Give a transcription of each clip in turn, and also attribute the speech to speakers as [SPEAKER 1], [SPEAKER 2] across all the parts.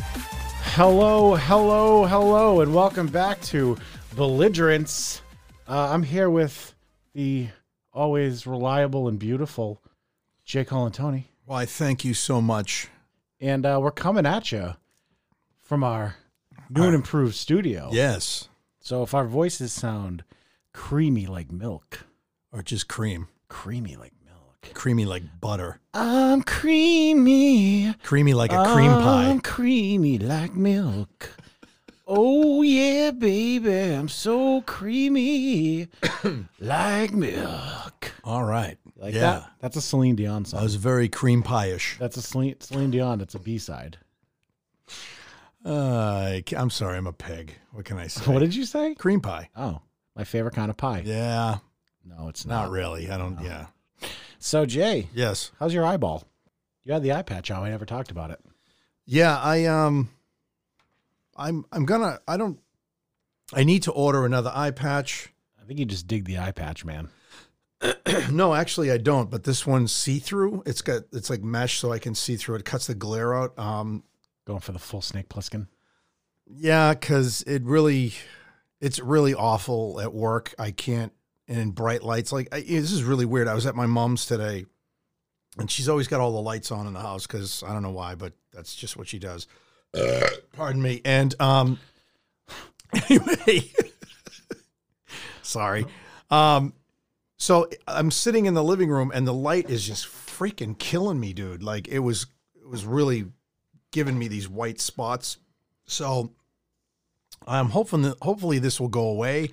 [SPEAKER 1] Hello, hello, hello, and welcome back to Belligerence. Uh, I'm here with the always reliable and beautiful Jay Colin Tony,
[SPEAKER 2] Why, thank you so much.
[SPEAKER 1] and uh, we're coming at you from our new and improved studio.
[SPEAKER 2] Yes.
[SPEAKER 1] So if our voices sound creamy like milk,
[SPEAKER 2] Or just cream.
[SPEAKER 1] creamy like milk,
[SPEAKER 2] Creamy like butter.
[SPEAKER 1] I'm creamy.
[SPEAKER 2] Creamy like a cream
[SPEAKER 1] I'm
[SPEAKER 2] pie.
[SPEAKER 1] creamy like milk. Oh yeah, baby, I'm so creamy like milk.
[SPEAKER 2] All right.
[SPEAKER 1] Like
[SPEAKER 2] yeah.
[SPEAKER 1] that? That's a Celine Dion
[SPEAKER 2] That
[SPEAKER 1] song.
[SPEAKER 2] was very cream pie ish.
[SPEAKER 1] That's a Celine, Celine Dion. That's a B side.
[SPEAKER 2] Uh, I'm sorry. I'm a pig. What can I say?
[SPEAKER 1] What did you say?
[SPEAKER 2] cream pie.
[SPEAKER 1] Oh, my favorite kind of pie.
[SPEAKER 2] Yeah.
[SPEAKER 1] No, it's not.
[SPEAKER 2] Not really. I don't. Yeah.
[SPEAKER 1] So Jay,
[SPEAKER 2] Yes.
[SPEAKER 1] how's your eyeball? You had the eye patch on. We never talked about it.
[SPEAKER 2] Yeah. I, um, I'm, I'm gonna, I don't, I need to order another eye patch.
[SPEAKER 1] I think you just dig the eye patch, man.
[SPEAKER 2] no, actually, I don't. But this one's see through. It's got, it's like mesh, so I can see through it. Cuts the glare out. Um,
[SPEAKER 1] Going for the full snake pliskin.
[SPEAKER 2] Yeah, because it really, it's really awful at work. I can't and in bright lights. Like I, this is really weird. I was at my mom's today, and she's always got all the lights on in the house because I don't know why, but that's just what she does. Pardon me. And um, anyway, sorry. Um, so I'm sitting in the living room, and the light is just freaking killing me, dude. Like it was, it was really giving me these white spots. So I'm hoping that hopefully this will go away,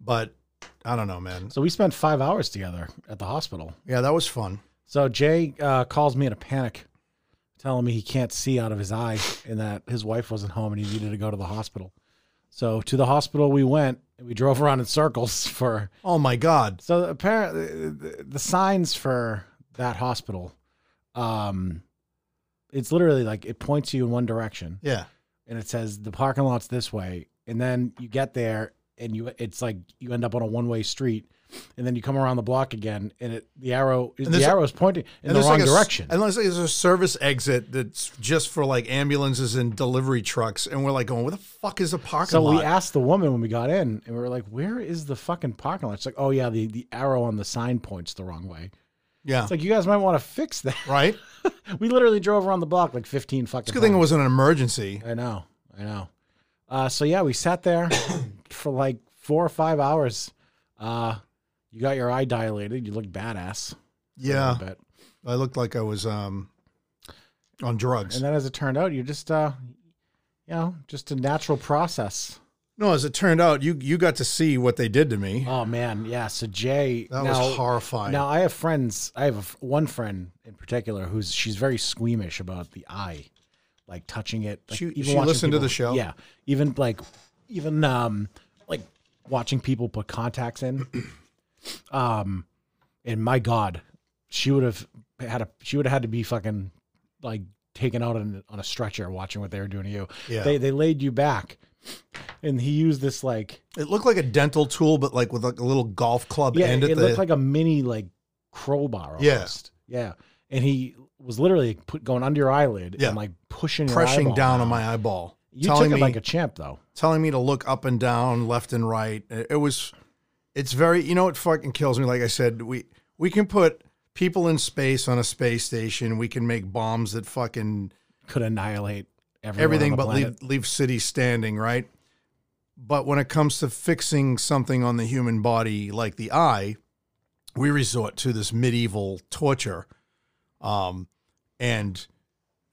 [SPEAKER 2] but I don't know, man.
[SPEAKER 1] So we spent five hours together at the hospital.
[SPEAKER 2] Yeah, that was fun.
[SPEAKER 1] So Jay uh, calls me in a panic, telling me he can't see out of his eye and that his wife wasn't home and he needed to go to the hospital. So to the hospital we went and we drove around in circles for.
[SPEAKER 2] Oh my God.
[SPEAKER 1] So apparently the, the signs for that hospital, um, it's literally like it points you in one direction
[SPEAKER 2] Yeah.
[SPEAKER 1] and it says the parking lot's this way and then you get there and you it's like you end up on a one-way street and then you come around the block again and it the arrow is the
[SPEAKER 2] there's-
[SPEAKER 1] arrow is pointing in the
[SPEAKER 2] there's
[SPEAKER 1] wrong
[SPEAKER 2] like a s-
[SPEAKER 1] direction
[SPEAKER 2] and there's, like, there's a service exit that's just for like ambulances and delivery trucks, and we're like going, "Where the fuck is the parking
[SPEAKER 1] so
[SPEAKER 2] lot?"
[SPEAKER 1] we asked the woman when we got in and we were like where is the fucking parking lot she's like oh yeah the, the arrow on the sign points the wrong way
[SPEAKER 2] yeah.
[SPEAKER 1] it's like you guys might want to fix that
[SPEAKER 2] right. It's
[SPEAKER 1] we literally drove around the block like 15 fucking
[SPEAKER 2] a good thing it
[SPEAKER 1] times.
[SPEAKER 2] wasn't an emergency.
[SPEAKER 1] i know i know uh, so yeah we sat there for like four or five hours uh, you got your eye dilated you looked badass
[SPEAKER 2] Yeah.
[SPEAKER 1] But
[SPEAKER 2] I looked like I was um on drugs.
[SPEAKER 1] and then as it turned out, you just uh you know, just a natural process.
[SPEAKER 2] no, as it turned out, you you got to see what they did to me.
[SPEAKER 1] Oh man, yeah. So Jay
[SPEAKER 2] That
[SPEAKER 1] now,
[SPEAKER 2] was horrifying.
[SPEAKER 1] Now I have friends. I have a f one friend in particular who's she's very squeamish about the eye, like touching it. Like
[SPEAKER 2] She-
[SPEAKER 1] even
[SPEAKER 2] she
[SPEAKER 1] watching
[SPEAKER 2] listened to
[SPEAKER 1] people-
[SPEAKER 2] the show?
[SPEAKER 1] Yeah, even like even um like watching people put contacts in. um, and my God, she would have had a she would have had to be fucking like taken out on, on a stretcher watching what they were doing to you.
[SPEAKER 2] Yeah.
[SPEAKER 1] They they laid you back, and he used this like
[SPEAKER 2] It looked like a dental tool, but like with like a little golf club
[SPEAKER 1] yeah,
[SPEAKER 2] end
[SPEAKER 1] it,
[SPEAKER 2] at the.
[SPEAKER 1] looked like a mini like crowbar
[SPEAKER 2] Yeah.
[SPEAKER 1] almost. Yeah. And he was literally put going under your eyelid
[SPEAKER 2] Yeah.
[SPEAKER 1] and like pushing your
[SPEAKER 2] pressing
[SPEAKER 1] eyeball
[SPEAKER 2] down on my eyeball,
[SPEAKER 1] You
[SPEAKER 2] telling
[SPEAKER 1] took it
[SPEAKER 2] me
[SPEAKER 1] like a champ though.
[SPEAKER 2] telling me to look up and down, left and right. It, it was, it's very. You know, it fucking kills me. Like I said, we we can put people in space on a space station. We can make bombs that fucking
[SPEAKER 1] Could annihilate everyone
[SPEAKER 2] everything,
[SPEAKER 1] on the
[SPEAKER 2] but
[SPEAKER 1] planet.
[SPEAKER 2] leave leave cities standing, right? But when it comes to fixing something on the human body, like the eye, we resort to this medieval torture, um, and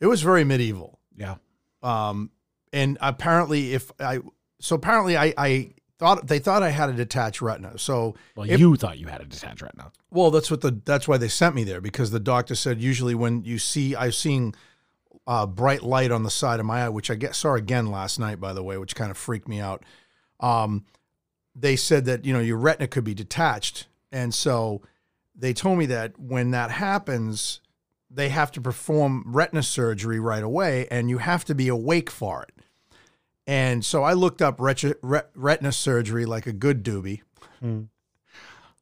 [SPEAKER 2] it was very medieval.
[SPEAKER 1] Yeah.
[SPEAKER 2] um, and apparently if I so apparently I, I thought they thought I had a detached retina. So
[SPEAKER 1] Well,
[SPEAKER 2] if-
[SPEAKER 1] you thought you had a detached retina.
[SPEAKER 2] well, that's what the that's why they sent me there because the doctor said usually when you see I've seen uh, bright light on the side of my eye, which I get saw again last night, by the way, which kind of freaked me out. Um, they said that you know your retina could be detached, and so they told me that when that happens, they have to perform retina surgery right away, and you have to be awake for it. And so I looked up retri- ret- retina surgery like a good doobie.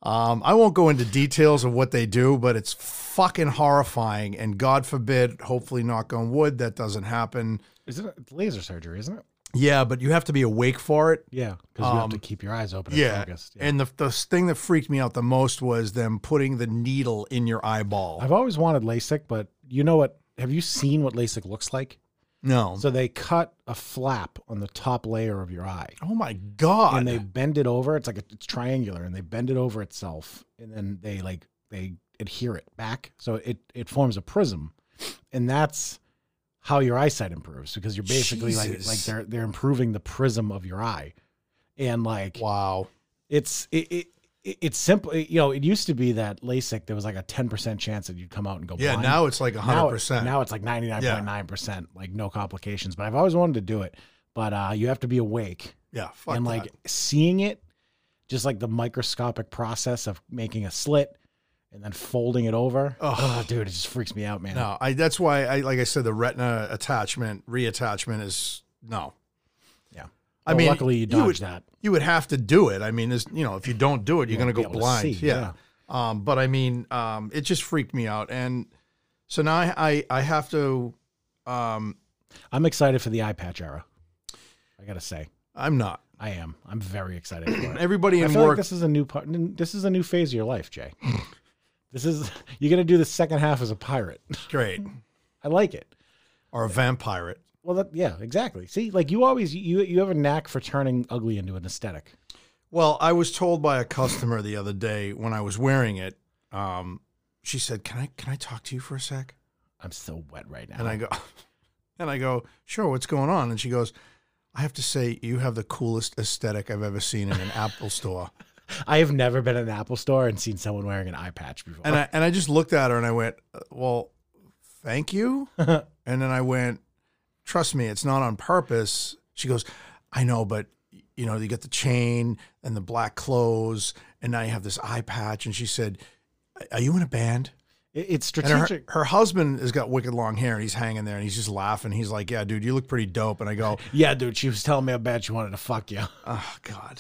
[SPEAKER 2] Um, I won't go into details of what they do, but it's fucking horrifying. And God forbid, hopefully, knock on wood, that doesn't happen.
[SPEAKER 1] Is it it's laser surgery? Isn't it?
[SPEAKER 2] Yeah, but you have to be awake for it.
[SPEAKER 1] Yeah, because you have to
[SPEAKER 2] Um,
[SPEAKER 1] keep your eyes open. And
[SPEAKER 2] Yeah.
[SPEAKER 1] focused. yeah.
[SPEAKER 2] And the, the thing that freaked me out the most was them putting the needle in your eyeball.
[SPEAKER 1] I've always wanted LASIK, but you know what? Have you seen what LASIK looks like?
[SPEAKER 2] no.
[SPEAKER 1] So they cut a flap on the top layer of your eye.
[SPEAKER 2] oh my God.
[SPEAKER 1] and they bend it over. It's like a, it's triangular, and they bend it over itself, and then they like they adhere it back, so it it forms a prism, and that's how your eyesight improves because you're basically like
[SPEAKER 2] Jesus.
[SPEAKER 1] like they're they're improving the prism of your eye, and like
[SPEAKER 2] wow.
[SPEAKER 1] it's it. it it- it's simple, you know. It used to be that LASIK there was like a ten percent chance that you'd come out and go
[SPEAKER 2] Yeah,
[SPEAKER 1] blind.
[SPEAKER 2] now it's like 100%.
[SPEAKER 1] Now, it- now it's like 99.9%, like no complications. But I've always wanted to do it. But uh, you have to be awake
[SPEAKER 2] yeah, fuck
[SPEAKER 1] and like
[SPEAKER 2] that.
[SPEAKER 1] seeing it, just like the microscopic process of making a slit and then folding it over.
[SPEAKER 2] Ugh.
[SPEAKER 1] Oh, dude, it just freaks me out, man.
[SPEAKER 2] No, I, that's why I, like I said, the retina attachment, reattachment is no.
[SPEAKER 1] Yeah.
[SPEAKER 2] I
[SPEAKER 1] Well,
[SPEAKER 2] mean,
[SPEAKER 1] luckily you
[SPEAKER 2] would-
[SPEAKER 1] dodged that.
[SPEAKER 2] you would have to do it. I mean, there's, you know, if you don't do it, you're going
[SPEAKER 1] won't
[SPEAKER 2] to
[SPEAKER 1] be
[SPEAKER 2] go
[SPEAKER 1] able to
[SPEAKER 2] blind.
[SPEAKER 1] see,
[SPEAKER 2] yeah. Um, but I mean, um, it just freaked me out, and so now I I, I have to. Um,
[SPEAKER 1] I'm excited for the eye patch era. I gotta say,
[SPEAKER 2] I'm not.
[SPEAKER 1] I am. I'm very excited for it.
[SPEAKER 2] Everybody
[SPEAKER 1] I
[SPEAKER 2] in
[SPEAKER 1] feel like
[SPEAKER 2] work.
[SPEAKER 1] this is a new part. This is a new phase of your life, Jay. this is you're gonna do the second half as a pirate.
[SPEAKER 2] great
[SPEAKER 1] I like it.
[SPEAKER 2] or a vampire.
[SPEAKER 1] Well, that, yeah, exactly. See, like you always you you have a knack for turning ugly into an aesthetic.
[SPEAKER 2] Well, I was told by a customer the other day when I was wearing it. Um, she said, "Can I can I talk to you for a sec?"
[SPEAKER 1] I'm so wet right now.
[SPEAKER 2] And I go, and I go, sure, what's going on? And she goes, I have to say, you have the coolest aesthetic I've ever seen in an Apple store.
[SPEAKER 1] I have never been in an Apple store and seen someone wearing an eye patch before.
[SPEAKER 2] And I and I just looked at her and I went, uh, well, thank you. and then I went, trust me, it's not on purpose. She goes, I know, but you know, you got the chain and the black clothes, and now you have this eye patch. And she said, Are you in a band?
[SPEAKER 1] It- it's
[SPEAKER 2] And her,
[SPEAKER 1] strategic.
[SPEAKER 2] her husband has got wicked long hair and he's hanging there and he's just laughing. He's like, Yeah, dude, you look pretty dope. And I go,
[SPEAKER 1] yeah, dude, she was telling me how bad she wanted to fuck you.
[SPEAKER 2] Oh God.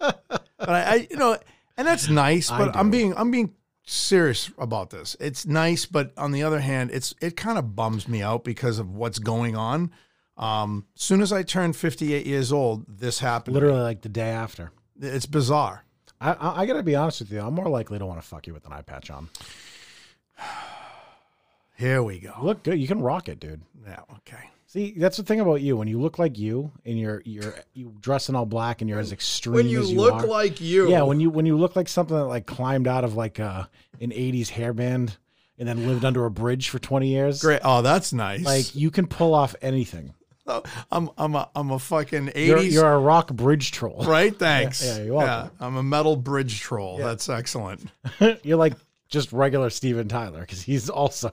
[SPEAKER 2] but I, I, you know, and that's nice.
[SPEAKER 1] I
[SPEAKER 2] But I'm
[SPEAKER 1] do.
[SPEAKER 2] being, I'm being serious about this. It's nice, but on the other hand, it's it kind of bums me out because of what's going on. Um, soon as I turned 58 years old, this happened.
[SPEAKER 1] Literally, like the day after.
[SPEAKER 2] It's bizarre.
[SPEAKER 1] I, I, I gotta be honest with you. I'm more likely to want to fuck you with an eye patch on.
[SPEAKER 2] Here we
[SPEAKER 1] You
[SPEAKER 2] go.
[SPEAKER 1] look good. You can rock it, dude.
[SPEAKER 2] Yeah. Okay.
[SPEAKER 1] See, that's the thing about you. When you look like you and you're you're you dress in all black and you're as extreme as you are.
[SPEAKER 2] like you,
[SPEAKER 1] yeah, when you when you look like something that like climbed out of like uh, an '80s hairband and then lived under a bridge for 20 years.
[SPEAKER 2] great. Oh, that's nice.
[SPEAKER 1] Like you can pull off anything.
[SPEAKER 2] Oh, I'm, I'm a, I'm a fucking 80s.
[SPEAKER 1] You're, you're a rock bridge troll.
[SPEAKER 2] Right, thanks.
[SPEAKER 1] yeah, you're welcome.
[SPEAKER 2] I'm a metal bridge troll. That's excellent.
[SPEAKER 1] You're like just regular Steven Tyler because he's also.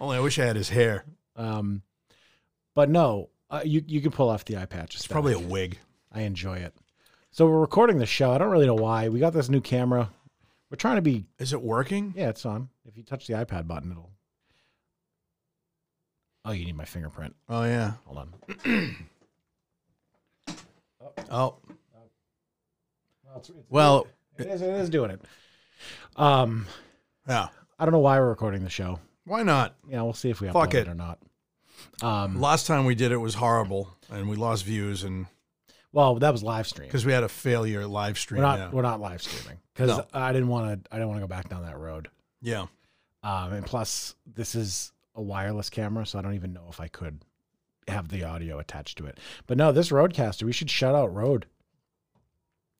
[SPEAKER 2] Only I wish I had his hair.
[SPEAKER 1] Um, but no, uh, you you can pull off the eye patch. It's
[SPEAKER 2] Probably a wig.
[SPEAKER 1] I enjoy it. So we're recording the show. I don't really know why. We got this new camera. We're trying to be.
[SPEAKER 2] Is it working?
[SPEAKER 1] Yeah, it's on. If you touch the iPad button, it'll. Oh, you need my fingerprint.
[SPEAKER 2] Oh yeah.
[SPEAKER 1] Hold on.
[SPEAKER 2] Oh
[SPEAKER 1] Well, it's, it's,
[SPEAKER 2] well.
[SPEAKER 1] it is. It is doing it. Um,
[SPEAKER 2] Yeah.
[SPEAKER 1] I don't know why we're recording the show.
[SPEAKER 2] Why not?
[SPEAKER 1] Yeah, we'll see if we upload
[SPEAKER 2] Fuck
[SPEAKER 1] it.
[SPEAKER 2] it.
[SPEAKER 1] or not. Um,
[SPEAKER 2] Last time we did it was horrible, and we lost views, and
[SPEAKER 1] well, that was live stream.
[SPEAKER 2] because we had a failure live stream.
[SPEAKER 1] We're not
[SPEAKER 2] yeah.
[SPEAKER 1] we're not live streaming because
[SPEAKER 2] No.
[SPEAKER 1] I didn't want to I didn't want to go back down that road.
[SPEAKER 2] yeah.
[SPEAKER 1] Um, and plus, this is a wireless camera, so I don't even know if I could have the audio attached to it. But no, this Roadcaster, we should shut out Rode.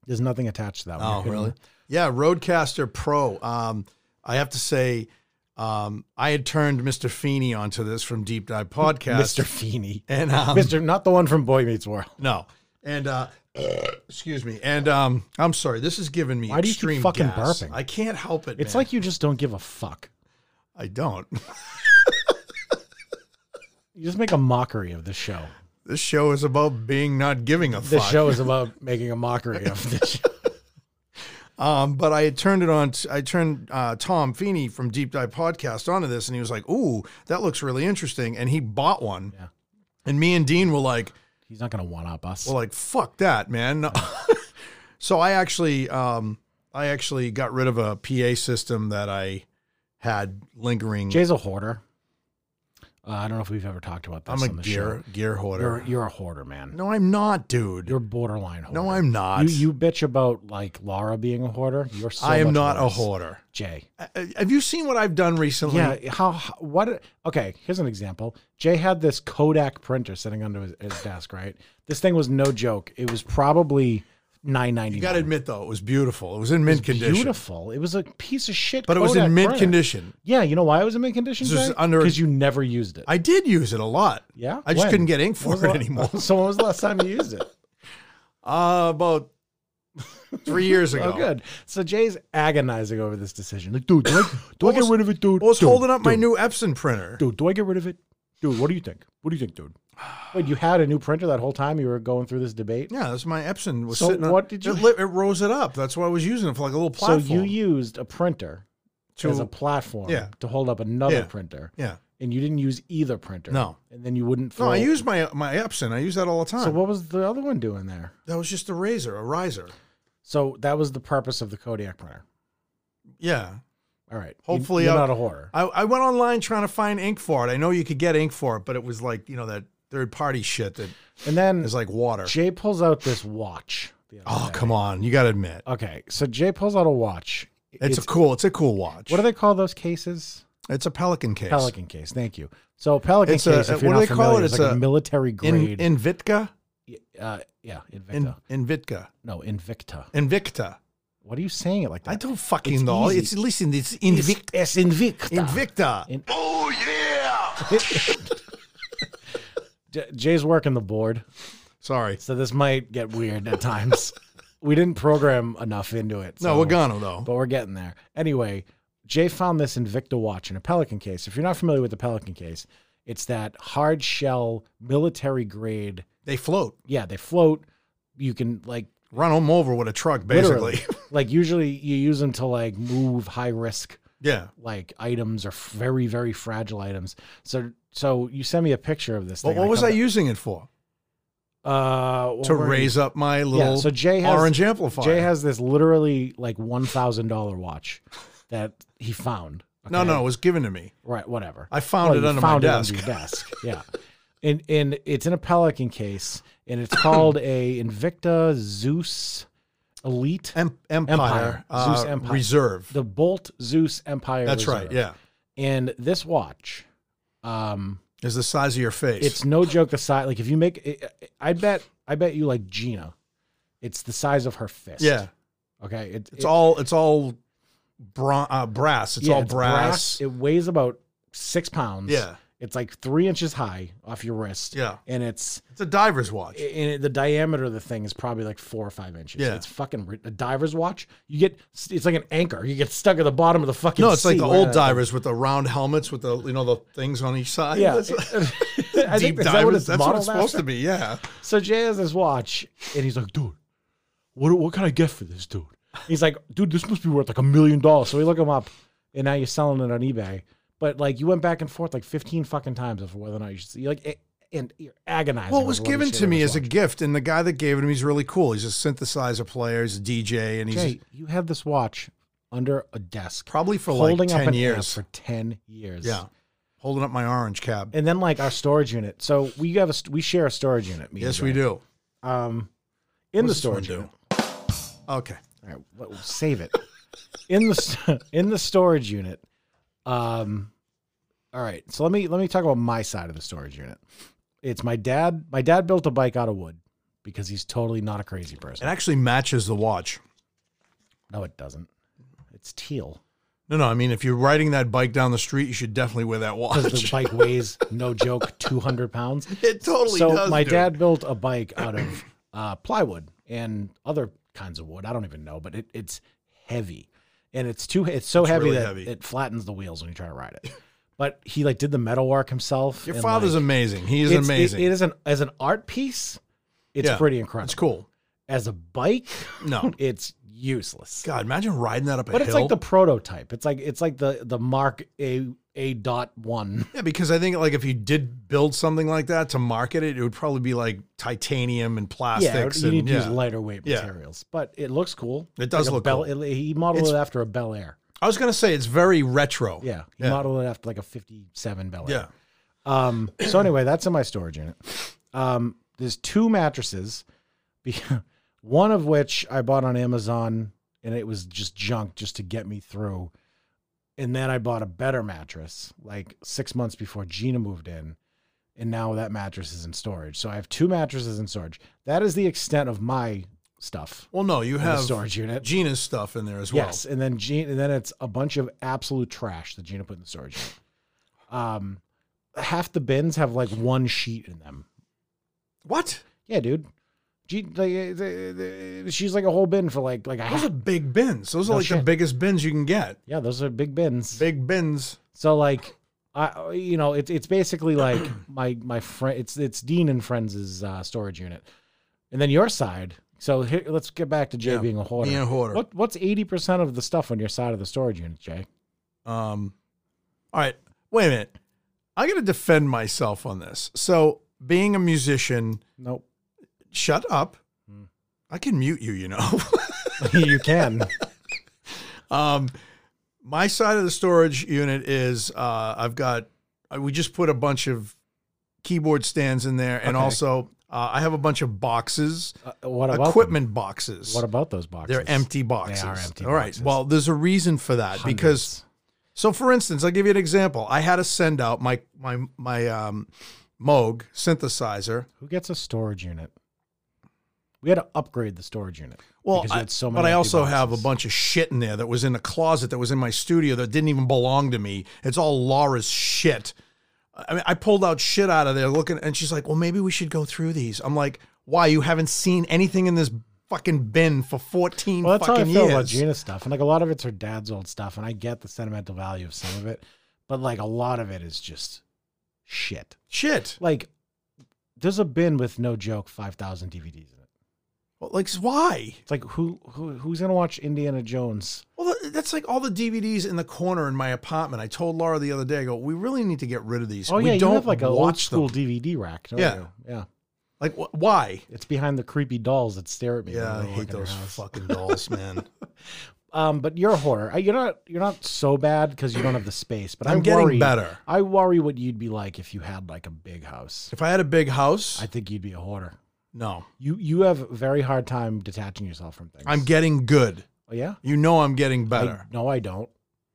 [SPEAKER 1] There's nothing attached to that one.
[SPEAKER 2] Oh,
[SPEAKER 1] You couldn't-
[SPEAKER 2] really? Yeah. Roadcaster Pro. Um, I have to say, um, I had turned Mr. Feeney onto this from Deep Dive Podcast,
[SPEAKER 1] Mr. Feeney,
[SPEAKER 2] and um,
[SPEAKER 1] Mr. Not the one from Boy Meets World.
[SPEAKER 2] no, And uh, excuse me. And um, I'm sorry. This is giving me
[SPEAKER 1] Why do you keep
[SPEAKER 2] extreme
[SPEAKER 1] fucking
[SPEAKER 2] gas.
[SPEAKER 1] burping?
[SPEAKER 2] I can't help it.
[SPEAKER 1] It's
[SPEAKER 2] man.
[SPEAKER 1] like you just don't give a fuck.
[SPEAKER 2] I don't.
[SPEAKER 1] You just make a mockery of this show.
[SPEAKER 2] This show is about being not giving a
[SPEAKER 1] This
[SPEAKER 2] fuck.
[SPEAKER 1] show is about making a mockery of this show.
[SPEAKER 2] Um, but I had turned it on. I turned uh, Tom Feeney from Deep Dive Podcast onto this, and he was like, "Ooh, that looks really interesting," and he bought one.
[SPEAKER 1] Yeah.
[SPEAKER 2] And me and Dean were like,
[SPEAKER 1] He's not going to one up us.
[SPEAKER 2] "Well, like fuck that, man." so I actually, um, I actually got rid of a PA system that I had lingering.
[SPEAKER 1] Jay's a hoarder. Uh, I don't know if we've ever talked about this
[SPEAKER 2] I'm a
[SPEAKER 1] on the
[SPEAKER 2] gear gear
[SPEAKER 1] show.
[SPEAKER 2] hoarder.
[SPEAKER 1] You're, you're a hoarder, man.
[SPEAKER 2] no, I'm not, dude.
[SPEAKER 1] You're borderline hoarder.
[SPEAKER 2] no, I'm not.
[SPEAKER 1] You, you bitch about like Laura being a hoarder. You're so
[SPEAKER 2] I am
[SPEAKER 1] much
[SPEAKER 2] not a
[SPEAKER 1] worse.
[SPEAKER 2] hoarder.
[SPEAKER 1] Jay.
[SPEAKER 2] Uh, Have you seen what I've done recently?
[SPEAKER 1] Yeah. How, how? What? Okay. Here's an example. Jay had this Kodak printer sitting under his, his desk. Right. This thing was no joke. It was probably nine ninety.
[SPEAKER 2] You got to admit though, it was beautiful. It was in mint condition.
[SPEAKER 1] Beautiful. It was a piece of shit.
[SPEAKER 2] But it was in
[SPEAKER 1] Kodak
[SPEAKER 2] mint
[SPEAKER 1] printer.
[SPEAKER 2] condition.
[SPEAKER 1] Yeah. You know why it was in mint condition?
[SPEAKER 2] This was under-
[SPEAKER 1] because you never used it.
[SPEAKER 2] I did use it a lot.
[SPEAKER 1] yeah.
[SPEAKER 2] I just
[SPEAKER 1] When?
[SPEAKER 2] couldn't get ink
[SPEAKER 1] When
[SPEAKER 2] for
[SPEAKER 1] was
[SPEAKER 2] it
[SPEAKER 1] the la-
[SPEAKER 2] anymore.
[SPEAKER 1] So when was the last time you used it?
[SPEAKER 2] Uh, about three years ago.
[SPEAKER 1] Oh, good. So Jay's agonizing over this decision. Like, dude, do I, do I
[SPEAKER 2] What
[SPEAKER 1] get
[SPEAKER 2] was-
[SPEAKER 1] rid of it, dude?
[SPEAKER 2] Well, it's
[SPEAKER 1] Dude,
[SPEAKER 2] holding up my
[SPEAKER 1] dude,
[SPEAKER 2] new Epson printer.
[SPEAKER 1] Dude, do I get rid of it? Dude, what do you think? What do you think, dude? Wait, you had a new printer that whole time you were going through this debate?
[SPEAKER 2] Yeah, that's my Epson. Was
[SPEAKER 1] So
[SPEAKER 2] sitting on-
[SPEAKER 1] what did you-
[SPEAKER 2] It, lit, it rose it up. That's why I was using it for like a little platform.
[SPEAKER 1] So you used a printer
[SPEAKER 2] To-
[SPEAKER 1] as a platform
[SPEAKER 2] Yeah.
[SPEAKER 1] to hold up another
[SPEAKER 2] Yeah.
[SPEAKER 1] printer,
[SPEAKER 2] yeah.
[SPEAKER 1] and you didn't use either printer.
[SPEAKER 2] No.
[SPEAKER 1] And then you wouldn't.
[SPEAKER 2] No,
[SPEAKER 1] Throw,
[SPEAKER 2] I use my my Epson. I use that all the time.
[SPEAKER 1] So what was the other one doing there?
[SPEAKER 2] that was just a razor, a riser.
[SPEAKER 1] So that was the purpose of the Kodak printer.
[SPEAKER 2] Yeah.
[SPEAKER 1] All right. You-
[SPEAKER 2] Hopefully
[SPEAKER 1] you're
[SPEAKER 2] I'll-
[SPEAKER 1] not a hoarder.
[SPEAKER 2] I, I went online trying to find ink for it. I know you could get ink for it, but it was like, you know, that third party shit that
[SPEAKER 1] And then
[SPEAKER 2] is like water.
[SPEAKER 1] Jay pulls out this watch. the other
[SPEAKER 2] Oh,
[SPEAKER 1] day.
[SPEAKER 2] come on. You got to admit.
[SPEAKER 1] Okay, so Jay pulls out a watch.
[SPEAKER 2] It's, a cool, it's a cool watch.
[SPEAKER 1] what do they call those cases?
[SPEAKER 2] It's a Pelican case.
[SPEAKER 1] Pelican case. Thank you. So Pelican
[SPEAKER 2] It's a- uh,
[SPEAKER 1] case. if you're
[SPEAKER 2] what
[SPEAKER 1] not
[SPEAKER 2] do they call
[SPEAKER 1] familiar,
[SPEAKER 2] it?
[SPEAKER 1] It's
[SPEAKER 2] It's
[SPEAKER 1] like a,
[SPEAKER 2] a-
[SPEAKER 1] military
[SPEAKER 2] In
[SPEAKER 1] grade.
[SPEAKER 2] in Vitka?
[SPEAKER 1] uh, yeah, Invicta.
[SPEAKER 2] In in Vitka.
[SPEAKER 1] no, Invicta.
[SPEAKER 2] Invicta.
[SPEAKER 1] What are you saying it like that?
[SPEAKER 2] I don't fucking
[SPEAKER 1] It's
[SPEAKER 2] know.
[SPEAKER 1] easy.
[SPEAKER 2] It's listen, it's
[SPEAKER 1] It's-
[SPEAKER 2] Invicta.
[SPEAKER 1] It's Invicta.
[SPEAKER 2] Invicta.
[SPEAKER 1] In-
[SPEAKER 3] Oh, yeah!
[SPEAKER 1] J- Jay's working the board,
[SPEAKER 2] Sorry.
[SPEAKER 1] so this might get weird at times. we didn't program enough into it.
[SPEAKER 2] No,
[SPEAKER 1] so-
[SPEAKER 2] Wagano though.
[SPEAKER 1] but we're getting there. Anyway, Jay found this Invicta watch in a Pelican case. If you're not familiar with the Pelican case, it's that hard shell military grade.
[SPEAKER 2] They float.
[SPEAKER 1] Yeah, they float. You can like
[SPEAKER 2] Run them over with a truck, basically.
[SPEAKER 1] literally, like usually you use them to like move high risk
[SPEAKER 2] yeah.
[SPEAKER 1] like items or f- very very fragile items. So so you send me a picture of this
[SPEAKER 2] Well,
[SPEAKER 1] thing.
[SPEAKER 2] what was I
[SPEAKER 1] come
[SPEAKER 2] using it for?
[SPEAKER 1] back- Uh, what
[SPEAKER 2] To
[SPEAKER 1] were you-
[SPEAKER 2] raise up my little
[SPEAKER 1] Yeah, so Jay has
[SPEAKER 2] orange amplifier.
[SPEAKER 1] Jay has this literally like one thousand dollar watch that he found.
[SPEAKER 2] no,
[SPEAKER 1] okay?
[SPEAKER 2] no, it was given to me.
[SPEAKER 1] right, whatever.
[SPEAKER 2] I found
[SPEAKER 1] Well,
[SPEAKER 2] it
[SPEAKER 1] you
[SPEAKER 2] under
[SPEAKER 1] found
[SPEAKER 2] my
[SPEAKER 1] it
[SPEAKER 2] desk.
[SPEAKER 1] your desk. Yeah. And and it's in a Pelican case, and it's called a Invicta Zeus Elite,
[SPEAKER 2] Em- Empire,
[SPEAKER 1] Empire.
[SPEAKER 2] uh,
[SPEAKER 1] Zeus Empire.
[SPEAKER 2] Reserve.
[SPEAKER 1] the Bolt Zeus Empire.
[SPEAKER 2] That's
[SPEAKER 1] Reserve.
[SPEAKER 2] right. Yeah,
[SPEAKER 1] And this watch, um,
[SPEAKER 2] is the size of your face.
[SPEAKER 1] it's no joke. The size, like if you make, it, I bet, I bet you like Gina, it's the size of her fist.
[SPEAKER 2] yeah.
[SPEAKER 1] Okay. It,
[SPEAKER 2] It's all it's all bron- uh, brass. It's
[SPEAKER 1] yeah,
[SPEAKER 2] all brass.
[SPEAKER 1] It weighs about six pounds.
[SPEAKER 2] Yeah,
[SPEAKER 1] It's like three inches high off your wrist.
[SPEAKER 2] yeah.
[SPEAKER 1] And it's
[SPEAKER 2] It's a diver's watch.
[SPEAKER 1] and it- the diameter of the thing is probably like four or five inches.
[SPEAKER 2] Yeah.
[SPEAKER 1] it's fucking ri- a diver's watch. You get it's like an anchor. You get stuck at the bottom of the fucking.
[SPEAKER 2] no, it's like
[SPEAKER 1] sea.
[SPEAKER 2] the
[SPEAKER 1] Where-
[SPEAKER 2] old divers with the round helmets with the you know the things on each side.
[SPEAKER 1] Yeah,
[SPEAKER 2] That's-
[SPEAKER 1] I
[SPEAKER 2] deep
[SPEAKER 1] think is
[SPEAKER 2] divers.
[SPEAKER 1] that what it's
[SPEAKER 2] That's what it's
[SPEAKER 1] modeled
[SPEAKER 2] supposed
[SPEAKER 1] after?
[SPEAKER 2] to be. Yeah,
[SPEAKER 1] So Jay has his watch, and he's like, "Dude, what what can I get for this, dude?" He's like, "Dude, this must be worth like a million dollars." So we look him up, and now you're selling it on eBay. But like you went back and forth like 15 fucking times over whether or not you should. You're like, a- and you're agonizing.
[SPEAKER 2] well, it
[SPEAKER 1] over
[SPEAKER 2] was
[SPEAKER 1] whether you
[SPEAKER 2] given
[SPEAKER 1] should
[SPEAKER 2] to
[SPEAKER 1] or
[SPEAKER 2] me
[SPEAKER 1] not
[SPEAKER 2] as a
[SPEAKER 1] watch.
[SPEAKER 2] gift, and the guy that gave it to me is really cool. He's a synthesizer player, he's a DJ, and he's
[SPEAKER 1] Jay, you had this watch under a desk.
[SPEAKER 2] probably for like
[SPEAKER 1] holding up
[SPEAKER 2] ten
[SPEAKER 1] an amp
[SPEAKER 2] years.
[SPEAKER 1] for 10 years.
[SPEAKER 2] yeah, holding up my orange cab.
[SPEAKER 1] And then like our storage unit. So we have a st- we share a storage unit. me and
[SPEAKER 2] Yes, we
[SPEAKER 1] Jay.
[SPEAKER 2] do.
[SPEAKER 1] Um in the
[SPEAKER 2] What's this one
[SPEAKER 1] storage
[SPEAKER 2] do?
[SPEAKER 1] unit.
[SPEAKER 2] Okay.
[SPEAKER 1] All right, well, we'll save it. in the st- in the storage unit. Um all right. So let me let me talk about my side of the storage unit. It's my dad. My dad built a bike out of wood because he's totally not a crazy
[SPEAKER 2] It
[SPEAKER 1] person.
[SPEAKER 2] actually matches the watch.
[SPEAKER 1] No, it doesn't. It's teal.
[SPEAKER 2] No, no. I mean, if you're riding that bike down the street, you should definitely wear that watch.
[SPEAKER 1] Because the bike weighs, no joke, 200 pounds.
[SPEAKER 2] It totally
[SPEAKER 1] so
[SPEAKER 2] does.
[SPEAKER 1] my
[SPEAKER 2] dude.
[SPEAKER 1] dad built a bike out of uh, plywood and other kinds of wood. I don't even know, but it, it's heavy, and it's too it's so heavy
[SPEAKER 2] really
[SPEAKER 1] that
[SPEAKER 2] heavy.
[SPEAKER 1] it flattens the wheels when you try to ride it. But he like did the metal work himself.
[SPEAKER 2] Your
[SPEAKER 1] and,
[SPEAKER 2] father's
[SPEAKER 1] like,
[SPEAKER 2] amazing. He is
[SPEAKER 1] it's- it-
[SPEAKER 2] amazing.
[SPEAKER 1] it is an as an art piece. It's
[SPEAKER 2] Yeah,
[SPEAKER 1] pretty incredible.
[SPEAKER 2] it's cool.
[SPEAKER 1] As a bike,
[SPEAKER 2] No,
[SPEAKER 1] it's useless.
[SPEAKER 2] God, imagine riding that up a
[SPEAKER 1] but
[SPEAKER 2] hill.
[SPEAKER 1] it's like the prototype. It's like it's like the the Mark A A dot one.
[SPEAKER 2] yeah, because I think like if you did build something like that to market it, it would probably be like titanium and
[SPEAKER 1] Yeah,
[SPEAKER 2] plastics.
[SPEAKER 1] you
[SPEAKER 2] and,
[SPEAKER 1] need to
[SPEAKER 2] yeah.
[SPEAKER 1] use lighter weight
[SPEAKER 2] Yeah.
[SPEAKER 1] materials, but it looks cool.
[SPEAKER 2] It does
[SPEAKER 1] Like a
[SPEAKER 2] look
[SPEAKER 1] Bel-
[SPEAKER 2] cool.
[SPEAKER 1] it- he modeled
[SPEAKER 2] It's-
[SPEAKER 1] it after a Bel Air.
[SPEAKER 2] I was gonna say it's very retro.
[SPEAKER 1] Yeah, he
[SPEAKER 2] Yeah.
[SPEAKER 1] modeled it after like a '57 Bel Air.
[SPEAKER 2] yeah.
[SPEAKER 1] Um, so anyway, that's in my storage unit. Um, there's two mattresses, be- one of which I bought on Amazon, and it was just junk just to get me through. And then I bought a better mattress like six months before Gina moved in, and now that mattress is in storage. So I have two mattresses in storage. That is the extent of my stuff
[SPEAKER 2] Well, no, you
[SPEAKER 1] in the
[SPEAKER 2] have
[SPEAKER 1] storage unit.
[SPEAKER 2] Gina's stuff in there as well.
[SPEAKER 1] Yes, and then Gina, and then it's a bunch of absolute trash that Gina put in the storage. unit. Um, half the bins have like one sheet in them.
[SPEAKER 2] What?
[SPEAKER 1] Yeah, dude. Gina, like, uh, the- the- she's like a whole bin for like like a
[SPEAKER 2] Those
[SPEAKER 1] half.
[SPEAKER 2] are big bins. Those are
[SPEAKER 1] No
[SPEAKER 2] like the
[SPEAKER 1] shit.
[SPEAKER 2] biggest bins you can get.
[SPEAKER 1] yeah, those are big bins.
[SPEAKER 2] Big bins.
[SPEAKER 1] So like, I you know it's it's basically like my my friend it's it's Dean and Friends' uh, storage unit, and then your side. So here, let's get back to Jay
[SPEAKER 2] Yeah,
[SPEAKER 1] being a hoarder.
[SPEAKER 2] Being a hoarder.
[SPEAKER 1] What what's eighty percent of the stuff on your side of the storage unit, Jay?
[SPEAKER 2] Um, all right, wait a minute. I got to defend myself on this. So, being a musician,
[SPEAKER 1] Nope.
[SPEAKER 2] shut up.
[SPEAKER 1] Hmm.
[SPEAKER 2] I can mute you, you know.
[SPEAKER 1] you can.
[SPEAKER 2] um, my side of the storage unit is uh, I've got, uh, we just put a bunch of keyboard stands in there. And
[SPEAKER 1] Okay.
[SPEAKER 2] also, uh, I have a bunch of boxes,
[SPEAKER 1] Uh, what about them?
[SPEAKER 2] equipment boxes.
[SPEAKER 1] What about those boxes?
[SPEAKER 2] They're empty boxes.
[SPEAKER 1] empty
[SPEAKER 2] All right.
[SPEAKER 1] boxes.
[SPEAKER 2] Well, there's a reason for that because
[SPEAKER 1] Hundreds.
[SPEAKER 2] So, for instance, I'll give you an example. I had to send out my my my um, Moog synthesizer.
[SPEAKER 1] who gets a storage unit? We had to upgrade the storage unit.
[SPEAKER 2] Well,
[SPEAKER 1] Because you
[SPEAKER 2] I,
[SPEAKER 1] had so
[SPEAKER 2] but
[SPEAKER 1] many empty
[SPEAKER 2] I also have a
[SPEAKER 1] boxes.
[SPEAKER 2] bunch of shit in there that was in a closet that was in my studio that didn't even belong to me. It's all Laura's shit. I mean, I pulled out shit out of there looking, and she's like, "Well, maybe we should go through these." I'm like, "Why? You haven't seen anything in this fucking bin for 14
[SPEAKER 1] Well, that's how I
[SPEAKER 2] fucking
[SPEAKER 1] feel
[SPEAKER 2] years."
[SPEAKER 1] about Gina's stuff, and like a lot of it's her dad's old stuff, and I get the sentimental value of some of it, but like a lot of it is just shit.
[SPEAKER 2] Shit.
[SPEAKER 1] Like, there's a bin with no joke five thousand DVDs in it.
[SPEAKER 2] Well, like, why?
[SPEAKER 1] It's like who who who's gonna watch Indiana Jones?
[SPEAKER 2] Well, th- that's like all the DVDs in the corner in my apartment. I told Laura the other day, I go, we really need to get rid of these.
[SPEAKER 1] Oh
[SPEAKER 2] we
[SPEAKER 1] yeah,
[SPEAKER 2] don't
[SPEAKER 1] you have like a old
[SPEAKER 2] watch
[SPEAKER 1] school
[SPEAKER 2] them.
[SPEAKER 1] DVD rack. Don't
[SPEAKER 2] Yeah.
[SPEAKER 1] you? yeah.
[SPEAKER 2] Like, wh- why?
[SPEAKER 1] It's behind the creepy dolls that stare at me. when
[SPEAKER 2] Yeah, I
[SPEAKER 1] walk in
[SPEAKER 2] hate
[SPEAKER 1] their
[SPEAKER 2] those
[SPEAKER 1] house.
[SPEAKER 2] fucking dolls, man.
[SPEAKER 1] Um, but you're a hoarder. I- You're not. You're not so bad because you don't have the space. But
[SPEAKER 2] I'm
[SPEAKER 1] I
[SPEAKER 2] getting
[SPEAKER 1] worry,
[SPEAKER 2] better.
[SPEAKER 1] I worry what you'd be like if you had like a big house.
[SPEAKER 2] If I had a big house,
[SPEAKER 1] I think you'd be a hoarder.
[SPEAKER 2] no,
[SPEAKER 1] You you have a very hard time detaching yourself from things.
[SPEAKER 2] I'm getting good.
[SPEAKER 1] Oh, yeah.
[SPEAKER 2] You know, I'm getting
[SPEAKER 1] I-
[SPEAKER 2] better,
[SPEAKER 1] no, I don't.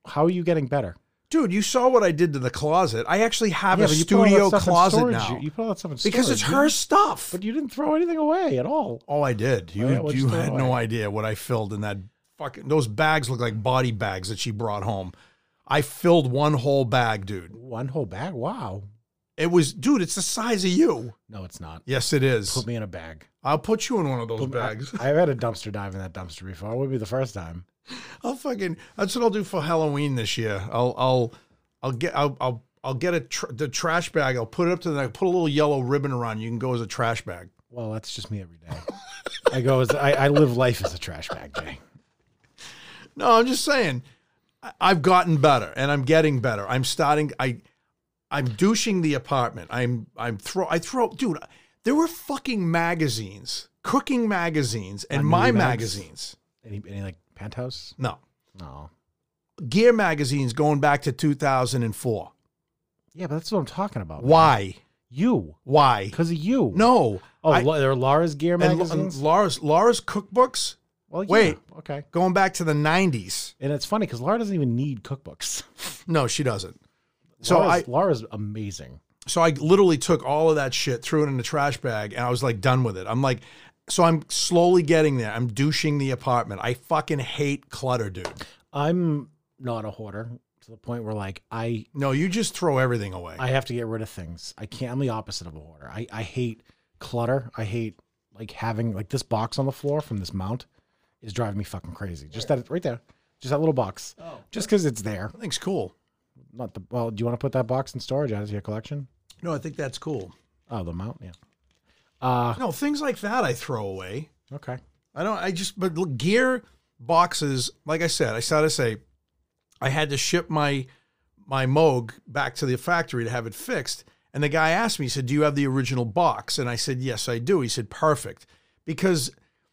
[SPEAKER 1] How are you getting better?
[SPEAKER 2] dude. You saw what I did to the closet. I actually have
[SPEAKER 1] yeah,
[SPEAKER 2] a
[SPEAKER 1] but you put all that
[SPEAKER 2] studio
[SPEAKER 1] stuff in
[SPEAKER 2] closet
[SPEAKER 1] storage.
[SPEAKER 2] now
[SPEAKER 1] You, you put all that stuff in storage
[SPEAKER 2] because it's
[SPEAKER 1] you-
[SPEAKER 2] her stuff.
[SPEAKER 1] But you didn't throw anything away at all.
[SPEAKER 2] Oh, I did. You
[SPEAKER 1] yeah, what'd
[SPEAKER 2] you
[SPEAKER 1] you throw
[SPEAKER 2] had no
[SPEAKER 1] away?
[SPEAKER 2] idea what I filled in that fucking those bags look like body bags that she brought home. I filled one whole bag, dude.
[SPEAKER 1] One whole bag. Wow.
[SPEAKER 2] It was, dude, it's the size of you.
[SPEAKER 1] No, it's not.
[SPEAKER 2] Yes, it is.
[SPEAKER 1] Put me in a bag.
[SPEAKER 2] I'll put you in one of those
[SPEAKER 1] Put me-
[SPEAKER 2] bags.
[SPEAKER 1] I, I've had a dumpster dive in that dumpster before. It would be the first time.
[SPEAKER 2] I'll fucking. That's what I'll do for Halloween this year. I'll, I'll, I'll get, I'll, I'll, I'll get a tr- the trash bag. I'll put it up to the. Put a little yellow ribbon around. You can go as a trash bag.
[SPEAKER 1] Well, that's just me every day. I go as I, I live life as a trash bag, Jay.
[SPEAKER 2] No, I'm just saying. I, I've gotten better, and I'm getting better. I'm starting. I, I'm douching the apartment. I'm, I'm throw. I throw, dude. There were fucking magazines, cooking magazines, and
[SPEAKER 1] Not
[SPEAKER 2] my
[SPEAKER 1] nudie mags?
[SPEAKER 2] magazines.
[SPEAKER 1] Any any like penthouse?
[SPEAKER 2] No,
[SPEAKER 1] No.
[SPEAKER 2] gear magazines going back to 2004.
[SPEAKER 1] Yeah, but that's what I'm talking about.
[SPEAKER 2] Why?
[SPEAKER 1] You,
[SPEAKER 2] Why?
[SPEAKER 1] because of you.
[SPEAKER 2] No.
[SPEAKER 1] Oh,
[SPEAKER 2] I-
[SPEAKER 1] La- there are Lara's gear
[SPEAKER 2] and
[SPEAKER 1] magazines.
[SPEAKER 2] Laura's Laura's cookbooks
[SPEAKER 1] well, yeah.
[SPEAKER 2] wait.
[SPEAKER 1] Okay.
[SPEAKER 2] going back to the 90s.
[SPEAKER 1] And it's funny because Lara doesn't even need cookbooks.
[SPEAKER 2] No, she doesn't. So
[SPEAKER 1] Lara's,
[SPEAKER 2] I
[SPEAKER 1] Lara's amazing.
[SPEAKER 2] so I literally took all of that shit, threw it in the trash bag, and I was like done with it. I'm like so I'm slowly getting there. I'm douching the apartment. I fucking hate clutter, dude.
[SPEAKER 1] I'm not a hoarder to the point where like I
[SPEAKER 2] No, you just throw everything away.
[SPEAKER 1] I have to get rid of things. I can't. I'm the opposite of a hoarder. I I hate clutter. I hate like like having like this box on the floor from this mount is driving me fucking crazy. Just that right there, just that little box. Oh, just because it's there.
[SPEAKER 2] I think's cool.
[SPEAKER 1] Not the well. Do you want to put that box in storage out of your collection?
[SPEAKER 2] No, I think that's cool.
[SPEAKER 1] Oh, the mount. Yeah.
[SPEAKER 2] No, things like that I throw away.
[SPEAKER 1] Okay.
[SPEAKER 2] I don't. I just but look, gear boxes. Like I said, I started to say I had to ship my my Moog back to the factory to have it fixed. And the guy asked me, he said, "Do you have the original box?" And I said, "Yes, I do." He said, "Perfect," because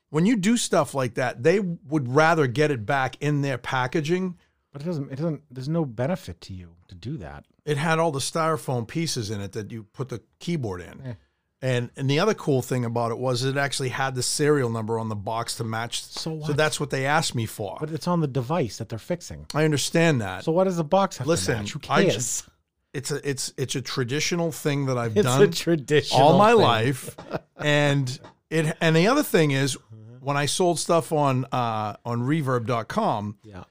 [SPEAKER 2] when you do stuff like that, they would rather get it back in their packaging.
[SPEAKER 1] But it doesn't. It doesn't. There's no benefit to you to do that.
[SPEAKER 2] It had all the styrofoam pieces in it that you put the keyboard in. And, and the other cool thing about it was it actually had the serial number on the box to match.
[SPEAKER 1] So
[SPEAKER 2] so
[SPEAKER 1] what?
[SPEAKER 2] that's what they asked me for.
[SPEAKER 1] But it's on the device that they're fixing.
[SPEAKER 2] I understand that.
[SPEAKER 1] So what does the box have
[SPEAKER 2] Listen,
[SPEAKER 1] to match? Who
[SPEAKER 2] I
[SPEAKER 1] cares?
[SPEAKER 2] just- it's a it's it's a traditional thing that I've
[SPEAKER 1] it's
[SPEAKER 2] done
[SPEAKER 1] a tradition.
[SPEAKER 2] all my life, and it and the other thing is when I sold stuff on uh, on Reverb.com,
[SPEAKER 1] Yeah.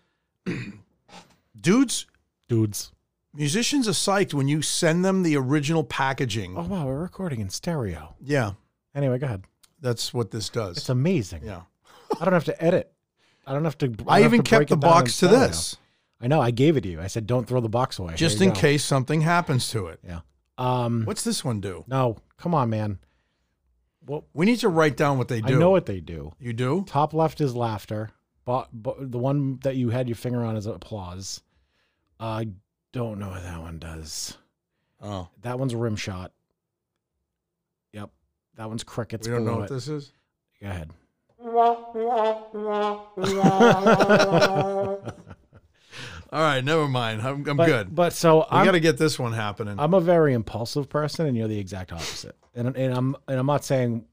[SPEAKER 2] dudes,
[SPEAKER 1] Dudes.
[SPEAKER 2] musicians are psyched when you send them the original packaging.
[SPEAKER 1] Oh wow, we're recording in stereo.
[SPEAKER 2] Yeah,
[SPEAKER 1] Anyway, go ahead.
[SPEAKER 2] that's what this
[SPEAKER 1] It's
[SPEAKER 2] does.
[SPEAKER 1] amazing.
[SPEAKER 2] yeah,
[SPEAKER 1] I don't have to edit. I don't have to. I, don't
[SPEAKER 2] I
[SPEAKER 1] have
[SPEAKER 2] even
[SPEAKER 1] to
[SPEAKER 2] kept
[SPEAKER 1] break
[SPEAKER 2] the
[SPEAKER 1] it down
[SPEAKER 2] box to
[SPEAKER 1] in stereo.
[SPEAKER 2] this
[SPEAKER 1] I know. I gave it to you. I said, "Don't throw the box away."
[SPEAKER 2] just
[SPEAKER 1] Here
[SPEAKER 2] in
[SPEAKER 1] you go.
[SPEAKER 2] case something happens to it.
[SPEAKER 1] Yeah. Um.
[SPEAKER 2] What's this one do?
[SPEAKER 1] No, come on, man. Well,
[SPEAKER 2] We need to write down what they
[SPEAKER 1] I
[SPEAKER 2] do.
[SPEAKER 1] know what they do.
[SPEAKER 2] You do?
[SPEAKER 1] Top left is laughter. Bo- bo- the one that you had your finger on is applause. I don't know what that one does.
[SPEAKER 2] Oh,
[SPEAKER 1] That one's rim shot. Yep. That one's crickets.
[SPEAKER 2] we don't know
[SPEAKER 1] below
[SPEAKER 2] what
[SPEAKER 1] it.
[SPEAKER 2] this is.
[SPEAKER 1] Go ahead.
[SPEAKER 2] All right, never mind. I'm, I'm
[SPEAKER 1] But,
[SPEAKER 2] good.
[SPEAKER 1] But so
[SPEAKER 2] We
[SPEAKER 1] I'm
[SPEAKER 2] got to get this one happening.
[SPEAKER 1] I'm a very impulsive person, and you're the exact opposite. And and I'm and I'm not saying,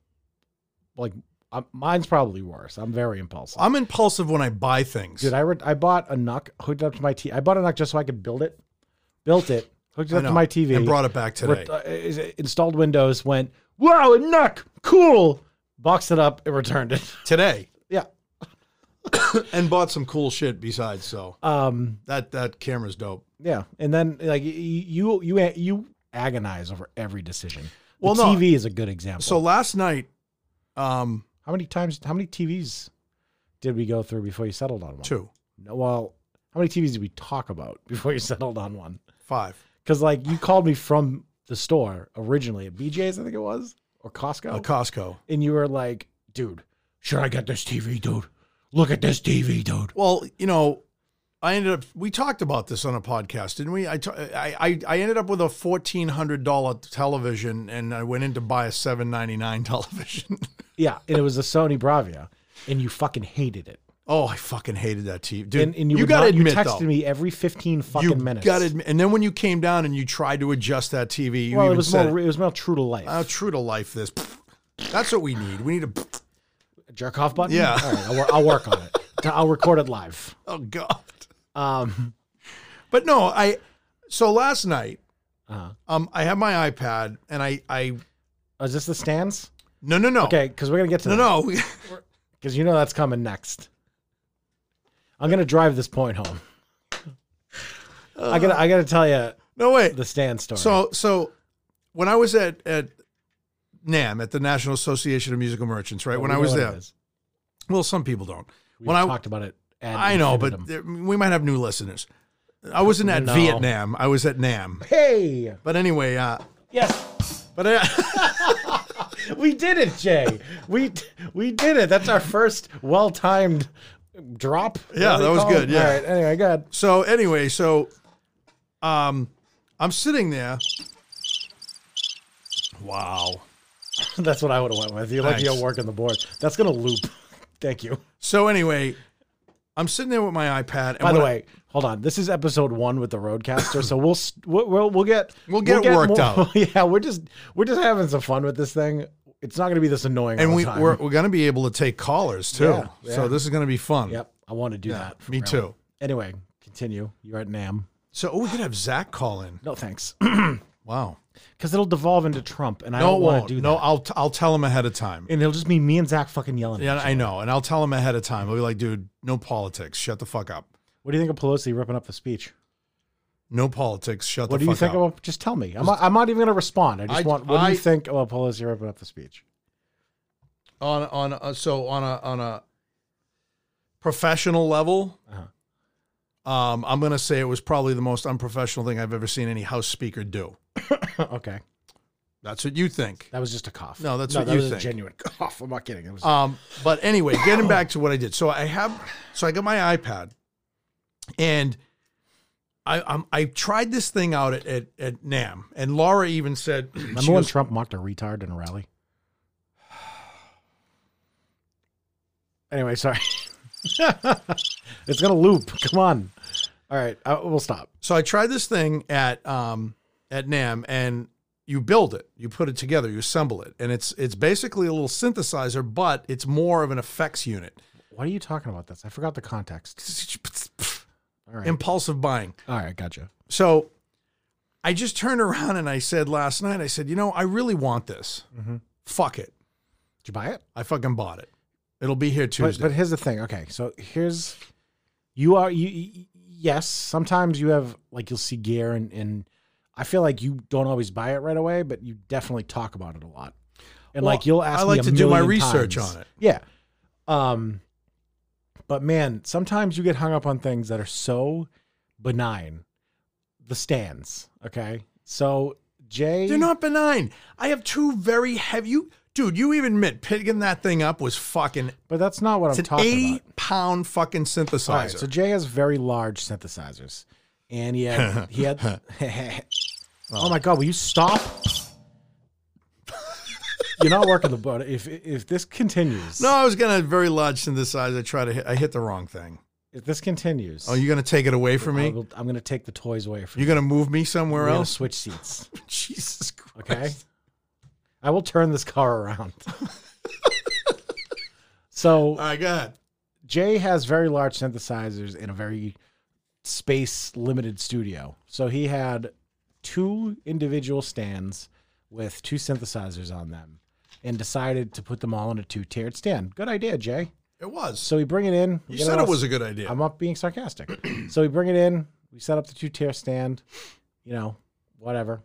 [SPEAKER 1] like, I'm, mine's probably worse. I'm very impulsive.
[SPEAKER 2] I'm impulsive when I buy things.
[SPEAKER 1] Dude, I re- I bought a NUC hooked it up to my TV. I bought a NUC just so I could build it, built it, hooked it
[SPEAKER 2] I
[SPEAKER 1] up to
[SPEAKER 2] know.
[SPEAKER 1] my TV,
[SPEAKER 2] and brought it back today.
[SPEAKER 1] re- uh, is- installed Windows, went wow, a NUC, cool, boxed it up, and returned it.
[SPEAKER 2] today,
[SPEAKER 1] yeah.
[SPEAKER 2] and bought some cool shit besides. So
[SPEAKER 1] Um.
[SPEAKER 2] that that camera's dope.
[SPEAKER 1] Yeah. And then like y- y- you you a- you agonize over every decision. The
[SPEAKER 2] Well, no.
[SPEAKER 1] TV is a good example.
[SPEAKER 2] So last night, um,
[SPEAKER 1] How many times? How many TVs did we go through before you settled on one?
[SPEAKER 2] two,
[SPEAKER 1] No, well, how many TVs did we talk about before you settled on one?
[SPEAKER 2] five,
[SPEAKER 1] Because like you called me from the store originally at BJ's, I think it was, or Costco,
[SPEAKER 2] uh, Costco.
[SPEAKER 1] and you were like, "Dude, should I get this TV, dude? Look at this TV, dude."
[SPEAKER 2] Well, you know, I ended up. We talked about this on a podcast, didn't we? I ta- I I I ended up with a fourteen hundred dollar television, and I went in to buy a seven ninety nine television.
[SPEAKER 1] Yeah, and it was a Sony Bravia, and you fucking hated it.
[SPEAKER 2] oh, I fucking hated that TV, dude.
[SPEAKER 1] And, and you, would
[SPEAKER 2] gotta
[SPEAKER 1] not-
[SPEAKER 2] admit
[SPEAKER 1] you
[SPEAKER 2] though.
[SPEAKER 1] texted me every fifteen fucking
[SPEAKER 2] you
[SPEAKER 1] minutes.
[SPEAKER 2] Got it. And then when you came down and you tried to adjust that TV, you
[SPEAKER 1] Well,
[SPEAKER 2] even
[SPEAKER 1] it was
[SPEAKER 2] said,
[SPEAKER 1] more. It was more true to life.
[SPEAKER 2] "How true to life this." That's what we need. We need a.
[SPEAKER 1] Jerk off button.
[SPEAKER 2] Yeah.
[SPEAKER 1] All right, I'll, wor- I'll work on it. I'll record it live.
[SPEAKER 2] Oh God.
[SPEAKER 1] Um.
[SPEAKER 2] But no, I. So last night,
[SPEAKER 1] Uh-huh.
[SPEAKER 2] um, I had my iPad and I, I.
[SPEAKER 1] oh, Is this the stands?
[SPEAKER 2] No, no, no.
[SPEAKER 1] Okay, because we're gonna get to
[SPEAKER 2] No, no.
[SPEAKER 1] because you know that's coming next. I'm gonna drive this point home. I gotta, I gotta tell you
[SPEAKER 2] no, wait.
[SPEAKER 1] the stand story.
[SPEAKER 2] So, so when I was at at NAM at the National Association of Musical Merchants, right?
[SPEAKER 1] We
[SPEAKER 2] when
[SPEAKER 1] know
[SPEAKER 2] I was
[SPEAKER 1] what it
[SPEAKER 2] there.
[SPEAKER 1] is.
[SPEAKER 2] Well, some people don't.
[SPEAKER 1] we
[SPEAKER 2] when I-
[SPEAKER 1] talked about it. ad
[SPEAKER 2] I know,
[SPEAKER 1] infinitum.
[SPEAKER 2] but there, we might have new listeners. I wasn't at
[SPEAKER 1] No.
[SPEAKER 2] Vietnam. I was at NAM.
[SPEAKER 1] hey,
[SPEAKER 2] But anyway, uh,
[SPEAKER 1] yes,
[SPEAKER 2] but uh, I,
[SPEAKER 1] we did it, Jay. we we did it. That's our first well timed drop.
[SPEAKER 2] Yeah,
[SPEAKER 1] What do
[SPEAKER 2] that
[SPEAKER 1] they
[SPEAKER 2] was
[SPEAKER 1] call
[SPEAKER 2] good,
[SPEAKER 1] it?
[SPEAKER 2] yeah.
[SPEAKER 1] All right. Anyway, go ahead.
[SPEAKER 2] So anyway, so um I'm sitting there. Wow.
[SPEAKER 1] That's what I would have went with. You're lucky
[SPEAKER 2] Thanks.
[SPEAKER 1] you're working the board. That's gonna loop. Thank you.
[SPEAKER 2] So anyway, I'm sitting there with my iPad and
[SPEAKER 1] By the
[SPEAKER 2] when I-
[SPEAKER 1] way, hold on. This is episode one with the Roadcaster, so we'll s- we'll we'll, we'll get
[SPEAKER 2] We'll get it worked
[SPEAKER 1] more-
[SPEAKER 2] out.
[SPEAKER 1] Yeah, we're just we're just having some fun with this thing. It's not going to be this annoying.
[SPEAKER 2] and
[SPEAKER 1] all
[SPEAKER 2] we
[SPEAKER 1] the time.
[SPEAKER 2] we're, we're going to be able to take callers too.
[SPEAKER 1] Yeah, yeah.
[SPEAKER 2] So this is going to be fun.
[SPEAKER 1] yep. I want to do that. for
[SPEAKER 2] Me
[SPEAKER 1] real.
[SPEAKER 2] too.
[SPEAKER 1] Anyway, continue. You're at Nam.
[SPEAKER 2] So oh, we could have Zach call in.
[SPEAKER 1] No thanks,
[SPEAKER 2] Wow.
[SPEAKER 1] because it'll devolve into Trump, and I
[SPEAKER 2] No, it
[SPEAKER 1] don't want
[SPEAKER 2] won't.
[SPEAKER 1] to do
[SPEAKER 2] no,
[SPEAKER 1] that.
[SPEAKER 2] I'll t- I'll tell him ahead of time.
[SPEAKER 1] And it'll just be me and Zach fucking yelling. at
[SPEAKER 2] Yeah,
[SPEAKER 1] each
[SPEAKER 2] I
[SPEAKER 1] other.
[SPEAKER 2] know. And I'll tell him ahead of time. I'll be like, dude, no politics. Shut the fuck up.
[SPEAKER 1] What do you think of Pelosi ripping up the speech?
[SPEAKER 2] No politics. Shut
[SPEAKER 1] What
[SPEAKER 2] the
[SPEAKER 1] do you
[SPEAKER 2] fuck
[SPEAKER 1] think
[SPEAKER 2] up.
[SPEAKER 1] about? Just tell me. I'm, not- I'm not even going to respond. I just
[SPEAKER 2] I-
[SPEAKER 1] want. What do
[SPEAKER 2] I-
[SPEAKER 1] you think about Pelosi ripping up the speech?
[SPEAKER 2] on on uh, so on a on a professional level.
[SPEAKER 1] Uh-huh.
[SPEAKER 2] Um, I'm gonna say it was probably the most unprofessional thing I've ever seen any house speaker do.
[SPEAKER 1] okay.
[SPEAKER 2] That's what you think.
[SPEAKER 1] That was just a cough.
[SPEAKER 2] No, that's what
[SPEAKER 1] that
[SPEAKER 2] you
[SPEAKER 1] was
[SPEAKER 2] think.
[SPEAKER 1] a genuine cough. I'm not kidding. It was
[SPEAKER 2] Um, but anyway, getting back to what I did. So I have, so I got my iPad, and I I'm, I tried this thing out at at, at Nam, and Laura even said, she
[SPEAKER 1] Remember when
[SPEAKER 2] goes,
[SPEAKER 1] Trump mocked a retard in a rally? Anyway, sorry. it's gonna loop. Come on. All right, uh, we'll stop.
[SPEAKER 2] so I tried this thing at um at Nam, and you build it, you put it together, you assemble it, and it's it's basically a little synthesizer, but it's more of an effects unit.
[SPEAKER 1] What are you talking about? This I forgot the context. All right.
[SPEAKER 2] Impulsive buying.
[SPEAKER 1] All right. Gotcha.
[SPEAKER 2] So I just turned around and I said last night, I said, you know, I really want this.
[SPEAKER 1] Mm-hmm.
[SPEAKER 2] Fuck it.
[SPEAKER 1] Did you buy it?
[SPEAKER 2] I fucking bought it. It'll be here
[SPEAKER 1] But,
[SPEAKER 2] Tuesday.
[SPEAKER 1] but here's the thing. Okay, so here's you are you- you. Yes, sometimes you have like you'll see gear and and I feel like you don't always buy it right away, but you definitely talk about it a lot. And
[SPEAKER 2] Well,
[SPEAKER 1] like you'll ask.
[SPEAKER 2] I like
[SPEAKER 1] me a
[SPEAKER 2] to do my
[SPEAKER 1] million
[SPEAKER 2] research
[SPEAKER 1] times.
[SPEAKER 2] on it.
[SPEAKER 1] Yeah. Um. But man, sometimes you get hung up on things that are so benign. The stands. Okay. So Jay.
[SPEAKER 2] They're not benign. I have two very heavy. You, dude, you even admit picking that thing up was fucking.
[SPEAKER 1] But that's not what
[SPEAKER 2] It's
[SPEAKER 1] I'm
[SPEAKER 2] an
[SPEAKER 1] talking about.
[SPEAKER 2] eighty-pound fucking synthesizer.
[SPEAKER 1] All right, so Jay has very large synthesizers, and he had he had. oh my god! Will you stop? You're not working the boat. If if this continues,
[SPEAKER 2] no, I was gonna very large synthesizer. Try to hit. I hit the wrong thing.
[SPEAKER 1] If this continues,
[SPEAKER 2] Oh, you're gonna take it away from
[SPEAKER 1] I
[SPEAKER 2] me.
[SPEAKER 1] will, I'm going to take the toys away from you.
[SPEAKER 2] You're gonna move me somewhere
[SPEAKER 1] We're going to
[SPEAKER 2] else.
[SPEAKER 1] switch seats.
[SPEAKER 2] Jesus Christ.
[SPEAKER 1] Okay. I will turn this car around. so
[SPEAKER 2] All right, go ahead.
[SPEAKER 1] Jay has very large synthesizers in a very space limited studio. So he had two individual stands with two synthesizers on them and decided to put them all in a two tiered stand. Good idea, Jay.
[SPEAKER 2] It was.
[SPEAKER 1] So we bring it in.
[SPEAKER 2] You said it was a good idea.
[SPEAKER 1] I'm not being sarcastic. so we bring it in. We set up the two tier stand. You know, whatever.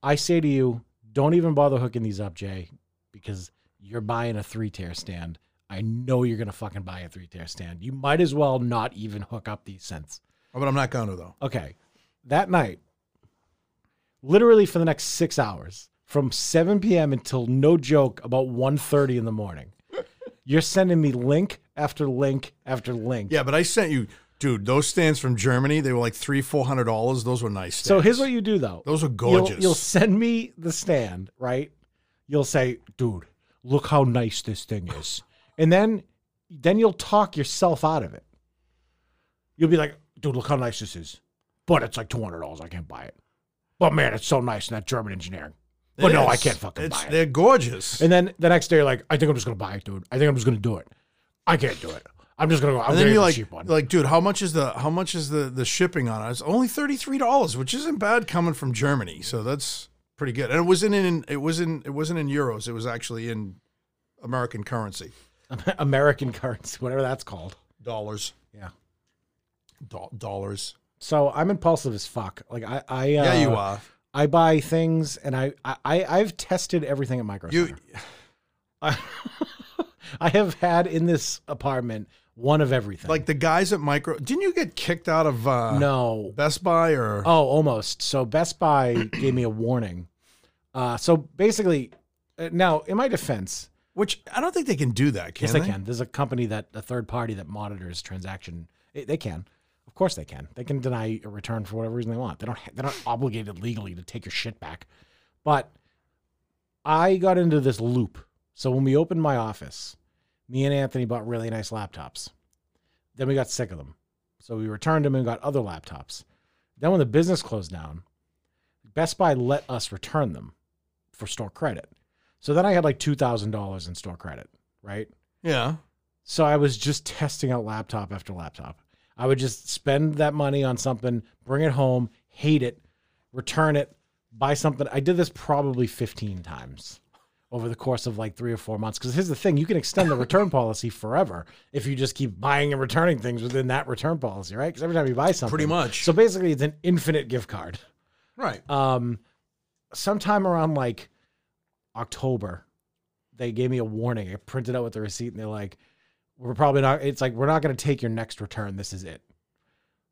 [SPEAKER 1] I say to you, don't even bother hooking these up, Jay, because you're buying a three tier stand. I know you're gonna fucking buy a three tier stand. You might as well not even hook up these cents.
[SPEAKER 2] but I'm not gonna though.
[SPEAKER 1] Okay. That night, literally for the next six hours, from 7 p.m. until no joke, about 1.30 in the morning, you're sending me link after link after link.
[SPEAKER 2] Yeah, but I sent you, dude. Those stands from Germany. They were like three, four hundred dollars. Those were nice. Stands.
[SPEAKER 1] So here's what you do though.
[SPEAKER 2] Those are
[SPEAKER 1] You'll-
[SPEAKER 2] gorgeous.
[SPEAKER 1] You'll, send me the stand, right? You'll say, "Dude, look how nice this thing is," and then then you'll talk yourself out of it. You'll be like, "Dude, look how nice this is," but it's like two hundred dollars. I can't buy it. But man, it's so nice in that German engineering. But
[SPEAKER 2] It
[SPEAKER 1] no, I
[SPEAKER 2] is.
[SPEAKER 1] can't fucking
[SPEAKER 2] It's-
[SPEAKER 1] buy it.
[SPEAKER 2] They're gorgeous.
[SPEAKER 1] And then the next day, you're like, "I think I'm just gonna buy it, dude. I think I'm just gonna do it. I can't do it. I'm just gonna go. I'm
[SPEAKER 2] And
[SPEAKER 1] gonna
[SPEAKER 2] then
[SPEAKER 1] get
[SPEAKER 2] you're
[SPEAKER 1] the
[SPEAKER 2] like,
[SPEAKER 1] cheap one."
[SPEAKER 2] like, dude, how much is the how much is the the shipping on it? It's only thirty three dollars, which isn't bad coming from Germany. So that's pretty good. And it wasn't in it was in it wasn't in euros. It was actually in American currency,
[SPEAKER 1] American currency, whatever that's called.
[SPEAKER 2] dollars,
[SPEAKER 1] Yeah.
[SPEAKER 2] Do- dollars.
[SPEAKER 1] So I'm impulsive as fuck. Like I, I uh,
[SPEAKER 2] yeah, you are.
[SPEAKER 1] I buy things, and I, I, I I've tested everything at Micro.
[SPEAKER 2] You
[SPEAKER 1] Center. I, I have had in this apartment one of everything.
[SPEAKER 2] like the guys at Micro. Didn't you get kicked out of uh,
[SPEAKER 1] no,
[SPEAKER 2] Best Buy or?
[SPEAKER 1] oh, almost. So Best Buy gave me a warning. Uh, so basically, uh, now in my defense,
[SPEAKER 2] Which I don't think they can do that. Can
[SPEAKER 1] yes,
[SPEAKER 2] they?
[SPEAKER 1] they can. There's a company that a third party that monitors transaction. They, they can, of course, they can. They can deny a return for whatever reason they want. They don't. They're not obligated legally to take your shit back. But I got into this loop. So when we opened my office, me and Anthony bought really nice laptops. Then we got sick of them, so we returned them and got other laptops. Then when the business closed down, Best Buy let us return them for store credit. So then I had like two thousand dollars in store credit, right?
[SPEAKER 2] Yeah.
[SPEAKER 1] So I was just testing out laptop after laptop. I would just spend that money on something, bring it home, hate it, return it, buy something. I did this probably 15 times over the course of like three or four months. Because here's the thing you can extend the return policy forever if you just keep buying and returning things within that return policy, right? Because every time you buy something,
[SPEAKER 2] Pretty much.
[SPEAKER 1] So basically, it's an infinite gift card
[SPEAKER 2] Right.
[SPEAKER 1] um sometime around like october they gave me a warning. I printed out with the receipt, and they're like, "We're probably not." It's like we're not going to take your next return. This is it.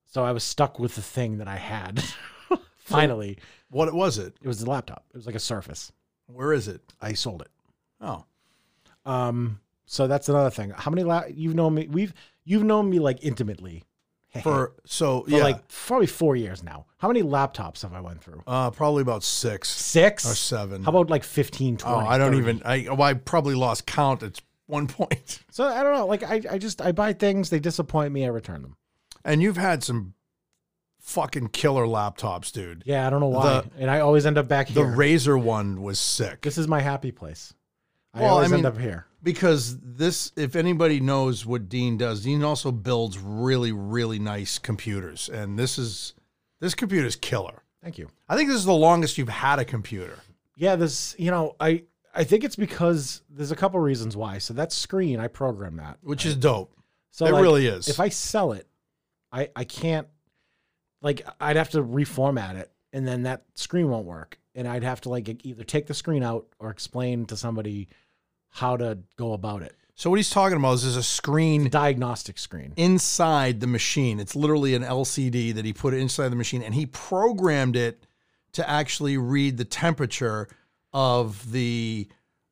[SPEAKER 1] So I was stuck with the thing that I had. Finally,
[SPEAKER 2] What was it?
[SPEAKER 1] it was the laptop. It was like a Surface.
[SPEAKER 2] Where is it?
[SPEAKER 1] I sold it.
[SPEAKER 2] Oh,
[SPEAKER 1] Um, so that's another thing. How many la- you've known me? We've you've known me like intimately
[SPEAKER 2] for so
[SPEAKER 1] for
[SPEAKER 2] yeah,
[SPEAKER 1] like probably four years now. How many laptops have I went through?
[SPEAKER 2] uh, probably about six
[SPEAKER 1] Six
[SPEAKER 2] or seven.
[SPEAKER 1] How about like 15, 20?
[SPEAKER 2] oh, I don't
[SPEAKER 1] 30?
[SPEAKER 2] even. I oh, I probably lost count at one point.
[SPEAKER 1] So I don't know. Like I, I just I buy things, they disappoint me, I return them.
[SPEAKER 2] And you've had some fucking killer laptops, dude.
[SPEAKER 1] Yeah, I don't know why. and I always end up back
[SPEAKER 2] The
[SPEAKER 1] here.
[SPEAKER 2] Razor one was sick.
[SPEAKER 1] this is my happy place. I
[SPEAKER 2] Well, I
[SPEAKER 1] always
[SPEAKER 2] mean-
[SPEAKER 1] end up here.
[SPEAKER 2] because this if anybody knows what dean does dean also builds really really nice computers and this is this computer's killer
[SPEAKER 1] Thank you.
[SPEAKER 2] i think this is the longest you've had a computer
[SPEAKER 1] Yeah, this you know, I I think it's because there's a couple reasons why. So that screen, I program that.
[SPEAKER 2] which is dope
[SPEAKER 1] So
[SPEAKER 2] it
[SPEAKER 1] like,
[SPEAKER 2] really is
[SPEAKER 1] if I sell it, I I can't like I'd have to reformat it and then that screen won't work and I'd have to like either take the screen out or explain to somebody how to go about it.
[SPEAKER 2] so what he's talking about is there's a screen
[SPEAKER 1] Diagnostic screen.
[SPEAKER 2] inside the machine it's literally an lcd that he put inside the machine and he programmed it to actually read the temperature of the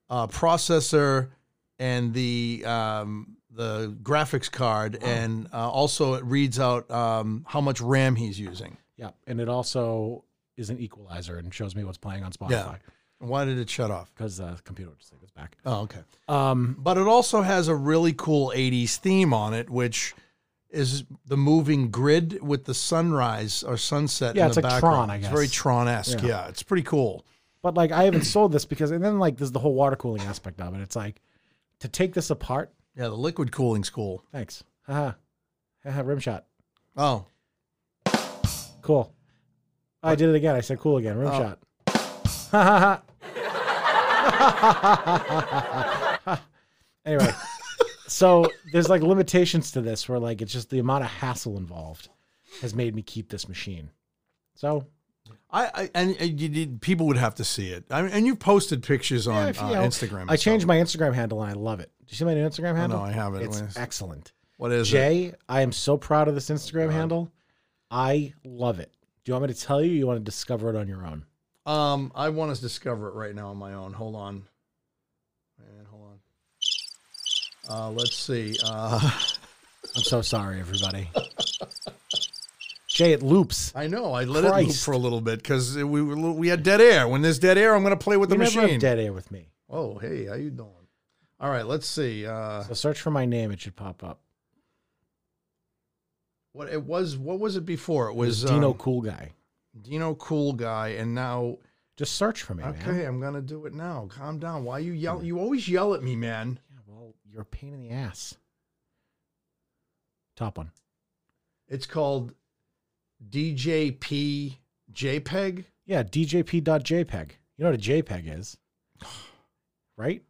[SPEAKER 2] uh, processor and the um, the graphics card, and uh, also it reads out um, how much RAM he's using.
[SPEAKER 1] Yeah, and it also is an equalizer and shows me what's playing on Spotify
[SPEAKER 2] Why did it shut off?
[SPEAKER 1] because the computer would just take us back.
[SPEAKER 2] Oh, okay.
[SPEAKER 1] Um,
[SPEAKER 2] But it also has a really cool '80s theme on it, which is the moving grid with the sunrise or sunset.
[SPEAKER 1] Yeah,
[SPEAKER 2] in
[SPEAKER 1] it's
[SPEAKER 2] the
[SPEAKER 1] like
[SPEAKER 2] background.
[SPEAKER 1] Tron, I
[SPEAKER 2] It's very
[SPEAKER 1] guess.
[SPEAKER 2] Tron-esque. Yeah. it's pretty cool.
[SPEAKER 1] but like I haven't sold this because, and then like there's the whole water cooling aspect of it. It's like to take this apart.
[SPEAKER 2] Yeah, the liquid cooling's cool.
[SPEAKER 1] Thanks. Haha. Haha. Rim shot.
[SPEAKER 2] Oh,
[SPEAKER 1] Cool. Oh, I did it again. I said cool again. Rim
[SPEAKER 2] Oh.
[SPEAKER 1] shot. Ha ha ha. anyway, so there's like limitations to this where like it's just the amount of hassle involved has made me keep this machine. So
[SPEAKER 2] I, I and, and you did, people would have to see it. I mean, and you posted pictures on
[SPEAKER 1] if, you
[SPEAKER 2] uh,
[SPEAKER 1] know,
[SPEAKER 2] Instagram. and
[SPEAKER 1] I changed my Instagram handle and I love it. Do you see my new Instagram
[SPEAKER 2] stuff.
[SPEAKER 1] handle?
[SPEAKER 2] No, I haven't.
[SPEAKER 1] It's
[SPEAKER 2] What is-
[SPEAKER 1] excellent.
[SPEAKER 2] what is it?
[SPEAKER 1] Jay, I am so proud of this Instagram handle. I love it. Do you want me to tell you? Or you want to discover it on your own?
[SPEAKER 2] Um, I want to discover it right now on my own. Hold on, man. Hold on. Uh, let's see. Uh,
[SPEAKER 1] I'm so sorry, everybody. Jay, it loops.
[SPEAKER 2] I know I let it loop
[SPEAKER 1] Christ.
[SPEAKER 2] for a little bit because we were, a little- we had dead air. When there's dead air, I'm going to play with the
[SPEAKER 1] you never
[SPEAKER 2] machine.
[SPEAKER 1] have dead air with me.
[SPEAKER 2] oh, hey, how you doing? All right, let's see. Uh,
[SPEAKER 1] So search for my name; it should pop up.
[SPEAKER 2] what it was? What was it before? It was
[SPEAKER 1] Dino
[SPEAKER 2] um,
[SPEAKER 1] Cool Guy.
[SPEAKER 2] Dino Cool Guy, and now
[SPEAKER 1] Just search for me, man.
[SPEAKER 2] Okay, I'm gonna do it now. Calm down. Why you yell? You always yell at me, man.
[SPEAKER 1] Yeah, well, you're a pain in the ass. Top one.
[SPEAKER 2] It's called DJP JPEG.
[SPEAKER 1] Yeah, DJP.jpg. E You know what a JPEG is, right?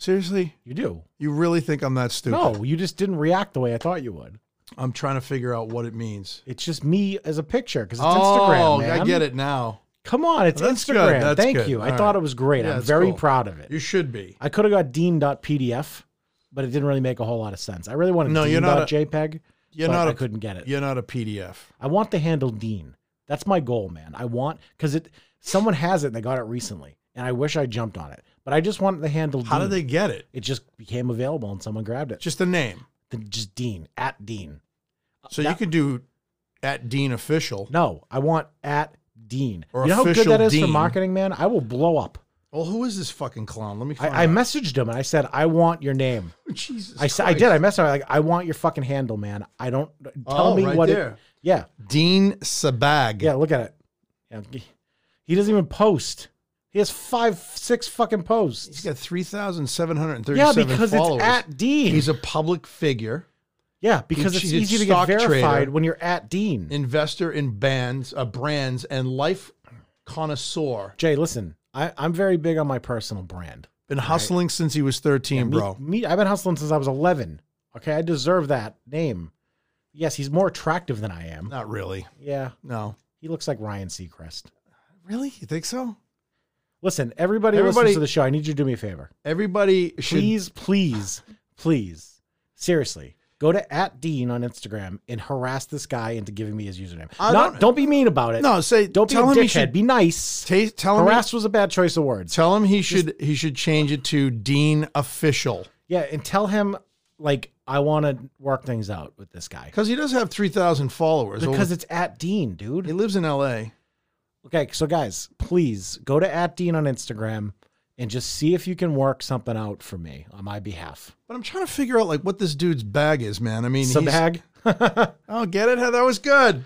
[SPEAKER 2] Seriously,
[SPEAKER 1] You do.
[SPEAKER 2] you really think I'm that stupid?
[SPEAKER 1] No, you just didn't react the way I thought you would.
[SPEAKER 2] I'm trying to figure out what it means.
[SPEAKER 1] It's just me as a picture because it's
[SPEAKER 2] oh,
[SPEAKER 1] Instagram. Man.
[SPEAKER 2] I get it now.
[SPEAKER 1] Come on, it's
[SPEAKER 2] That's good,
[SPEAKER 1] Instagram.
[SPEAKER 2] that's
[SPEAKER 1] Thank
[SPEAKER 2] good.
[SPEAKER 1] you. I
[SPEAKER 2] All
[SPEAKER 1] thought
[SPEAKER 2] right.
[SPEAKER 1] it was great.
[SPEAKER 2] Yeah,
[SPEAKER 1] I'm
[SPEAKER 2] it's
[SPEAKER 1] very
[SPEAKER 2] cool.
[SPEAKER 1] proud of it.
[SPEAKER 2] You should be.
[SPEAKER 1] I could have got dean.pdf, but it didn't really make a whole lot of sense. I really wanted
[SPEAKER 2] No, you're not a-
[SPEAKER 1] dean.jpg,
[SPEAKER 2] You're
[SPEAKER 1] but
[SPEAKER 2] not
[SPEAKER 1] I
[SPEAKER 2] a.
[SPEAKER 1] I couldn't get it.
[SPEAKER 2] You're not a PDF.
[SPEAKER 1] I want the handle dean. That's my goal, man. I want because it someone has it and they got it recently, and I wish I jumped on it. But I just wanted the handle.
[SPEAKER 2] How
[SPEAKER 1] dean.
[SPEAKER 2] did they get it?
[SPEAKER 1] It just became available and someone grabbed it. Just,
[SPEAKER 2] Just the name.
[SPEAKER 1] just dean at dean.
[SPEAKER 2] So you
[SPEAKER 1] That-
[SPEAKER 2] could do at Dean Official.
[SPEAKER 1] No, I want at dean.
[SPEAKER 2] Or
[SPEAKER 1] you know how good
[SPEAKER 2] official
[SPEAKER 1] that is for
[SPEAKER 2] dean.
[SPEAKER 1] marketing, man. I will blow up.
[SPEAKER 2] Well, who is this fucking clown? Let me. Find
[SPEAKER 1] I, I
[SPEAKER 2] out.
[SPEAKER 1] messaged him and I said, I want your name.
[SPEAKER 2] Jesus.
[SPEAKER 1] I said, I
[SPEAKER 2] Christ.
[SPEAKER 1] did. I messaged him. Like, I want your fucking handle, man. I don't tell
[SPEAKER 2] oh,
[SPEAKER 1] me
[SPEAKER 2] right
[SPEAKER 1] what. It,
[SPEAKER 2] there.
[SPEAKER 1] yeah,
[SPEAKER 2] Dean Sabag.
[SPEAKER 1] yeah. Look at it. Yeah. He doesn't even post. He has five, six fucking
[SPEAKER 2] He's
[SPEAKER 1] posts.
[SPEAKER 2] got 3,737
[SPEAKER 1] Yeah, because
[SPEAKER 2] followers.
[SPEAKER 1] it's at Dean.
[SPEAKER 2] He's a public figure,
[SPEAKER 1] yeah, because
[SPEAKER 2] he-
[SPEAKER 1] it's
[SPEAKER 2] he's a
[SPEAKER 1] easy to get
[SPEAKER 2] stock trader.
[SPEAKER 1] verified when you're at Dean.
[SPEAKER 2] investor in bands, uh, brands, and life connoisseur.
[SPEAKER 1] Jay, listen, I, I'm very big on my personal brand.
[SPEAKER 2] Been hustling since he was 13,
[SPEAKER 1] Me-
[SPEAKER 2] bro.
[SPEAKER 1] Me, I've been hustling since I was 11. Okay, I deserve that name. Yes, he's more attractive than I am.
[SPEAKER 2] Not really.
[SPEAKER 1] Yeah,
[SPEAKER 2] No.
[SPEAKER 1] he looks like Ryan Seacrest.
[SPEAKER 2] Really? You think so?
[SPEAKER 1] Listen, everybody, who listens
[SPEAKER 2] Everybody-
[SPEAKER 1] to the show. I need you to do me a favor.
[SPEAKER 2] Everybody should.
[SPEAKER 1] Please, please, please. Seriously. Go to at Dean on Instagram and harass this guy into giving me his username.
[SPEAKER 2] I
[SPEAKER 1] Not, don't,
[SPEAKER 2] don't-
[SPEAKER 1] be mean about it.
[SPEAKER 2] No, say
[SPEAKER 1] Don't be a
[SPEAKER 2] tell him he
[SPEAKER 1] dickhead.
[SPEAKER 2] should
[SPEAKER 1] be nice.
[SPEAKER 2] ta- tell him he-
[SPEAKER 1] harass was a bad choice of words.
[SPEAKER 2] tell him he should he should change it to Dean Official
[SPEAKER 1] yeah, and tell him like I want to work things out with this guy
[SPEAKER 2] because he does have three thousand followers.
[SPEAKER 1] because it's at Dean, dude.
[SPEAKER 2] he lives in L.A.
[SPEAKER 1] Okay, so guys, please go to at Dean on Instagram and just see if you can work something out for me on my behalf.
[SPEAKER 2] But I'm trying to figure out like what this dude's bag is, man. I mean,
[SPEAKER 1] Some
[SPEAKER 2] he's,
[SPEAKER 1] hag.
[SPEAKER 2] oh, get it? That was good.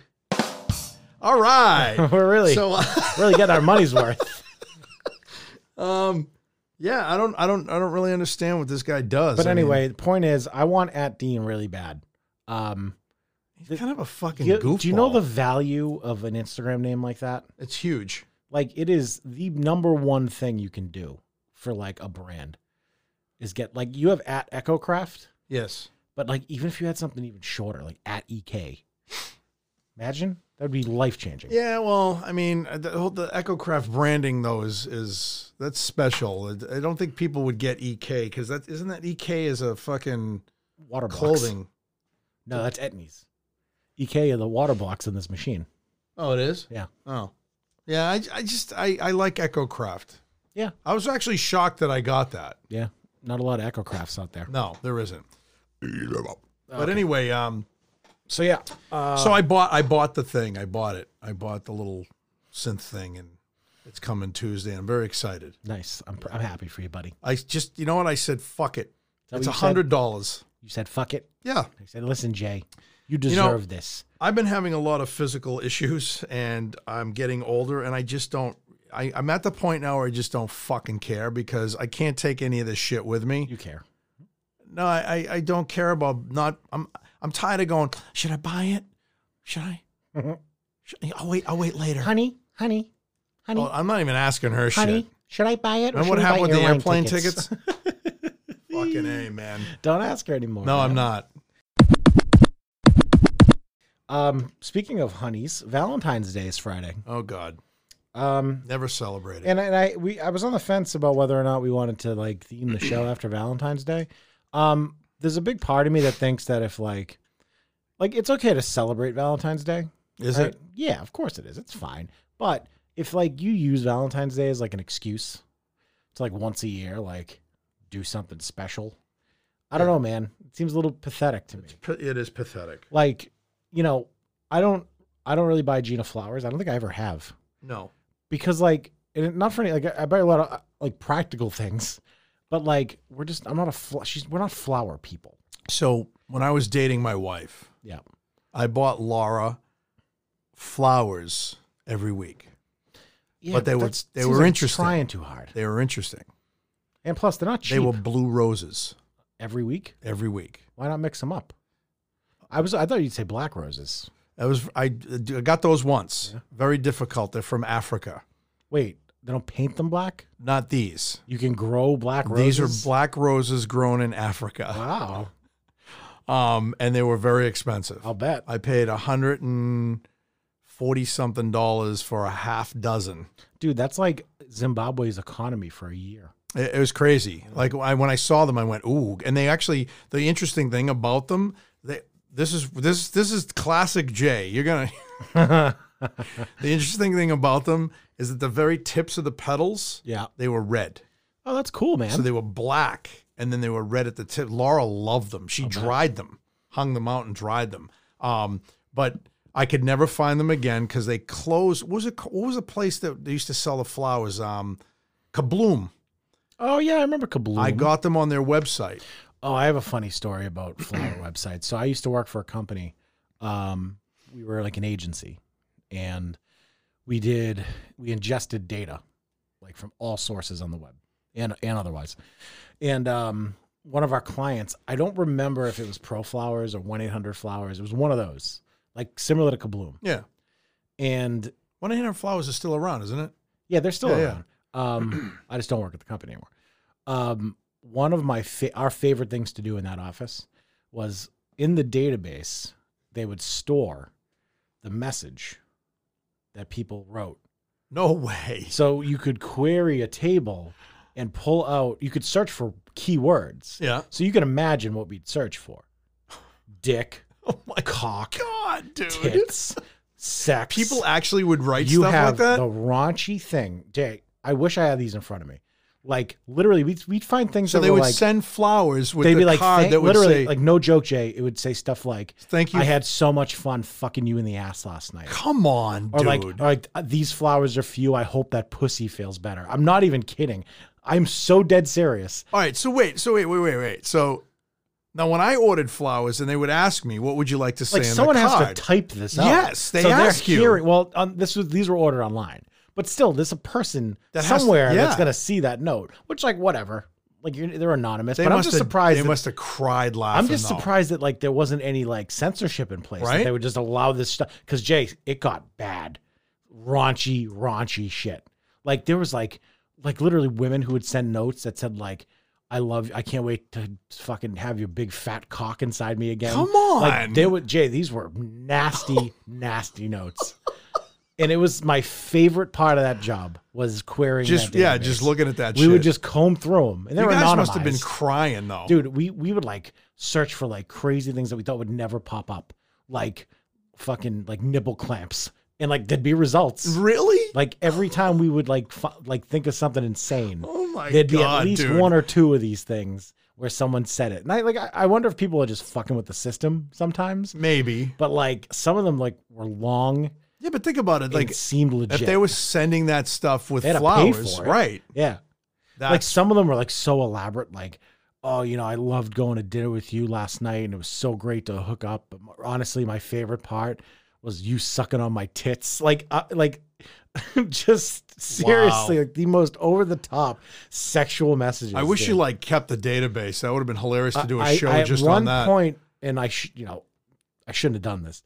[SPEAKER 2] All right.
[SPEAKER 1] We're really,
[SPEAKER 2] so,
[SPEAKER 1] really getting our money's worth.
[SPEAKER 2] um, yeah, I don't, I don't, I don't really understand what this guy does.
[SPEAKER 1] But
[SPEAKER 2] I mean,
[SPEAKER 1] anyway, the point is, I want at Dean really bad. Um,
[SPEAKER 2] he's kind of a fucking
[SPEAKER 1] you-
[SPEAKER 2] goofball.
[SPEAKER 1] do you know the value of an Instagram name like that?
[SPEAKER 2] It's huge.
[SPEAKER 1] Like, it is the number one thing you can do for like a brand is get like you have at EchoCraft,
[SPEAKER 2] Yes.
[SPEAKER 1] but like even if you had something even shorter, like at EK, imagine that would be life changing.
[SPEAKER 2] Yeah. Well, I mean, uh, the whole the EchoCraft branding though is is that's special. I I don't think people would get EK because that isn't that EK is a fucking
[SPEAKER 1] water blocks.
[SPEAKER 2] clothing.
[SPEAKER 1] No, that's Etnies. EK are the water blocks in this machine.
[SPEAKER 2] Oh, it is.
[SPEAKER 1] Yeah.
[SPEAKER 2] Oh, yeah. I, I just I I like EchoCraft.
[SPEAKER 1] Yeah.
[SPEAKER 2] I was actually shocked that I got that.
[SPEAKER 1] Yeah. Not a lot of echo crafts out there.
[SPEAKER 2] No, there isn't. But anyway, um,
[SPEAKER 1] So yeah. Oh, Uh,
[SPEAKER 2] so I bought I bought the thing. I bought it. I bought the little synth thing, and it's coming Tuesday. I'm very excited.
[SPEAKER 1] nice. I'm, pr- I'm happy for you, buddy. Is
[SPEAKER 2] I just you know what I said. Fuck it.
[SPEAKER 1] that
[SPEAKER 2] it's a
[SPEAKER 1] what you said?
[SPEAKER 2] hundred dollars.
[SPEAKER 1] You said fuck it.
[SPEAKER 2] Yeah,
[SPEAKER 1] I said, listen, Jay, you deserve
[SPEAKER 2] know-
[SPEAKER 1] this.
[SPEAKER 2] I've been having a lot of physical issues, and I'm getting older, and I just don't. I, I'm at the point now where I just don't fucking care because I can't take any of this shit with me.
[SPEAKER 1] You care.
[SPEAKER 2] No, I, I- I don't care about not. I'm I'm tired of going. Should I buy it? Should I?
[SPEAKER 1] Mm-hmm.
[SPEAKER 2] Should, I'll wait. I'll wait later.
[SPEAKER 1] Honey, honey, honey,
[SPEAKER 2] Oh, I'm not even asking her
[SPEAKER 1] honey.
[SPEAKER 2] shit.
[SPEAKER 1] Should I buy it? Or
[SPEAKER 2] And
[SPEAKER 1] should
[SPEAKER 2] what
[SPEAKER 1] we buy
[SPEAKER 2] happened with the
[SPEAKER 1] airline
[SPEAKER 2] airplane tickets? Fucking a man.
[SPEAKER 1] Don't ask her anymore.
[SPEAKER 2] No, I'm
[SPEAKER 1] Oh, man.
[SPEAKER 2] not.
[SPEAKER 1] Um, speaking of honeys, Valentine's Day is Friday.
[SPEAKER 2] Oh God,
[SPEAKER 1] Um,
[SPEAKER 2] never celebrated.
[SPEAKER 1] and and I we I was on the fence about whether or not we wanted to like theme the show after Valentine's Day. Um, there's a big part of me that thinks that if like like it's okay to celebrate Valentine's Day.
[SPEAKER 2] Is
[SPEAKER 1] right?
[SPEAKER 2] it?
[SPEAKER 1] Yeah, of course it is. It's fine. But if like you use Valentine's Day as like an excuse to like once a year like do something special. I don't know, man. It seems a little pathetic to me.
[SPEAKER 2] It is pathetic.
[SPEAKER 1] Like, you know, I don't I don't really buy Gina flowers. I don't think I ever have
[SPEAKER 2] No.
[SPEAKER 1] because like and not for any like I buy a lot of uh, like practical things, but like we're just I'm not a fl- she's we're not flower people.
[SPEAKER 2] So when I was dating my wife,
[SPEAKER 1] Yeah.
[SPEAKER 2] I bought Laura flowers every week.
[SPEAKER 1] Yeah,
[SPEAKER 2] But they were-
[SPEAKER 1] that's-
[SPEAKER 2] they
[SPEAKER 1] seems
[SPEAKER 2] were
[SPEAKER 1] it's
[SPEAKER 2] interesting.
[SPEAKER 1] trying too hard,
[SPEAKER 2] They were interesting.
[SPEAKER 1] and plus they're not cheap.
[SPEAKER 2] They were blue roses
[SPEAKER 1] every week.
[SPEAKER 2] every week.
[SPEAKER 1] Why not mix them up? I was I thought you'd say black roses.
[SPEAKER 2] I was I, I got those once. Very difficult. They're from Africa.
[SPEAKER 1] Wait, they don't paint them black.
[SPEAKER 2] Not these.
[SPEAKER 1] You can grow black roses.
[SPEAKER 2] These are black roses grown in Africa.
[SPEAKER 1] Wow,
[SPEAKER 2] Um, and they were very expensive.
[SPEAKER 1] I'll bet.
[SPEAKER 2] I paid a hundred and forty something dollars for a half dozen.
[SPEAKER 1] Dude, that's like Zimbabwe's economy for a year.
[SPEAKER 2] It, it was crazy. Like I, when I saw them, I went ooh. And they actually, the interesting thing about them, they this is this this is classic Jay. You're gonna. the interesting thing about them is that the very tips of the petals,
[SPEAKER 1] Yeah.
[SPEAKER 2] they were red.
[SPEAKER 1] Oh, that's cool, man.
[SPEAKER 2] So they were black and then they were red at the tip. Laura loved them. She dried them, hung them out and dried them. Um, but I could never find them again because they closed. What was it? What was a place that they used to sell the flowers? Um, Kabloom.
[SPEAKER 1] oh yeah, I remember Kabloom.
[SPEAKER 2] I got them on their website.
[SPEAKER 1] Oh, I have a funny story about flower websites. So I used to work for a company. Um, we were like an agency, and we did we ingested data, like from all sources on the web and and otherwise. And um, one of our clients, I don't remember if it was Pro Flowers or One Eight Hundred Flowers. It was one of those, like similar to Kabloom.
[SPEAKER 2] Yeah,
[SPEAKER 1] And
[SPEAKER 2] one eight hundred flowers is still around, isn't it?
[SPEAKER 1] yeah, they're still
[SPEAKER 2] Yeah, yeah.
[SPEAKER 1] around. Um, I just don't work at the company anymore. Um, one of my fa- our favorite things to do in that office was in the database they would store the message that people wrote
[SPEAKER 2] No way.
[SPEAKER 1] So you could query a table and pull out, you could search for keywords.
[SPEAKER 2] Yeah.
[SPEAKER 1] So you can imagine what we'd search for dick,
[SPEAKER 2] Oh my
[SPEAKER 1] cock,
[SPEAKER 2] god, dude.
[SPEAKER 1] tits, sex.
[SPEAKER 2] People actually would write
[SPEAKER 1] you
[SPEAKER 2] stuff
[SPEAKER 1] have
[SPEAKER 2] like that.
[SPEAKER 1] the raunchy thing. Jay, I wish I had these in front of me. Like literally, we'd, we'd find things
[SPEAKER 2] so
[SPEAKER 1] that
[SPEAKER 2] they
[SPEAKER 1] were
[SPEAKER 2] would
[SPEAKER 1] like
[SPEAKER 2] send flowers with
[SPEAKER 1] they'd
[SPEAKER 2] the
[SPEAKER 1] be like
[SPEAKER 2] card
[SPEAKER 1] thank-
[SPEAKER 2] that would
[SPEAKER 1] literally
[SPEAKER 2] say,
[SPEAKER 1] like no joke, Jay. It would say stuff like
[SPEAKER 2] "Thank you."
[SPEAKER 1] I had so much fun fucking you in the ass last night.
[SPEAKER 2] Come on,
[SPEAKER 1] Or
[SPEAKER 2] dude.
[SPEAKER 1] like, or like "Uh, these flowers are few. I hope that pussy feels better. I'm not even kidding. I'm so dead serious.
[SPEAKER 2] All right, so wait, so wait, wait, wait, wait. So now when I ordered flowers and they would ask me, what would you like to say
[SPEAKER 1] Like
[SPEAKER 2] on
[SPEAKER 1] someone
[SPEAKER 2] the
[SPEAKER 1] has
[SPEAKER 2] card?
[SPEAKER 1] to type this out.
[SPEAKER 2] Yes, they
[SPEAKER 1] so
[SPEAKER 2] ask
[SPEAKER 1] they're
[SPEAKER 2] you.
[SPEAKER 1] Hearing, well, um, this was these were ordered online, but still, there's a person
[SPEAKER 2] That has to-
[SPEAKER 1] somewhere
[SPEAKER 2] yeah.
[SPEAKER 1] that's gonna see that note. Which, like, whatever. Like, you're, they're anonymous,
[SPEAKER 2] they
[SPEAKER 1] but I'm
[SPEAKER 2] must
[SPEAKER 1] just
[SPEAKER 2] have-
[SPEAKER 1] surprised.
[SPEAKER 2] They
[SPEAKER 1] that-
[SPEAKER 2] must have cried laughing.
[SPEAKER 1] I'm just
[SPEAKER 2] though.
[SPEAKER 1] surprised that like there wasn't any like censorship in place. that
[SPEAKER 2] Right?
[SPEAKER 1] they would just allow this stuff because Jay, it got bad, raunchy, raunchy shit. Like there was like like literally women who would send notes that said like, "I love, I can't wait to fucking have your big fat cock inside me again."
[SPEAKER 2] Come on.
[SPEAKER 1] like they would Jay. These were nasty, nasty notes, and it was my favorite part of that job was querying.
[SPEAKER 2] Just
[SPEAKER 1] that
[SPEAKER 2] yeah,
[SPEAKER 1] database.
[SPEAKER 2] just looking at that
[SPEAKER 1] We
[SPEAKER 2] shit.
[SPEAKER 1] would just comb through them, and they
[SPEAKER 2] You
[SPEAKER 1] were
[SPEAKER 2] guys
[SPEAKER 1] anonymized
[SPEAKER 2] must have been crying though.
[SPEAKER 1] dude we we would like search for like crazy things that we thought would never pop up like fucking like nipple clamps and like there'd be results
[SPEAKER 2] Really?
[SPEAKER 1] like every time we would like fu- like think of something insane
[SPEAKER 2] Oh my
[SPEAKER 1] there'd be
[SPEAKER 2] god,
[SPEAKER 1] at least
[SPEAKER 2] dude.
[SPEAKER 1] one or two of these things where someone said it and i like I, I wonder if people are just fucking with the system sometimes
[SPEAKER 2] Maybe.
[SPEAKER 1] but like some of them like were long
[SPEAKER 2] Yeah, but think about it.
[SPEAKER 1] like
[SPEAKER 2] Like
[SPEAKER 1] and seemed legit
[SPEAKER 2] if they were sending that stuff with
[SPEAKER 1] They had to pay
[SPEAKER 2] flowers,
[SPEAKER 1] for it.
[SPEAKER 2] right?
[SPEAKER 1] yeah like
[SPEAKER 2] That's
[SPEAKER 1] some of them were like so elaborate like oh you know i loved going to dinner with you last night and it was so great to hook up but my- honestly my favorite part was you sucking on my tits like uh, like just seriously like the most over the top sexual messages
[SPEAKER 2] I wish you
[SPEAKER 1] dude.
[SPEAKER 2] like kept the database. That would have been hilarious to do a
[SPEAKER 1] I-
[SPEAKER 2] show
[SPEAKER 1] I- at
[SPEAKER 2] just
[SPEAKER 1] one
[SPEAKER 2] on that.
[SPEAKER 1] point and i sh- you know i shouldn't have done this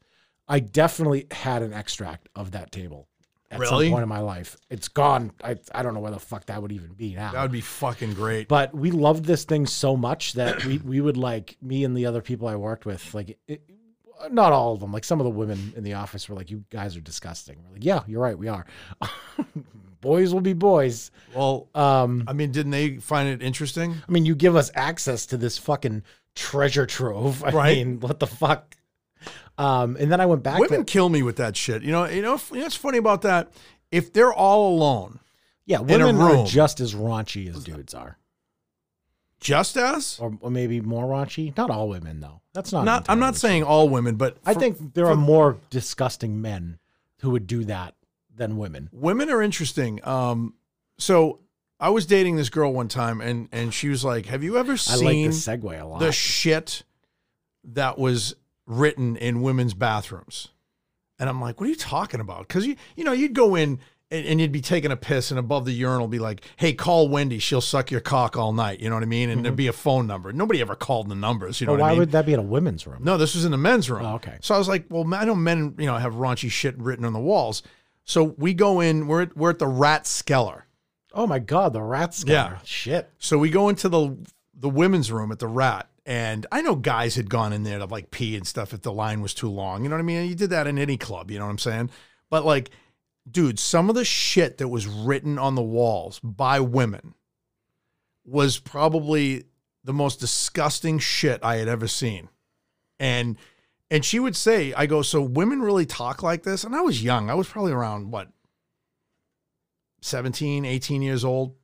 [SPEAKER 1] i definitely had an extract of that table at
[SPEAKER 2] Really?
[SPEAKER 1] some point in my life it's gone i i don't know where the fuck that would even be now
[SPEAKER 2] that would be fucking great.
[SPEAKER 1] but we loved this thing so much that we, we would like me and the other people I worked with, like it, not all of them, like some of the women in the office were like, "You guys are disgusting." We're like, "Yeah, you're right, we are." boys will be boys.
[SPEAKER 2] well,
[SPEAKER 1] Um,
[SPEAKER 2] I mean, didn't they find it interesting?
[SPEAKER 1] I mean, you give us access to this fucking treasure trove. I
[SPEAKER 2] Right.
[SPEAKER 1] mean, what the fuck? Um, and then I went back.
[SPEAKER 2] Women
[SPEAKER 1] to,
[SPEAKER 2] kill me with that shit. You know, you know, you know what's funny about that? If they're all alone,
[SPEAKER 1] yeah,
[SPEAKER 2] a
[SPEAKER 1] women
[SPEAKER 2] room.
[SPEAKER 1] are just as raunchy as dudes are,
[SPEAKER 2] just us,
[SPEAKER 1] or, or maybe more raunchy. Not all women though. That's not.
[SPEAKER 2] not
[SPEAKER 1] Oh,
[SPEAKER 2] I'm
[SPEAKER 1] entirely
[SPEAKER 2] not saying all women, but
[SPEAKER 1] I
[SPEAKER 2] for-
[SPEAKER 1] think there are more disgusting men who would do that than women.
[SPEAKER 2] women are interesting. Um, so I was dating this girl one time, and and she was like, "Have you
[SPEAKER 1] I
[SPEAKER 2] ever
[SPEAKER 1] like
[SPEAKER 2] seen
[SPEAKER 1] the segue a lot.
[SPEAKER 2] the shit that was written in women's bathrooms?" And I'm like, "What are you talking about?" Because you you know you'd go in. And, and you'd be taking a piss, and above the urinal be like, "Hey, call Wendy. She'll suck your cock all night." You know what I mean? And there'd be a phone number. Nobody ever called the numbers. You know
[SPEAKER 1] Mm-hmm. But
[SPEAKER 2] what
[SPEAKER 1] why
[SPEAKER 2] I mean?
[SPEAKER 1] would that be in a women's room?
[SPEAKER 2] No, this was in the men's room.
[SPEAKER 1] Oh, okay.
[SPEAKER 2] So I was like, well, I know men, you know, have raunchy shit written on the walls. So we go in. We're at, we're at the Rat Skeller.
[SPEAKER 1] Oh my god, the rat scanner.
[SPEAKER 2] Yeah.
[SPEAKER 1] Shit.
[SPEAKER 2] So we go into the the women's room at the Rat, and I know guys had gone in there to like pee and stuff if the line was too long. You know what I mean? You did that in any club. You know what I'm saying? But like, dude, some of the shit that was written on the walls by women was probably the most disgusting shit I had ever seen. And and she would say, I go, so women really talk like this? And I was young. I was probably around what 17, 18 years old.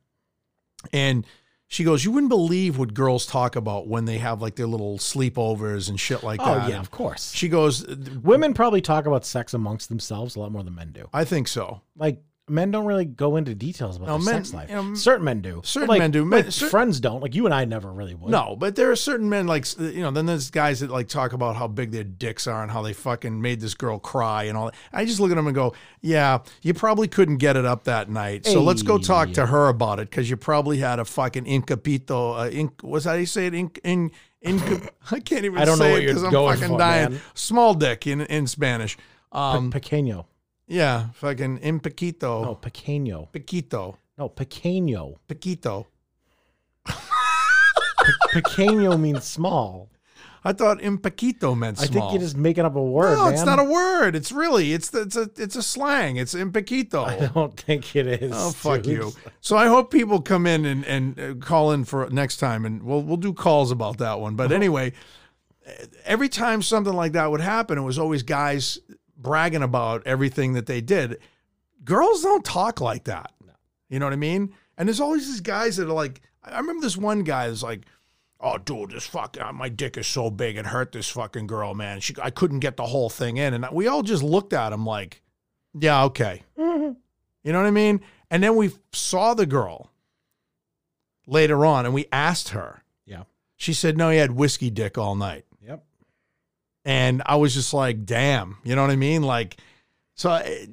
[SPEAKER 2] And she goes, You wouldn't believe what girls talk about when they have like their little sleepovers and shit like
[SPEAKER 1] Oh
[SPEAKER 2] that.
[SPEAKER 1] yeah, of course.
[SPEAKER 2] She goes,
[SPEAKER 1] Women probably talk about sex amongst themselves a lot more than men do.
[SPEAKER 2] I think so.
[SPEAKER 1] Like men don't really go into details about
[SPEAKER 2] No,
[SPEAKER 1] their
[SPEAKER 2] men-
[SPEAKER 1] sex life.
[SPEAKER 2] you know,
[SPEAKER 1] certain men do.
[SPEAKER 2] certain
[SPEAKER 1] Like-
[SPEAKER 2] men do. Men-
[SPEAKER 1] like
[SPEAKER 2] cer-
[SPEAKER 1] friends don't. Like you and I never really would.
[SPEAKER 2] No, but there are certain men like you know. Then there's guys that like talk about how big their dicks are and how they fucking made this girl cry and all. that. I just look at them and go, "Yeah, you probably couldn't get it up that night. So let's go talk to her about it because you probably had a fucking incapito. Uh, inc, what's how do you say it? Inc, in, inc, I can't even.
[SPEAKER 1] I don't know
[SPEAKER 2] say
[SPEAKER 1] what
[SPEAKER 2] it
[SPEAKER 1] you're
[SPEAKER 2] 'cause I'm
[SPEAKER 1] going
[SPEAKER 2] fucking
[SPEAKER 1] for,
[SPEAKER 2] dying.
[SPEAKER 1] man.
[SPEAKER 2] Small dick in in Spanish. Um, oh.
[SPEAKER 1] Pequeño.
[SPEAKER 2] yeah, fucking impequito,
[SPEAKER 1] No, pequeño.
[SPEAKER 2] pequito,
[SPEAKER 1] No, pequeño.
[SPEAKER 2] pequito.
[SPEAKER 1] Pequeño means small.
[SPEAKER 2] I thought impaquito meant
[SPEAKER 1] I
[SPEAKER 2] small.
[SPEAKER 1] think you're just making up a word.
[SPEAKER 2] no, it's
[SPEAKER 1] man.
[SPEAKER 2] not a word. It's really it's the, it's a it's a slang. It's impaquito.
[SPEAKER 1] I don't think it is.
[SPEAKER 2] Oh fuck
[SPEAKER 1] dude.
[SPEAKER 2] you! So I hope people come in and and uh, call in for next time, and we'll we'll do calls about that one. But anyway, every time something like that would happen, it was always guys bragging about everything that they did. Girls don't talk like that. You know what I mean? And there's always these guys that are like, I I remember this one guy that's like, oh dude, this fuck, uh, my dick is so big it hurt this fucking girl, man. She, I couldn't get the whole thing in, and we all just looked at him like, yeah, okay. You know what I mean? And then we saw the girl later on and we asked her.
[SPEAKER 1] Yeah.
[SPEAKER 2] She said, no, he had whiskey dick all night.
[SPEAKER 1] Yep.
[SPEAKER 2] And I was just like, damn. You know what I mean? Like, so eh,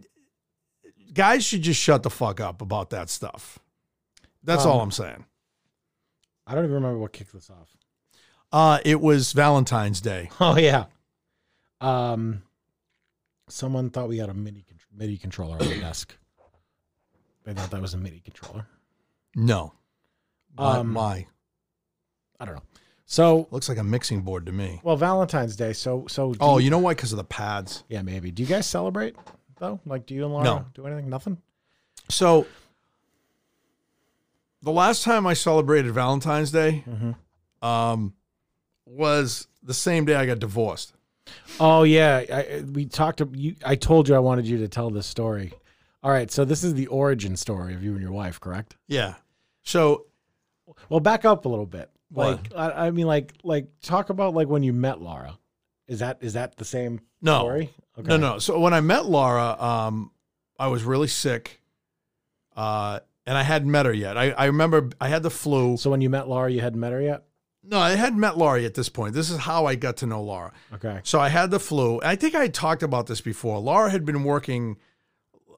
[SPEAKER 2] guys should just shut the fuck up about that stuff. That's all
[SPEAKER 1] Um,
[SPEAKER 2] I'm saying.
[SPEAKER 1] I don't even remember what kicked this off.
[SPEAKER 2] Uh, it was Valentine's Day.
[SPEAKER 1] Oh yeah. Um, someone thought we had a mini con- MIDI controller on the desk. They thought that was a MIDI controller.
[SPEAKER 2] No. Um,
[SPEAKER 1] Um,
[SPEAKER 2] my.
[SPEAKER 1] I don't know. So,
[SPEAKER 2] Looks like a mixing board to me.
[SPEAKER 1] well, Valentine's Day. So, so. do
[SPEAKER 2] Oh,
[SPEAKER 1] you-
[SPEAKER 2] you know why? Because of the pads.
[SPEAKER 1] yeah, maybe. Do you guys celebrate though? Like, do you and Laura
[SPEAKER 2] No.
[SPEAKER 1] do anything? Nothing.
[SPEAKER 2] So the last time I celebrated Valentine's Day
[SPEAKER 1] Mhm.
[SPEAKER 2] um, was the same day I got divorced.
[SPEAKER 1] Oh yeah, I, I- we talked. ab- You, I told you I wanted you to tell this story. All right, so this is the origin story of you and your wife, correct?
[SPEAKER 2] Yeah. So
[SPEAKER 1] Well, back up a little bit.
[SPEAKER 2] What?
[SPEAKER 1] Like, I, I mean, like, like talk about like when you met Laura. Is that is that the same
[SPEAKER 2] no,
[SPEAKER 1] story? Okay.
[SPEAKER 2] no, no. So when I met Laura, um, I was really sick, uh, and I hadn't met her yet. I, I remember I had the flu.
[SPEAKER 1] So when you met Laura, you hadn't met her yet.
[SPEAKER 2] No, I hadn't met Laura at this point. This is how I got to know Laura.
[SPEAKER 1] Okay.
[SPEAKER 2] So I had the flu. I think I had talked about this before. Laura had been working.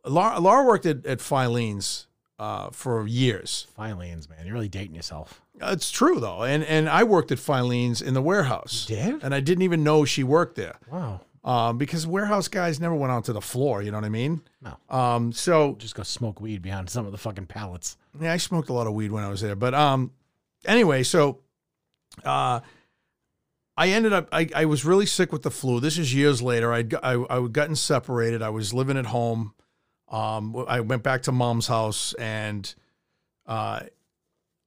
[SPEAKER 2] Laura, Laura worked at, at Filene's uh, for years.
[SPEAKER 1] Filings, man, you're really dating yourself.
[SPEAKER 2] It's true though, and and I worked at Filene's in the warehouse,
[SPEAKER 1] Did?
[SPEAKER 2] and I didn't even know she worked there
[SPEAKER 1] Wow.
[SPEAKER 2] um, because warehouse guys never went out to the floor. You know what I mean?
[SPEAKER 1] No.
[SPEAKER 2] Um, so
[SPEAKER 1] Just go smoke weed behind some of the fucking pallets.
[SPEAKER 2] yeah, I smoked a lot of weed when I was there. But um, anyway, so uh, I ended up. I, I was really sick with the flu. This is years later. I'd go- I I would gotten separated. I was living at home. Um, I went back to mom's house, and uh,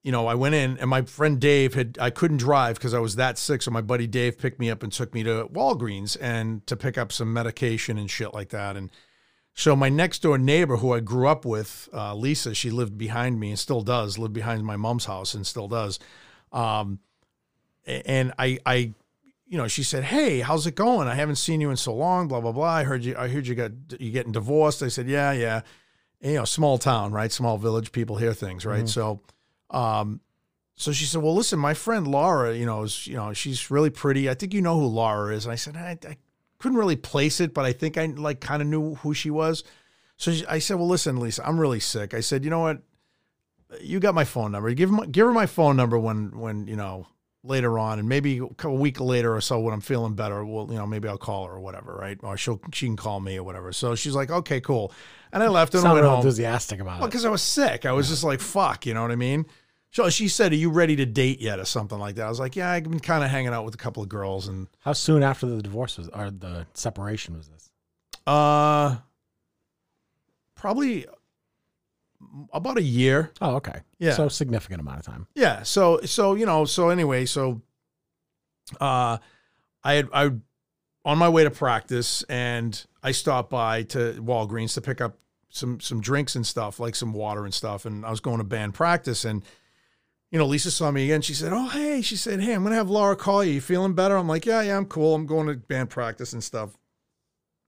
[SPEAKER 2] you know, I went in, and my friend Dave had. I couldn't drive because I was that sick. So my buddy Dave picked me up and took me to Walgreens and to pick up some medication and shit like that. And so my next door neighbor, who I grew up with, uh, Lisa, she lived behind me and still does live behind my mom's house and still does. Um, a- and I, I, you know, she said, "Hey, how's it going? I haven't seen you in so long. Blah blah blah. I heard you. I heard you got you getting divorced." I said, "Yeah, yeah." And, you know, small town, right? Small village. People hear things, right? So, um, so she said, "Well, listen, my friend Laura, you know, is you know, she's really pretty. I think you know who Laura is." And I said, "I, I couldn't really place it, but I think I like kind of knew who she was." So she, I said, "Well, listen, Lisa, I'm really sick." I said, "You know what? You got my phone number. Give my, give her my phone number when when you know later on, and maybe a week later or so when I'm feeling better. Well, you know, maybe I'll call her or whatever, right? Or she'll she can call me or whatever." So she's like, "Okay, cool," and I left and I
[SPEAKER 1] Sound
[SPEAKER 2] went
[SPEAKER 1] real
[SPEAKER 2] home.
[SPEAKER 1] enthusiastic about
[SPEAKER 2] Well,
[SPEAKER 1] it.
[SPEAKER 2] because I was sick. I was just like, fuck, you know what I mean? So she said, Are you ready to date yet or something like that? I was like, Yeah, I've been kind of hanging out with a couple of girls and
[SPEAKER 1] How soon after the divorce was or the separation was this?
[SPEAKER 2] uh probably about a year.
[SPEAKER 1] Oh, okay.
[SPEAKER 2] Yeah.
[SPEAKER 1] So significant amount of time.
[SPEAKER 2] Yeah. So so you know so anyway so, uh, I had I on my way to practice and I stopped by to Walgreens to pick up some some drinks and stuff like some water and stuff and I was going to band practice and. You know, Lisa saw me again. She said, "Oh, hey." She said, "Hey, I'm gonna have Laura call you. You feeling better?" I'm like, "Yeah, yeah, I'm cool. I'm going to band practice and stuff."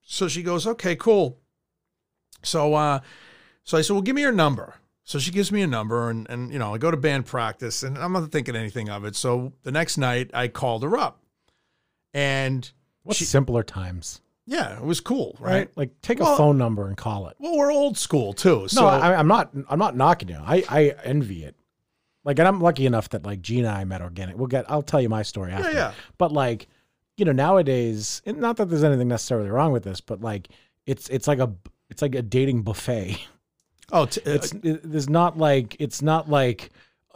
[SPEAKER 2] So she goes, "Okay, cool." So, uh, so I said, well, give me your number. So she gives me a number and, and, you know, I go to band practice and I'm not thinking anything of it. So the next night I called her up and
[SPEAKER 1] What
[SPEAKER 2] She-
[SPEAKER 1] simpler times,
[SPEAKER 2] yeah, it was cool.
[SPEAKER 1] right?
[SPEAKER 2] Right.
[SPEAKER 1] Like take
[SPEAKER 2] Well-
[SPEAKER 1] a phone number and call it.
[SPEAKER 2] Well, we're old school too. So
[SPEAKER 1] No, I, I'm not. I'm not knocking you. I, I envy it. Like, and I'm lucky enough that like Gina and I met organic. We'll get. I'll tell you my story after.
[SPEAKER 2] yeah.
[SPEAKER 1] But like, you know, nowadays, and not that there's anything necessarily wrong with this, but like, it's it's like a it's like a dating buffet.
[SPEAKER 2] oh, t-
[SPEAKER 1] It's it, there's not like it's not like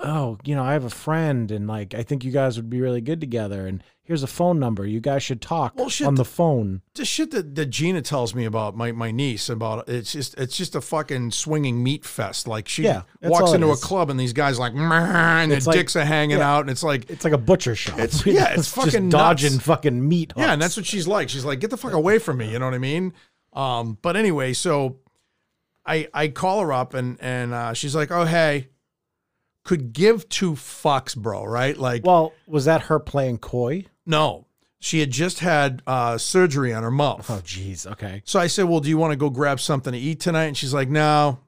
[SPEAKER 1] oh, you know, I have a friend and like I think you guys would be really good together and here's a phone number. You guys should talk
[SPEAKER 2] Well, shit.
[SPEAKER 1] on the phone.
[SPEAKER 2] The shit that, that Gina tells me about my, my niece about it's just it's just a fucking swinging meat fest. Like she
[SPEAKER 1] Yeah, that's all
[SPEAKER 2] walks
[SPEAKER 1] it
[SPEAKER 2] into a
[SPEAKER 1] is.
[SPEAKER 2] club and these guys like "Meh," and
[SPEAKER 1] It's
[SPEAKER 2] their
[SPEAKER 1] like-
[SPEAKER 2] dicks are hanging out and it's like
[SPEAKER 1] It's like a butcher shop.
[SPEAKER 2] It's- yeah, it's fucking
[SPEAKER 1] just
[SPEAKER 2] nuts.
[SPEAKER 1] dodging fucking meat.
[SPEAKER 2] Yeah, and that's what she's like. She's like, get the fuck away from me. You know what I mean? Um, but anyway, so I I call her up and and uh, she's like, oh hey, could give two fucks, bro. Right? Like,
[SPEAKER 1] Well, was that her playing coy?
[SPEAKER 2] no, she had just had uh, surgery on her mouth.
[SPEAKER 1] Oh, jeez. Okay.
[SPEAKER 2] So I said, well, do you want to go grab something to eat tonight? And she's like, no.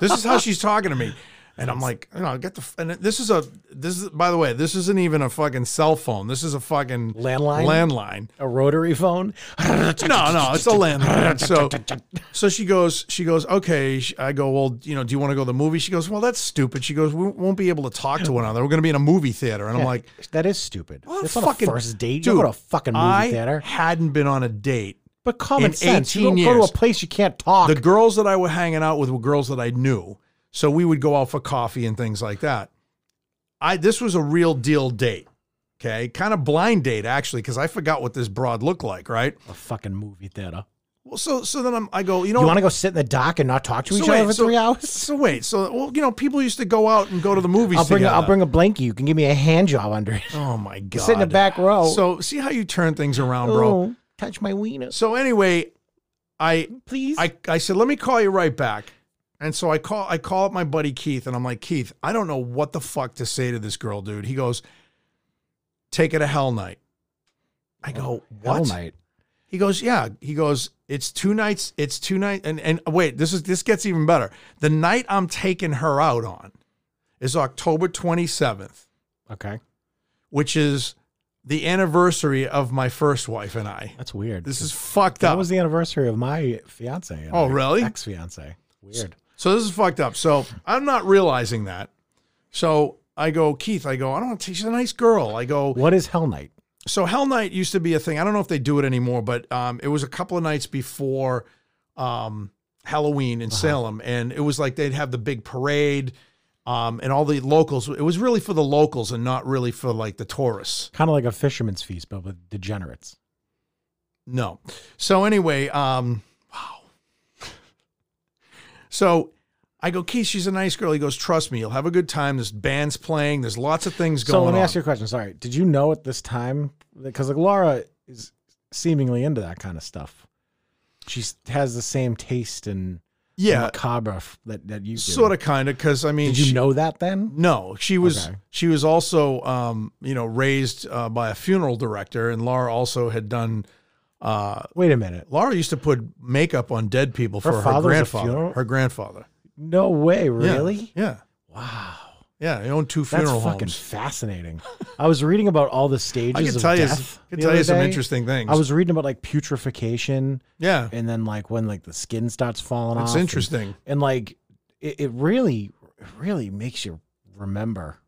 [SPEAKER 2] this is how she's talking to me. And I'm like, you know, get the. f-" And this is a. This is by the way, this isn't even a fucking cell phone. This is a fucking
[SPEAKER 1] Landline?
[SPEAKER 2] Landline.
[SPEAKER 1] A rotary phone?
[SPEAKER 2] No, no, it's a landlord. So, so she goes, she goes, okay. She- I go, well, you know, do you want to go to the movie? She goes, well, that's stupid. She goes, we won't be able to talk to one another. We're going to be in a movie theater. And I'm like,
[SPEAKER 1] that is stupid.
[SPEAKER 2] what a
[SPEAKER 1] That's not
[SPEAKER 2] fucking
[SPEAKER 1] a first date.
[SPEAKER 2] Dude,
[SPEAKER 1] you don't go to a fucking movie
[SPEAKER 2] I
[SPEAKER 1] theater.
[SPEAKER 2] hadn't been on a date.
[SPEAKER 1] But common
[SPEAKER 2] in
[SPEAKER 1] sense, you don't
[SPEAKER 2] 18
[SPEAKER 1] go
[SPEAKER 2] years-
[SPEAKER 1] to a place you can't talk.
[SPEAKER 2] The girls that I were hanging out with were girls that I knew, so we would go out for coffee and things like that. I this was a real deal date. Okay, kind of blind date actually, because I forgot what this broad looked like. Right.
[SPEAKER 1] a fucking movie theater.
[SPEAKER 2] Well, so so then I'm, I go, you know,
[SPEAKER 1] You
[SPEAKER 2] what?
[SPEAKER 1] want to go sit in the dock and not talk to each
[SPEAKER 2] So
[SPEAKER 1] other
[SPEAKER 2] wait,
[SPEAKER 1] for
[SPEAKER 2] so-
[SPEAKER 1] three hours?
[SPEAKER 2] So wait, so well, you know, people used to go out and go to the movies.
[SPEAKER 1] I'll bring a,
[SPEAKER 2] together.
[SPEAKER 1] I'll bring a blankie. You can give me a hand job under it.
[SPEAKER 2] Oh my god!
[SPEAKER 1] Sit in the back row.
[SPEAKER 2] So see how you turn things around, bro.
[SPEAKER 1] Oh, touch my wiener,
[SPEAKER 2] So anyway, I
[SPEAKER 1] please.
[SPEAKER 2] I I said let me call you right back, and so I call I call up my buddy Keith, and I'm like Keith, I don't know what the fuck to say to this girl, dude. He goes, take it a hell night. I go what?
[SPEAKER 1] Hell night.
[SPEAKER 2] He goes, yeah. He goes, it's two nights. It's two nights. And and wait, this is this gets even better. The night I'm taking her out on is October 27th,
[SPEAKER 1] Okay,
[SPEAKER 2] which is the anniversary of my first wife and I.
[SPEAKER 1] that's weird.
[SPEAKER 2] This is fucked
[SPEAKER 1] that
[SPEAKER 2] up.
[SPEAKER 1] was the anniversary of my fiance. and
[SPEAKER 2] Oh,
[SPEAKER 1] my
[SPEAKER 2] really?
[SPEAKER 1] Ex-fiance. Weird.
[SPEAKER 2] so this is fucked up. So I'm not realizing that. So I go, Keith. I go, I don't want to. She's a nice girl. I go.
[SPEAKER 1] What is Hell Night?
[SPEAKER 2] so Hell Night used to be a thing. I don't know if they do it anymore, but um, it was a couple of nights before um, Halloween
[SPEAKER 1] Uh-huh.
[SPEAKER 2] in Salem, and it was like they'd have the big parade, um, and all the locals. It was really for the locals and not really for like the tourists.
[SPEAKER 1] Kind of like a fisherman's feast, but with degenerates.
[SPEAKER 2] No. So anyway, um, wow. So I go, Keith, she's a nice girl. He goes, trust me, you'll have a good time. There's bands playing. There's lots of things going
[SPEAKER 1] So let me
[SPEAKER 2] on.
[SPEAKER 1] ask you a question. Sorry, did you know at this time because like Laura is seemingly into that kind of stuff. She has the same taste and
[SPEAKER 2] yeah,
[SPEAKER 1] macabre f- that that you do.
[SPEAKER 2] sort of, kind of. Because I mean,
[SPEAKER 1] Did you
[SPEAKER 2] she-
[SPEAKER 1] know that then?
[SPEAKER 2] No, she was
[SPEAKER 1] Okay.
[SPEAKER 2] she was also um, you know raised uh, by a funeral director, and Laura also had done. Uh,
[SPEAKER 1] Wait a minute.
[SPEAKER 2] Laura used to put makeup on dead people for her,
[SPEAKER 1] father was a
[SPEAKER 2] grandfather.
[SPEAKER 1] funeral-
[SPEAKER 2] Her grandfather,
[SPEAKER 1] No way,
[SPEAKER 2] Yeah.
[SPEAKER 1] really?
[SPEAKER 2] Yeah,
[SPEAKER 1] Wow.
[SPEAKER 2] yeah. He owned two
[SPEAKER 1] That's
[SPEAKER 2] funeral
[SPEAKER 1] fucking
[SPEAKER 2] homes.
[SPEAKER 1] fascinating. I was reading about all the stages
[SPEAKER 2] I can
[SPEAKER 1] of
[SPEAKER 2] tell you,
[SPEAKER 1] death.
[SPEAKER 2] I can
[SPEAKER 1] the
[SPEAKER 2] tell
[SPEAKER 1] other
[SPEAKER 2] you some
[SPEAKER 1] day.
[SPEAKER 2] interesting things.
[SPEAKER 1] I was reading about like putrefaction
[SPEAKER 2] yeah,
[SPEAKER 1] and then like when like the skin starts falling off.
[SPEAKER 2] it's
[SPEAKER 1] and-
[SPEAKER 2] interesting.
[SPEAKER 1] And, like it, it really, really makes you remember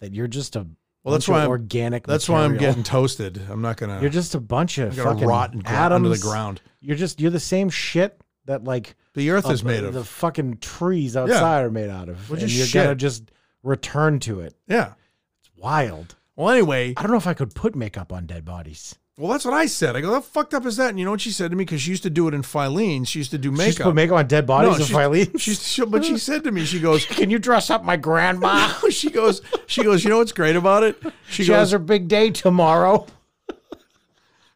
[SPEAKER 1] that you're just a
[SPEAKER 2] Well, that's
[SPEAKER 1] bunch of
[SPEAKER 2] why I'm-
[SPEAKER 1] organic.
[SPEAKER 2] That's why I'm
[SPEAKER 1] material.
[SPEAKER 2] getting uh, toasted. I'm not gonna.
[SPEAKER 1] You're just a bunch of
[SPEAKER 2] I'm gonna
[SPEAKER 1] fucking
[SPEAKER 2] rot and grow
[SPEAKER 1] atoms
[SPEAKER 2] under the ground.
[SPEAKER 1] You're just you're the same shit that like
[SPEAKER 2] The earth is
[SPEAKER 1] of-
[SPEAKER 2] made of.
[SPEAKER 1] the fucking trees outside are made out of.
[SPEAKER 2] Which
[SPEAKER 1] and
[SPEAKER 2] is
[SPEAKER 1] you're gonna
[SPEAKER 2] shit.
[SPEAKER 1] just return to it.
[SPEAKER 2] yeah.
[SPEAKER 1] It's wild.
[SPEAKER 2] Well, anyway,
[SPEAKER 1] I don't know if I could put makeup on dead bodies.
[SPEAKER 2] well, that's what I said. I go, how fucked up is that? And you know what she said to me? Because she used to do it in Filene. She used to do
[SPEAKER 1] She used to
[SPEAKER 2] makeup.
[SPEAKER 1] put makeup on dead
[SPEAKER 2] No,
[SPEAKER 1] bodies if
[SPEAKER 2] she's-
[SPEAKER 1] I leave.
[SPEAKER 2] she's, she, but she said to me, she goes,
[SPEAKER 1] Can you dress up my grandma?
[SPEAKER 2] she goes, she goes, you know what's great about it? She,
[SPEAKER 1] She
[SPEAKER 2] goes,
[SPEAKER 1] has her big day tomorrow.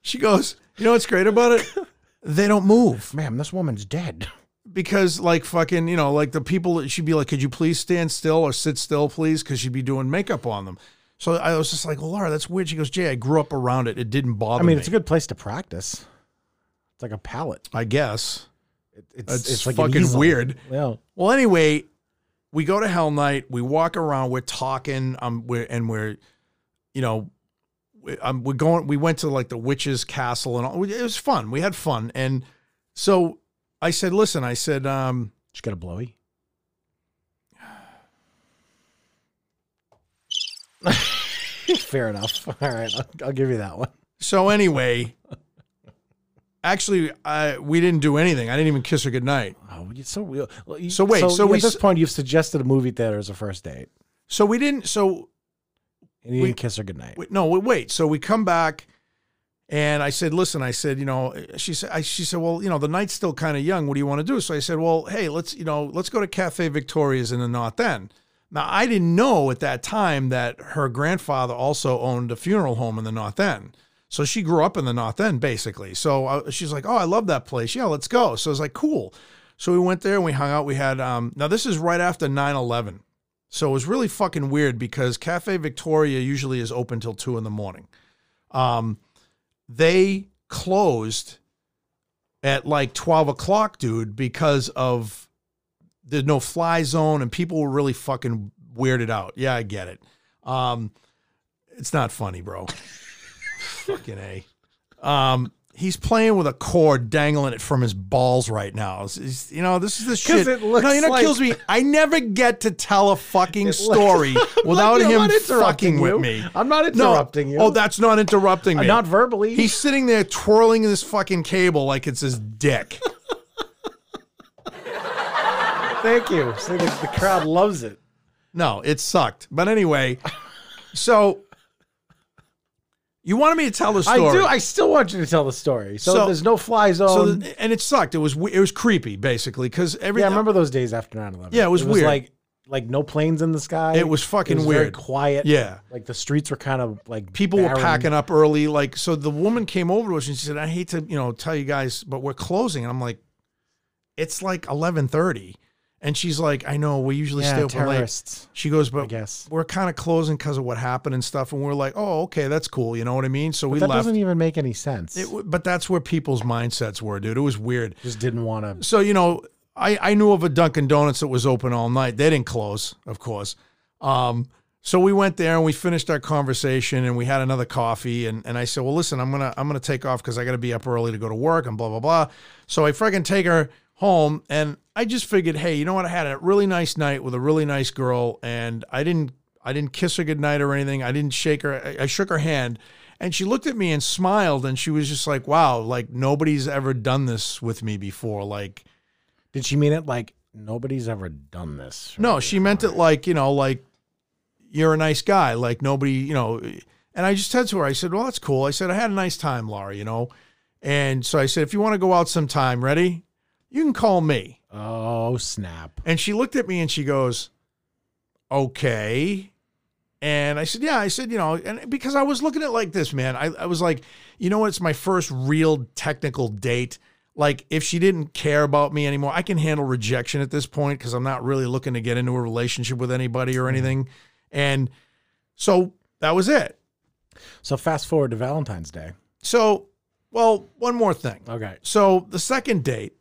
[SPEAKER 2] she goes, you know what's great about it? They don't move
[SPEAKER 1] Ma'am, this woman's dead.
[SPEAKER 2] because, like, fucking, you know, like the people that she'd be like, could you please stand still or sit still, please? Because she'd be doing makeup on them. So I was just like, well, Laura, that's weird. She goes, Jay, I grew up around it. It didn't bother
[SPEAKER 1] I
[SPEAKER 2] me.
[SPEAKER 1] mean, it's a good place to practice. It's like a palette.
[SPEAKER 2] I guess.
[SPEAKER 1] It, it's,
[SPEAKER 2] That's
[SPEAKER 1] it's like an
[SPEAKER 2] fucking
[SPEAKER 1] easel.
[SPEAKER 2] weird.
[SPEAKER 1] Yeah.
[SPEAKER 2] Well, anyway, we go to Hell Night. We walk around. We're talking. Um, we're and we're, you know, we, um, we're going. We went to like the witch's castle and all. It was fun. We had fun. And so I said, listen. I said, um,
[SPEAKER 1] Just got a blowy. Fair enough. All right, I'll, I'll give you that one.
[SPEAKER 2] so anyway. Actually, I, we didn't do anything. I didn't even kiss her goodnight.
[SPEAKER 1] Oh, it's so real. Well, you-
[SPEAKER 2] So wait, so we
[SPEAKER 1] at this
[SPEAKER 2] s-
[SPEAKER 1] point you've suggested a movie theater as a first date.
[SPEAKER 2] So we didn't. So
[SPEAKER 1] And he
[SPEAKER 2] We-
[SPEAKER 1] didn't kiss her goodnight.
[SPEAKER 2] wait, no, we wait. So we come back, and I said, "Listen," I said, "You know," she said, I, "She said, well, you know, the night's still kind of young. What do you want to do?" So I said, "Well, hey, let's you know, let's go to Cafe Victoria's in the North End." Now I didn't know at that time that her grandfather also owned a funeral home in the North End. So she grew up in the North End, basically. So I, she's like, "Oh, I love that place. Yeah, let's go." So I was like, "Cool." So we went there and we hung out. We had um, now this is right after 9-11. So it was really fucking weird because Cafe Victoria usually is open till two in the morning. Um, they closed at like 12 o'clock, dude, because of there's no fly zone and people were really fucking weirded out. Yeah, I get it. Um, it's not funny, bro. fucking A. Um, he's playing with a cord dangling it from his balls right now. It's- it's- you know, this is the
[SPEAKER 1] 'Cause
[SPEAKER 2] shit.
[SPEAKER 1] it looks
[SPEAKER 2] no, you know what
[SPEAKER 1] like-
[SPEAKER 2] kills me? I never get to tell a fucking story without
[SPEAKER 1] Like, I'm
[SPEAKER 2] him
[SPEAKER 1] not interrupting
[SPEAKER 2] fucking
[SPEAKER 1] you.
[SPEAKER 2] with me.
[SPEAKER 1] I'm not
[SPEAKER 2] No.
[SPEAKER 1] interrupting you.
[SPEAKER 2] Oh, that's not interrupting
[SPEAKER 1] Uh,
[SPEAKER 2] me.
[SPEAKER 1] not verbally.
[SPEAKER 2] He's sitting there twirling this fucking cable like it's his dick.
[SPEAKER 1] Thank you. See, the, the crowd loves it.
[SPEAKER 2] No, it sucked. But anyway, so you wanted me to tell the story.
[SPEAKER 1] I do. I still want you to tell the story. So,
[SPEAKER 2] So-
[SPEAKER 1] there's no fly
[SPEAKER 2] so,
[SPEAKER 1] zone.
[SPEAKER 2] th- and it sucked. It was we- it was creepy basically because every
[SPEAKER 1] yeah, I remember those days after 9/11.
[SPEAKER 2] Yeah, it was weird.
[SPEAKER 1] Like like no planes in the sky.
[SPEAKER 2] It was fucking
[SPEAKER 1] very
[SPEAKER 2] weird.
[SPEAKER 1] quiet.
[SPEAKER 2] Yeah.
[SPEAKER 1] Like the streets were kind of like
[SPEAKER 2] people were
[SPEAKER 1] barren.
[SPEAKER 2] packing up early. Like, so the woman came over to us and she said, "I hate to, you know, tell you guys, but we're closing." And I'm like, "It's like 11:30," and she's like, "I know. We usually
[SPEAKER 1] Yeah,
[SPEAKER 2] stay up late."
[SPEAKER 1] terrorists.
[SPEAKER 2] She goes, "But
[SPEAKER 1] guess.
[SPEAKER 2] we're kind of closing because of what happened and stuff." And we're like, "Oh, okay, that's cool. You know what I mean?" So we
[SPEAKER 1] that
[SPEAKER 2] left.
[SPEAKER 1] doesn't even make any sense.
[SPEAKER 2] It w- but that's where people's mindsets were, dude. It was weird.
[SPEAKER 1] Just didn't want to.
[SPEAKER 2] So you know, I I knew of a Dunkin' Donuts that was open all night. They didn't close, of course. Um, so we went there and we finished our conversation and we had another coffee and and I said, well, listen, I'm gonna I'm gonna take off because I got to be up early to go to work and blah blah blah. So I freaking take her home and I just figured, hey, you know what? I had a really nice night with a really nice girl and I didn't I didn't kiss her goodnight or anything. I didn't shake her. I, I shook her hand. And she looked at me and smiled, and she was just like, "Wow, like nobody's ever done this with me before. Like,
[SPEAKER 1] Did she mean it like nobody's ever done this?
[SPEAKER 2] No, she meant it like, you know, like you're a nice guy. Like nobody, you know. And I just said to her, I said, Well, that's cool. I said, I had a nice time, Laura, you know. And so I said, If you want to go out sometime, ready? You can call me.
[SPEAKER 1] Oh snap!
[SPEAKER 2] And she looked at me and she goes, Okay. And I said, Yeah, I said, you know, and because I was looking at it like this, man. I, I was like, you know what? It's my first real technical date. Like, if she didn't care about me anymore, I can handle rejection at this point because I'm not really looking to get into a relationship with anybody or anything. And so that was it.
[SPEAKER 1] So fast forward to Valentine's Day.
[SPEAKER 2] So, well, one more thing.
[SPEAKER 1] Okay.
[SPEAKER 2] So the second date,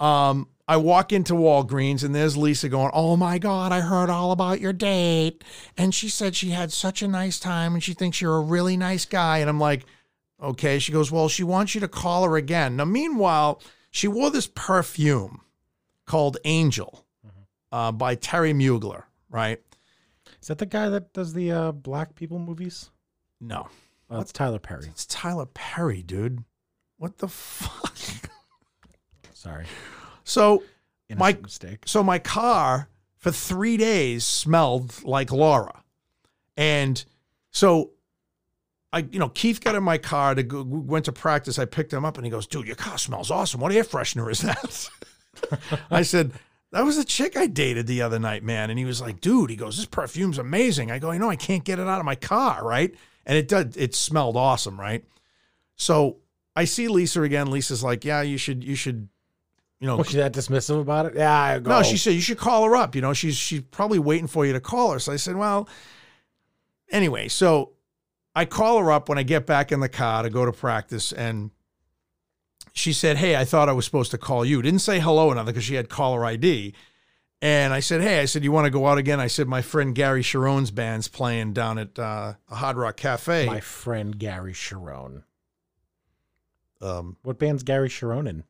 [SPEAKER 2] um, I walk into Walgreens and there's Lisa going, Oh my God, I heard all about your date. And she said she had such a nice time and she thinks you're a really nice guy. And I'm like, Okay. She goes, Well, she wants you to call her again. Now, meanwhile, she wore this perfume called Angel uh, by Terry Mugler, right?
[SPEAKER 1] Is that the guy that does the uh, black people movies?
[SPEAKER 2] No,
[SPEAKER 1] Oh, that's Tyler Perry.
[SPEAKER 2] it's Tyler Perry, dude. What the fuck?
[SPEAKER 1] Sorry,
[SPEAKER 2] so
[SPEAKER 1] Innocent
[SPEAKER 2] Mike-
[SPEAKER 1] mistake.
[SPEAKER 2] So my car for three days smelled like Laura. And so I, you know, Keith got in my car to go, went to practice. I picked him up and he goes, dude, your car smells awesome. What air freshener is that? I said, that was a chick I dated the other night, man. And he was like, dude, he goes, this perfume's amazing. I go, you know, I can't get it out of my car. Right. And it did, it smelled awesome. Right. So I see Lisa again. Lisa's like, yeah, you should, you should, you know,
[SPEAKER 1] Was she that dismissive about it? Yeah, I go.
[SPEAKER 2] no, she said you should call her up. You know, she's she's probably waiting for you to call her. So I said, well, anyway, so I call her up when I get back in the car to go to practice, and she said, hey, I thought I was supposed to call you. Didn't say hello or nothing because she had caller ID. And I said, hey, I said, you want to go out again? I said, my friend Gary Sharon's band's playing down at uh, a Hard Rock Cafe.
[SPEAKER 1] my friend Gary Sharon.
[SPEAKER 2] um,
[SPEAKER 1] What band's Gary Sharon in?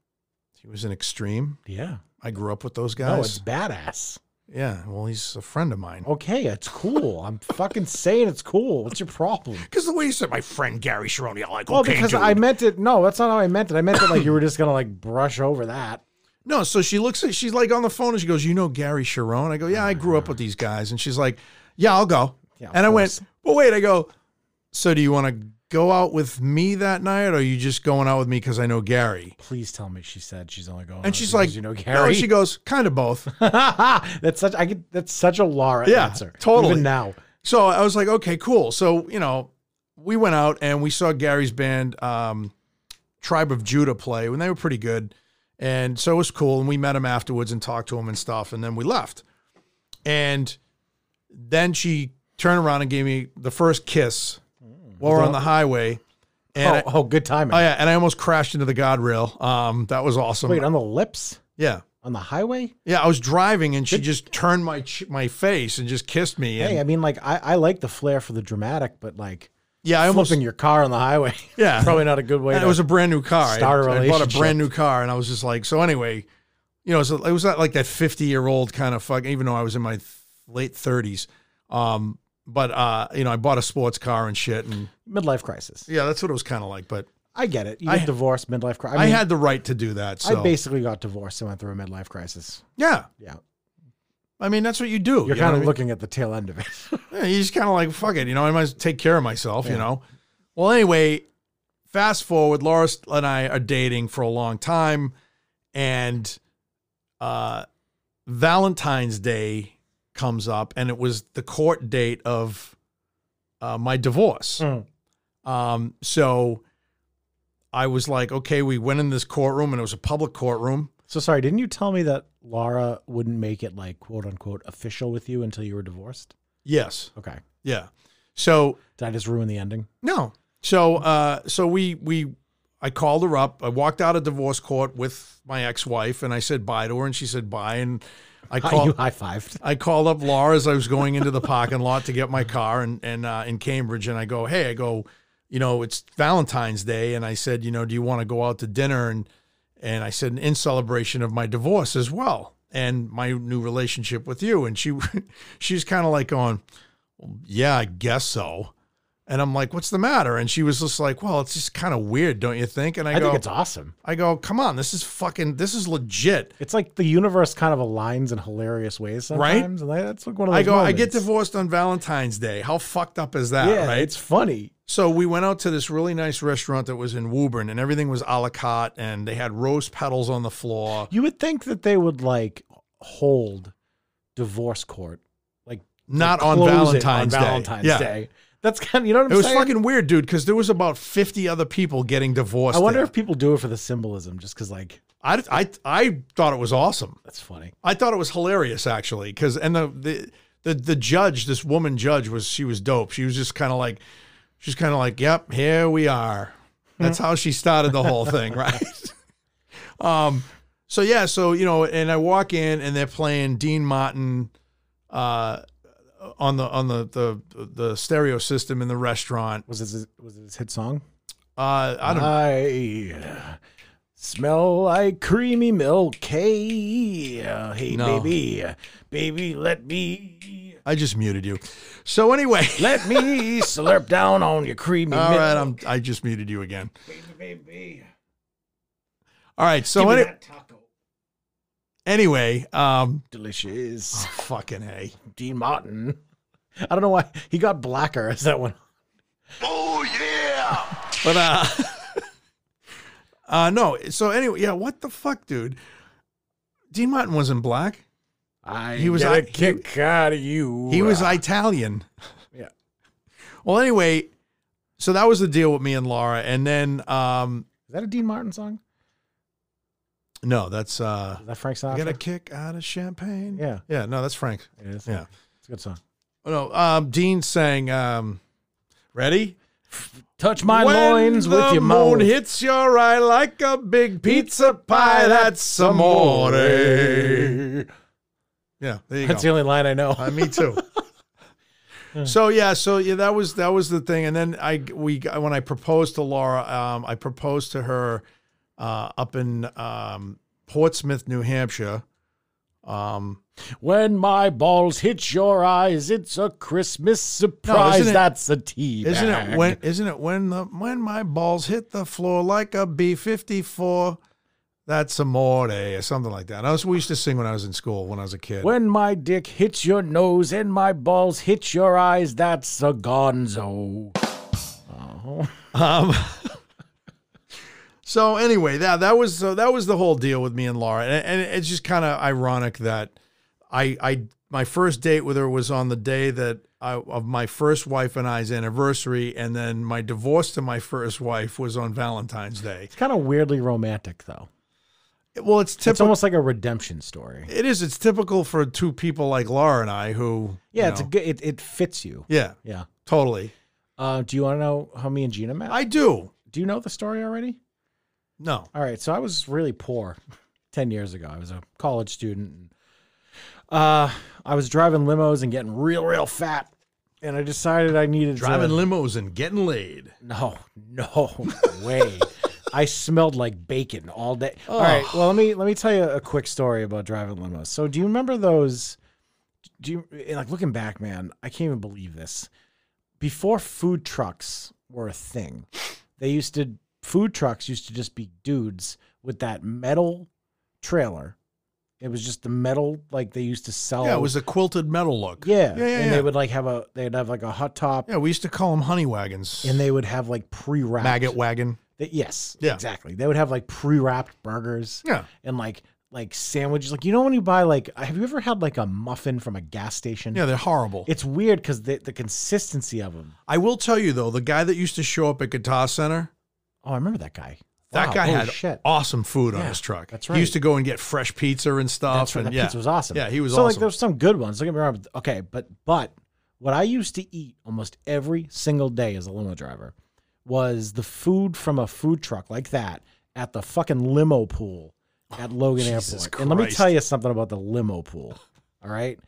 [SPEAKER 2] he was an extreme.
[SPEAKER 1] Yeah.
[SPEAKER 2] I grew up with those
[SPEAKER 1] No, it's
[SPEAKER 2] guys.
[SPEAKER 1] badass.
[SPEAKER 2] yeah, well, he's a friend of mine.
[SPEAKER 1] Okay, it's cool. I'm fucking saying it's cool. What's your problem?
[SPEAKER 2] Because the way you said my friend Gary Sharoni, I'm like,
[SPEAKER 1] Well,
[SPEAKER 2] okay,
[SPEAKER 1] because
[SPEAKER 2] dude.
[SPEAKER 1] I meant it. No, that's not how I meant it. I meant it like you were just gonna like brush over that.
[SPEAKER 2] No, so she looks at she's like on the phone and she goes, You know Gary Sharon? I go, Yeah, I grew up with these guys. And she's like, yeah, I'll go.
[SPEAKER 1] Yeah, of
[SPEAKER 2] and I
[SPEAKER 1] course.
[SPEAKER 2] went, well, wait, I go, so do you want to go out with me that night or are you just going out with me because I know Gary?
[SPEAKER 1] Please tell me Oh, she said she's only going.
[SPEAKER 2] And
[SPEAKER 1] out
[SPEAKER 2] she's
[SPEAKER 1] because
[SPEAKER 2] like,
[SPEAKER 1] you know, Gary.
[SPEAKER 2] No, she goes, kind of both.
[SPEAKER 1] that's such. I get that's such a Laura
[SPEAKER 2] Yeah,
[SPEAKER 1] answer.
[SPEAKER 2] totally.
[SPEAKER 1] Even now,
[SPEAKER 2] So I was like, okay, cool. So, you know, we went out and we saw Gary's band, um, Tribe of Judah, play, and they were pretty good. And so it was cool. And we met him afterwards and talked to him and stuff. And then we left. And then she turned around and gave me the first kiss while we're on the highway. And
[SPEAKER 1] Mm. oh,
[SPEAKER 2] I,
[SPEAKER 1] oh, good timing.
[SPEAKER 2] oh, yeah. And I almost crashed into the guardrail. Um, that was awesome.
[SPEAKER 1] Wait, on the lips
[SPEAKER 2] yeah.
[SPEAKER 1] on the highway.
[SPEAKER 2] Yeah. I was driving and she just turned my ch- my face and just kissed me. And
[SPEAKER 1] Hey, I mean, like I, I like the flair for the dramatic, but like
[SPEAKER 2] yeah, I almost.
[SPEAKER 1] flipping your car on the highway,
[SPEAKER 2] Yeah.
[SPEAKER 1] probably not a good way.
[SPEAKER 2] And
[SPEAKER 1] to,
[SPEAKER 2] it was a brand new car. I-
[SPEAKER 1] start a
[SPEAKER 2] I, bought a
[SPEAKER 1] relationship.
[SPEAKER 2] brand new car, and I was just like, so anyway, you know, so it was not like that fifty year old kind of fuck. Even though I was in my th- late thirties, um, but uh, you know, I bought a sports car and shit, and
[SPEAKER 1] midlife crisis.
[SPEAKER 2] yeah, that's what it was kind of like. But
[SPEAKER 1] I get it. You
[SPEAKER 2] I-
[SPEAKER 1] get divorced, midlife crisis.
[SPEAKER 2] I,
[SPEAKER 1] I mean,
[SPEAKER 2] had the right to do that. So
[SPEAKER 1] I basically got divorced and went through a midlife crisis.
[SPEAKER 2] yeah,
[SPEAKER 1] Yeah,
[SPEAKER 2] I mean, that's what you do.
[SPEAKER 1] you're
[SPEAKER 2] Oh, you know
[SPEAKER 1] kind
[SPEAKER 2] what I
[SPEAKER 1] of
[SPEAKER 2] mean?
[SPEAKER 1] looking at the tail end of it.
[SPEAKER 2] Yeah, you just kind of like fuck it, you know. I must take care of myself, you know. Well, anyway, fast forward. Laura and I are dating for a long time, and uh, Valentine's Day comes up, and it was the court date of uh, my divorce.
[SPEAKER 1] Mm.
[SPEAKER 2] Um, so I was like, okay, we went in this courtroom, and it was a public courtroom.
[SPEAKER 1] so sorry, didn't you tell me that Laura wouldn't make it like quote unquote official with you until you were divorced?
[SPEAKER 2] Yes,
[SPEAKER 1] Okay,
[SPEAKER 2] yeah. So
[SPEAKER 1] did I just ruin the ending?
[SPEAKER 2] No. So uh so we we I called her up. I walked out of divorce court with my ex-wife and I said bye to her and she said bye and I
[SPEAKER 1] Hi- you
[SPEAKER 2] called
[SPEAKER 1] high fived.
[SPEAKER 2] I called up Laura as I was going into the parking lot to get my car and and uh, in Cambridge and I go, "Hey, I go, you know, it's Valentine's Day and I said, you know, do you want to go out to dinner and and I said in celebration of my divorce as well and my new relationship with you and she she's kind of like going, "Yeah, I guess so." And I'm like, "What's the matter?" And she was just like, "Well, it's just kind of weird, don't you think?" And I,
[SPEAKER 1] I
[SPEAKER 2] go,
[SPEAKER 1] think it's awesome.
[SPEAKER 2] "I go, come on, this is fucking, this is legit."
[SPEAKER 1] It's like the universe kind of aligns in hilarious ways
[SPEAKER 2] Right?
[SPEAKER 1] sometimes. And that's like one of those
[SPEAKER 2] I go, "I get
[SPEAKER 1] moments.
[SPEAKER 2] divorced on Valentine's Day. How fucked up is that?"
[SPEAKER 1] Yeah,
[SPEAKER 2] right?
[SPEAKER 1] it's funny.
[SPEAKER 2] So we went out to this really nice restaurant that was in Woburn, and everything was a la carte, and they had rose petals on the floor.
[SPEAKER 1] You would think that they would like hold divorce court, like
[SPEAKER 2] Not
[SPEAKER 1] like,
[SPEAKER 2] on
[SPEAKER 1] close it
[SPEAKER 2] Valentine's Day.
[SPEAKER 1] on Valentine's
[SPEAKER 2] Yeah.
[SPEAKER 1] Day. That's kind of you know what I'm
[SPEAKER 2] It was
[SPEAKER 1] saying.
[SPEAKER 2] fucking weird, dude, because there was about fifty other people getting divorced.
[SPEAKER 1] I wonder
[SPEAKER 2] there.
[SPEAKER 1] if people do it for the symbolism, just because like
[SPEAKER 2] I, I I thought it was awesome.
[SPEAKER 1] that's funny.
[SPEAKER 2] I thought it was hilarious actually, because and the, the the the judge, this woman judge, was she was dope. She was just kind of like, she's kind of like, yep, here we are. That's how she started the whole thing, right? um, so yeah, so you know, and I walk in and they're playing Dean Martin, uh, on the on the the the stereo system in the restaurant.
[SPEAKER 1] Was this was this hit song?
[SPEAKER 2] Uh, I don't.
[SPEAKER 1] I smell like creamy milk. Hey, uh, hey
[SPEAKER 2] No.
[SPEAKER 1] baby, baby, let me
[SPEAKER 2] I just muted you. So anyway,
[SPEAKER 1] let me slurp down on your creamy
[SPEAKER 2] all
[SPEAKER 1] milk.
[SPEAKER 2] right, I'm I just muted you again.
[SPEAKER 1] baby, baby.
[SPEAKER 2] All right, so
[SPEAKER 1] Give me
[SPEAKER 2] any,
[SPEAKER 1] that taco.
[SPEAKER 2] anyway, um,
[SPEAKER 1] Delicious.
[SPEAKER 2] fucking hey.
[SPEAKER 1] Dean Martin. I don't know why he got blacker as that one.
[SPEAKER 3] Oh, yeah!
[SPEAKER 2] But uh, uh, no. So anyway, yeah. What the fuck, dude? Dean Martin wasn't black.
[SPEAKER 1] I
[SPEAKER 2] He was
[SPEAKER 1] get a
[SPEAKER 2] I-
[SPEAKER 1] kick out of you.
[SPEAKER 2] He was Italian.
[SPEAKER 1] Yeah.
[SPEAKER 2] Well, anyway, so that was the deal with me and Laura. And then, um,
[SPEAKER 1] Is that a Dean Martin song?
[SPEAKER 2] no, that's uh,
[SPEAKER 1] Is that Frank
[SPEAKER 2] I
[SPEAKER 1] Sinatra?
[SPEAKER 2] got a kick out of champagne.
[SPEAKER 1] Yeah,
[SPEAKER 2] Yeah. No, that's Frank.
[SPEAKER 1] it is.
[SPEAKER 2] Yeah.
[SPEAKER 1] it's a good song.
[SPEAKER 2] Oh, no, um, Dean sang. Um, Ready?
[SPEAKER 1] Touch my
[SPEAKER 2] When
[SPEAKER 1] loins
[SPEAKER 2] the
[SPEAKER 1] with your
[SPEAKER 2] moon
[SPEAKER 1] moan.
[SPEAKER 2] hits your eye like a big pizza pie. That's amore. Yeah, there you go.
[SPEAKER 1] That's the only line I know.
[SPEAKER 2] Uh, me too. so yeah, so yeah, that was that was the thing. And then I we when I proposed to Laura, um, I proposed to her uh, up in um, Portsmouth, New Hampshire. Um,
[SPEAKER 1] When my balls hit your eyes, it's a Christmas surprise.
[SPEAKER 2] it-
[SPEAKER 1] That's a tea.
[SPEAKER 2] isn't
[SPEAKER 1] bag.
[SPEAKER 2] it when? Isn't it when the when my balls hit the floor like a B fifty four? That's amore or something like that. I was, we used to sing when I was in school when I was a kid.
[SPEAKER 1] When my dick hits your nose and my balls hit your eyes, that's a gonzo.
[SPEAKER 2] Um, so anyway, that that was so that was the whole deal with me and Laura, and, and it's just kind of ironic that I I my first date with her was on the day that I, of my first wife and I's anniversary, and then my divorce to my first wife was on Valentine's Day.
[SPEAKER 1] It's kind of weirdly romantic, though.
[SPEAKER 2] Well, it's
[SPEAKER 1] It's
[SPEAKER 2] typical.
[SPEAKER 1] almost like a redemption story.
[SPEAKER 2] it is. It's typical for two people like Laura and I who.
[SPEAKER 1] Yeah,
[SPEAKER 2] you
[SPEAKER 1] it's a
[SPEAKER 2] know-
[SPEAKER 1] good. It, it fits you.
[SPEAKER 2] yeah,
[SPEAKER 1] Yeah.
[SPEAKER 2] totally.
[SPEAKER 1] Uh, do you want to know how me and Gina met?
[SPEAKER 2] I do.
[SPEAKER 1] do you know the story already?
[SPEAKER 2] No.
[SPEAKER 1] All right, so I was really poor 10 years ago. I was a college student. and, Uh, I was driving limos and getting real, real fat. And I decided I needed
[SPEAKER 2] Driving
[SPEAKER 1] to,
[SPEAKER 2] limos and getting laid.
[SPEAKER 1] No, no way. I smelled like bacon all day.
[SPEAKER 2] Oh.
[SPEAKER 1] All right. Well, let me let me tell you a quick story about driving limos. So, do you remember those? Do you and, like looking back, man? I can't even believe this. Before food trucks were a thing, they used to food trucks used to just be dudes with that metal trailer. It was just the metal like they used to sell.
[SPEAKER 2] Yeah, it was a quilted metal look.
[SPEAKER 1] yeah,
[SPEAKER 2] yeah, yeah.
[SPEAKER 1] and
[SPEAKER 2] yeah.
[SPEAKER 1] they would like have a they'd have like a hot top,
[SPEAKER 2] Yeah, we used to call them honey wagons.
[SPEAKER 1] and they would have like pre wrapped
[SPEAKER 2] maggot wagon.
[SPEAKER 1] That, yes,
[SPEAKER 2] Yeah.
[SPEAKER 1] exactly. They would have like pre-wrapped burgers
[SPEAKER 2] Yeah.
[SPEAKER 1] and like like sandwiches. Like you know when you buy like have you ever had like a muffin from a gas station?
[SPEAKER 2] Yeah, they're horrible.
[SPEAKER 1] It's weird because the the consistency of them.
[SPEAKER 2] I will tell you though, the guy that used to show up at Guitar Center,
[SPEAKER 1] Oh, I remember that guy.
[SPEAKER 2] that
[SPEAKER 1] Wow,
[SPEAKER 2] guy
[SPEAKER 1] holy
[SPEAKER 2] had
[SPEAKER 1] shit.
[SPEAKER 2] awesome food on
[SPEAKER 1] Yeah,
[SPEAKER 2] his truck.
[SPEAKER 1] that's
[SPEAKER 2] He
[SPEAKER 1] right.
[SPEAKER 2] used to go and get fresh pizza and stuff.
[SPEAKER 1] That's right.
[SPEAKER 2] and
[SPEAKER 1] That
[SPEAKER 2] yeah,
[SPEAKER 1] pizza was awesome.
[SPEAKER 2] Yeah, he was
[SPEAKER 1] so like
[SPEAKER 2] awesome.
[SPEAKER 1] there's some good ones. Don't get me wrong. but- Okay, but but what I used to eat almost every single day as a limo driver was the food from a food truck like that at the fucking limo pool at Logan
[SPEAKER 2] Jesus
[SPEAKER 1] Airport. And let me
[SPEAKER 2] Christ.
[SPEAKER 1] tell you something about the limo pool. All right,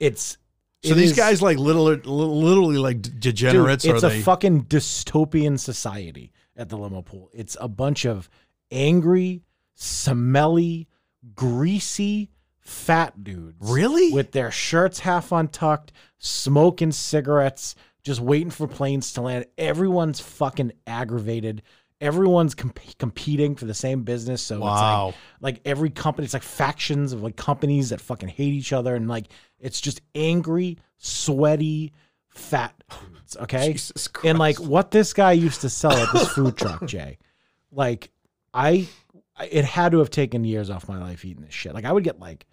[SPEAKER 1] it's
[SPEAKER 2] so
[SPEAKER 1] it
[SPEAKER 2] these
[SPEAKER 1] is-
[SPEAKER 2] guys like little, little- literally like d-
[SPEAKER 1] Dude,
[SPEAKER 2] degenerates,
[SPEAKER 1] it's
[SPEAKER 2] or
[SPEAKER 1] a
[SPEAKER 2] they?
[SPEAKER 1] fucking dystopian society at the limo pool. It's a bunch of angry, smelly, greasy, fat dudes.
[SPEAKER 2] Really?
[SPEAKER 1] With their shirts half untucked, smoking cigarettes, just waiting for planes to land. Everyone's fucking aggravated. Everyone's comp- competing for the same business. So it's like
[SPEAKER 2] wow.
[SPEAKER 1] like every company it's like factions of like companies that fucking hate each other and like it's just angry sweaty fat dudes, okay
[SPEAKER 2] Jesus Christ.
[SPEAKER 1] eh? and like what this guy used to sell at this food truck jay like i I- it had to have taken years off my life eating this shit like i would get like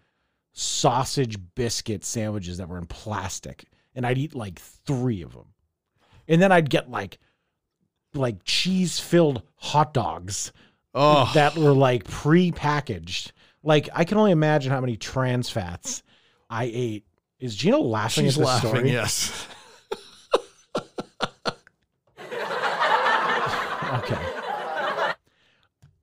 [SPEAKER 1] sausage biscuit sandwiches that were in plastic and i'd eat like three of them and then i'd get like like cheese filled hot dogs
[SPEAKER 2] oh,
[SPEAKER 1] that were like pre-packaged. Like I can only imagine how many trans fats I ate. Is Gina laughing
[SPEAKER 2] she's
[SPEAKER 1] at this
[SPEAKER 2] laughing.
[SPEAKER 1] story?
[SPEAKER 2] Yes.
[SPEAKER 1] Okay.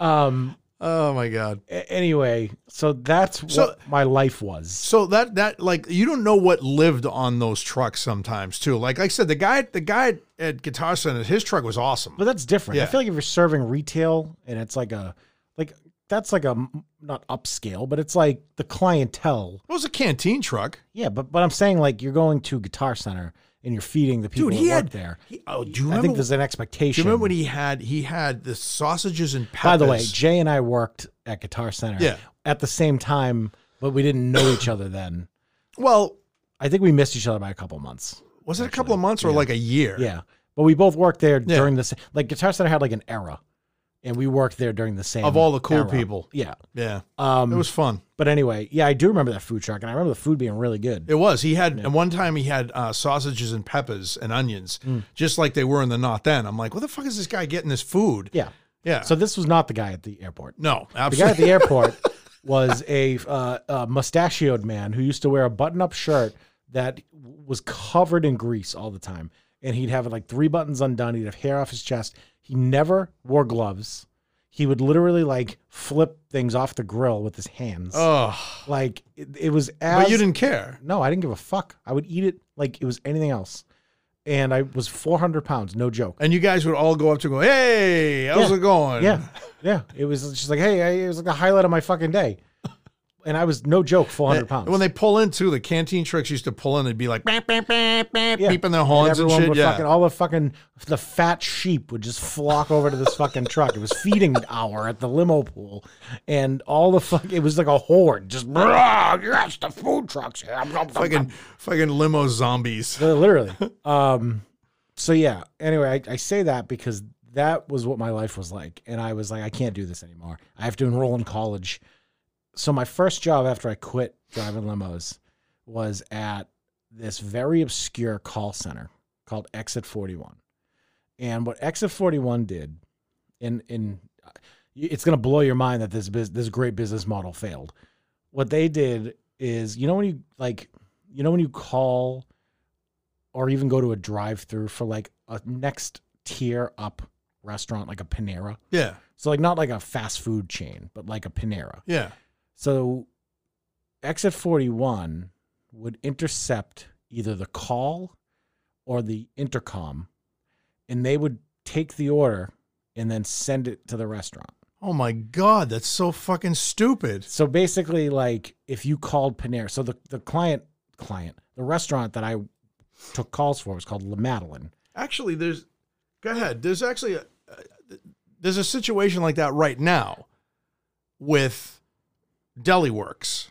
[SPEAKER 1] Um.
[SPEAKER 2] Oh my God.
[SPEAKER 1] a- anyway, so that's
[SPEAKER 2] So-
[SPEAKER 1] what my life was.
[SPEAKER 2] So that that like you don't know what lived on those trucks sometimes too. Like, I said, the guy the guy at Guitar Center, his truck was awesome.
[SPEAKER 1] But that's different. I
[SPEAKER 2] Yeah.
[SPEAKER 1] feel like if you're serving retail and it's like a like that's like a m- not upscale, but it's like the clientele.
[SPEAKER 2] It was a canteen truck.
[SPEAKER 1] Yeah, but but I'm saying like you're going to Guitar Center and you're feeding the people
[SPEAKER 2] Dude,
[SPEAKER 1] that
[SPEAKER 2] he
[SPEAKER 1] work
[SPEAKER 2] had-
[SPEAKER 1] there.
[SPEAKER 2] He, oh, do you
[SPEAKER 1] I
[SPEAKER 2] remember?
[SPEAKER 1] think there's an expectation.
[SPEAKER 2] do you remember when he had he had the sausages and peppers?
[SPEAKER 1] By the way, Jay and I worked at Guitar Center
[SPEAKER 2] Yeah.
[SPEAKER 1] at the same time, but we didn't know each other then.
[SPEAKER 2] well,
[SPEAKER 1] I think we missed each other by a couple months.
[SPEAKER 2] was it a couple of months or like a year?
[SPEAKER 1] Yeah. But we both worked there
[SPEAKER 2] Yeah.
[SPEAKER 1] during the sa- like Guitar Center had like an era and we worked there during the same
[SPEAKER 2] Of all the cool
[SPEAKER 1] era.
[SPEAKER 2] people.
[SPEAKER 1] Yeah.
[SPEAKER 2] yeah,
[SPEAKER 1] Um
[SPEAKER 2] it was fun.
[SPEAKER 1] but anyway, yeah, I do remember that food truck and I remember the food being really good.
[SPEAKER 2] It was. He had and one time he had uh, sausages and peppers and onions,
[SPEAKER 1] Mm.
[SPEAKER 2] just like they were in the not then. I'm like, where the fuck is this guy getting this food?
[SPEAKER 1] yeah.
[SPEAKER 2] yeah.
[SPEAKER 1] So this was not the guy at the airport.
[SPEAKER 2] no,
[SPEAKER 1] The guy
[SPEAKER 2] absolutely.
[SPEAKER 1] at the airport was a, uh, a mustachioed man who used to wear a button-up shirt that was covered in grease all the time, and he'd have like three buttons undone. He'd have hair off his chest. He never wore gloves. He would literally like flip things off the grill with his hands.
[SPEAKER 2] oh,
[SPEAKER 1] Like it, it was as
[SPEAKER 2] but you didn't care.
[SPEAKER 1] no, I didn't give a fuck. I would eat it like it was anything else, and I was four hundred pounds, no joke.
[SPEAKER 2] And you guys would all go up to go, hey, how's
[SPEAKER 1] Yeah.
[SPEAKER 2] it going?
[SPEAKER 1] Yeah, yeah. It was just like hey, I- it was like the highlight of my fucking day. and I was no joke, 400 pounds.
[SPEAKER 2] When they pull in too, the canteen trucks used to pull in and be like bam, bam, bam, bam,
[SPEAKER 1] Yeah.
[SPEAKER 2] beeping their horns and,
[SPEAKER 1] everyone
[SPEAKER 2] shit.
[SPEAKER 1] would
[SPEAKER 2] Yeah.
[SPEAKER 1] fucking all the fucking the fat sheep would just flock over to this fucking truck. It was feeding hour at the limo pool, and all the fuck it was like a horde. Just "Brah, yes, the food trucks here. I'm- I'm- I'm-
[SPEAKER 2] fucking fucking limo zombies.
[SPEAKER 1] I'm-" literally. Um, so yeah. Anyway, I, I say that because that was what my life was like, and I was like, I can't do this anymore. I have to enroll in college. So my first job after I quit driving limos was at this very obscure call center called Exit 41. And what Exit 41 did, in in it's going to blow your mind that this bus this great business model failed. What they did is, you know when you like, you know when you call or even go to a drive-through for like a next tier up restaurant like a Panera.
[SPEAKER 2] Yeah.
[SPEAKER 1] So like not like a fast food chain, but like a Panera.
[SPEAKER 2] Yeah.
[SPEAKER 1] So exit 41 would intercept either the call or the intercom and they would take the order and then send it to the restaurant.
[SPEAKER 2] Oh my god, that's so fucking stupid.
[SPEAKER 1] So basically like if you called Panera, so the, the client client, the restaurant that I took calls for was called La Madeline.
[SPEAKER 2] Actually, there's go ahead. There's actually a, there's a situation like that right now with Deliworks.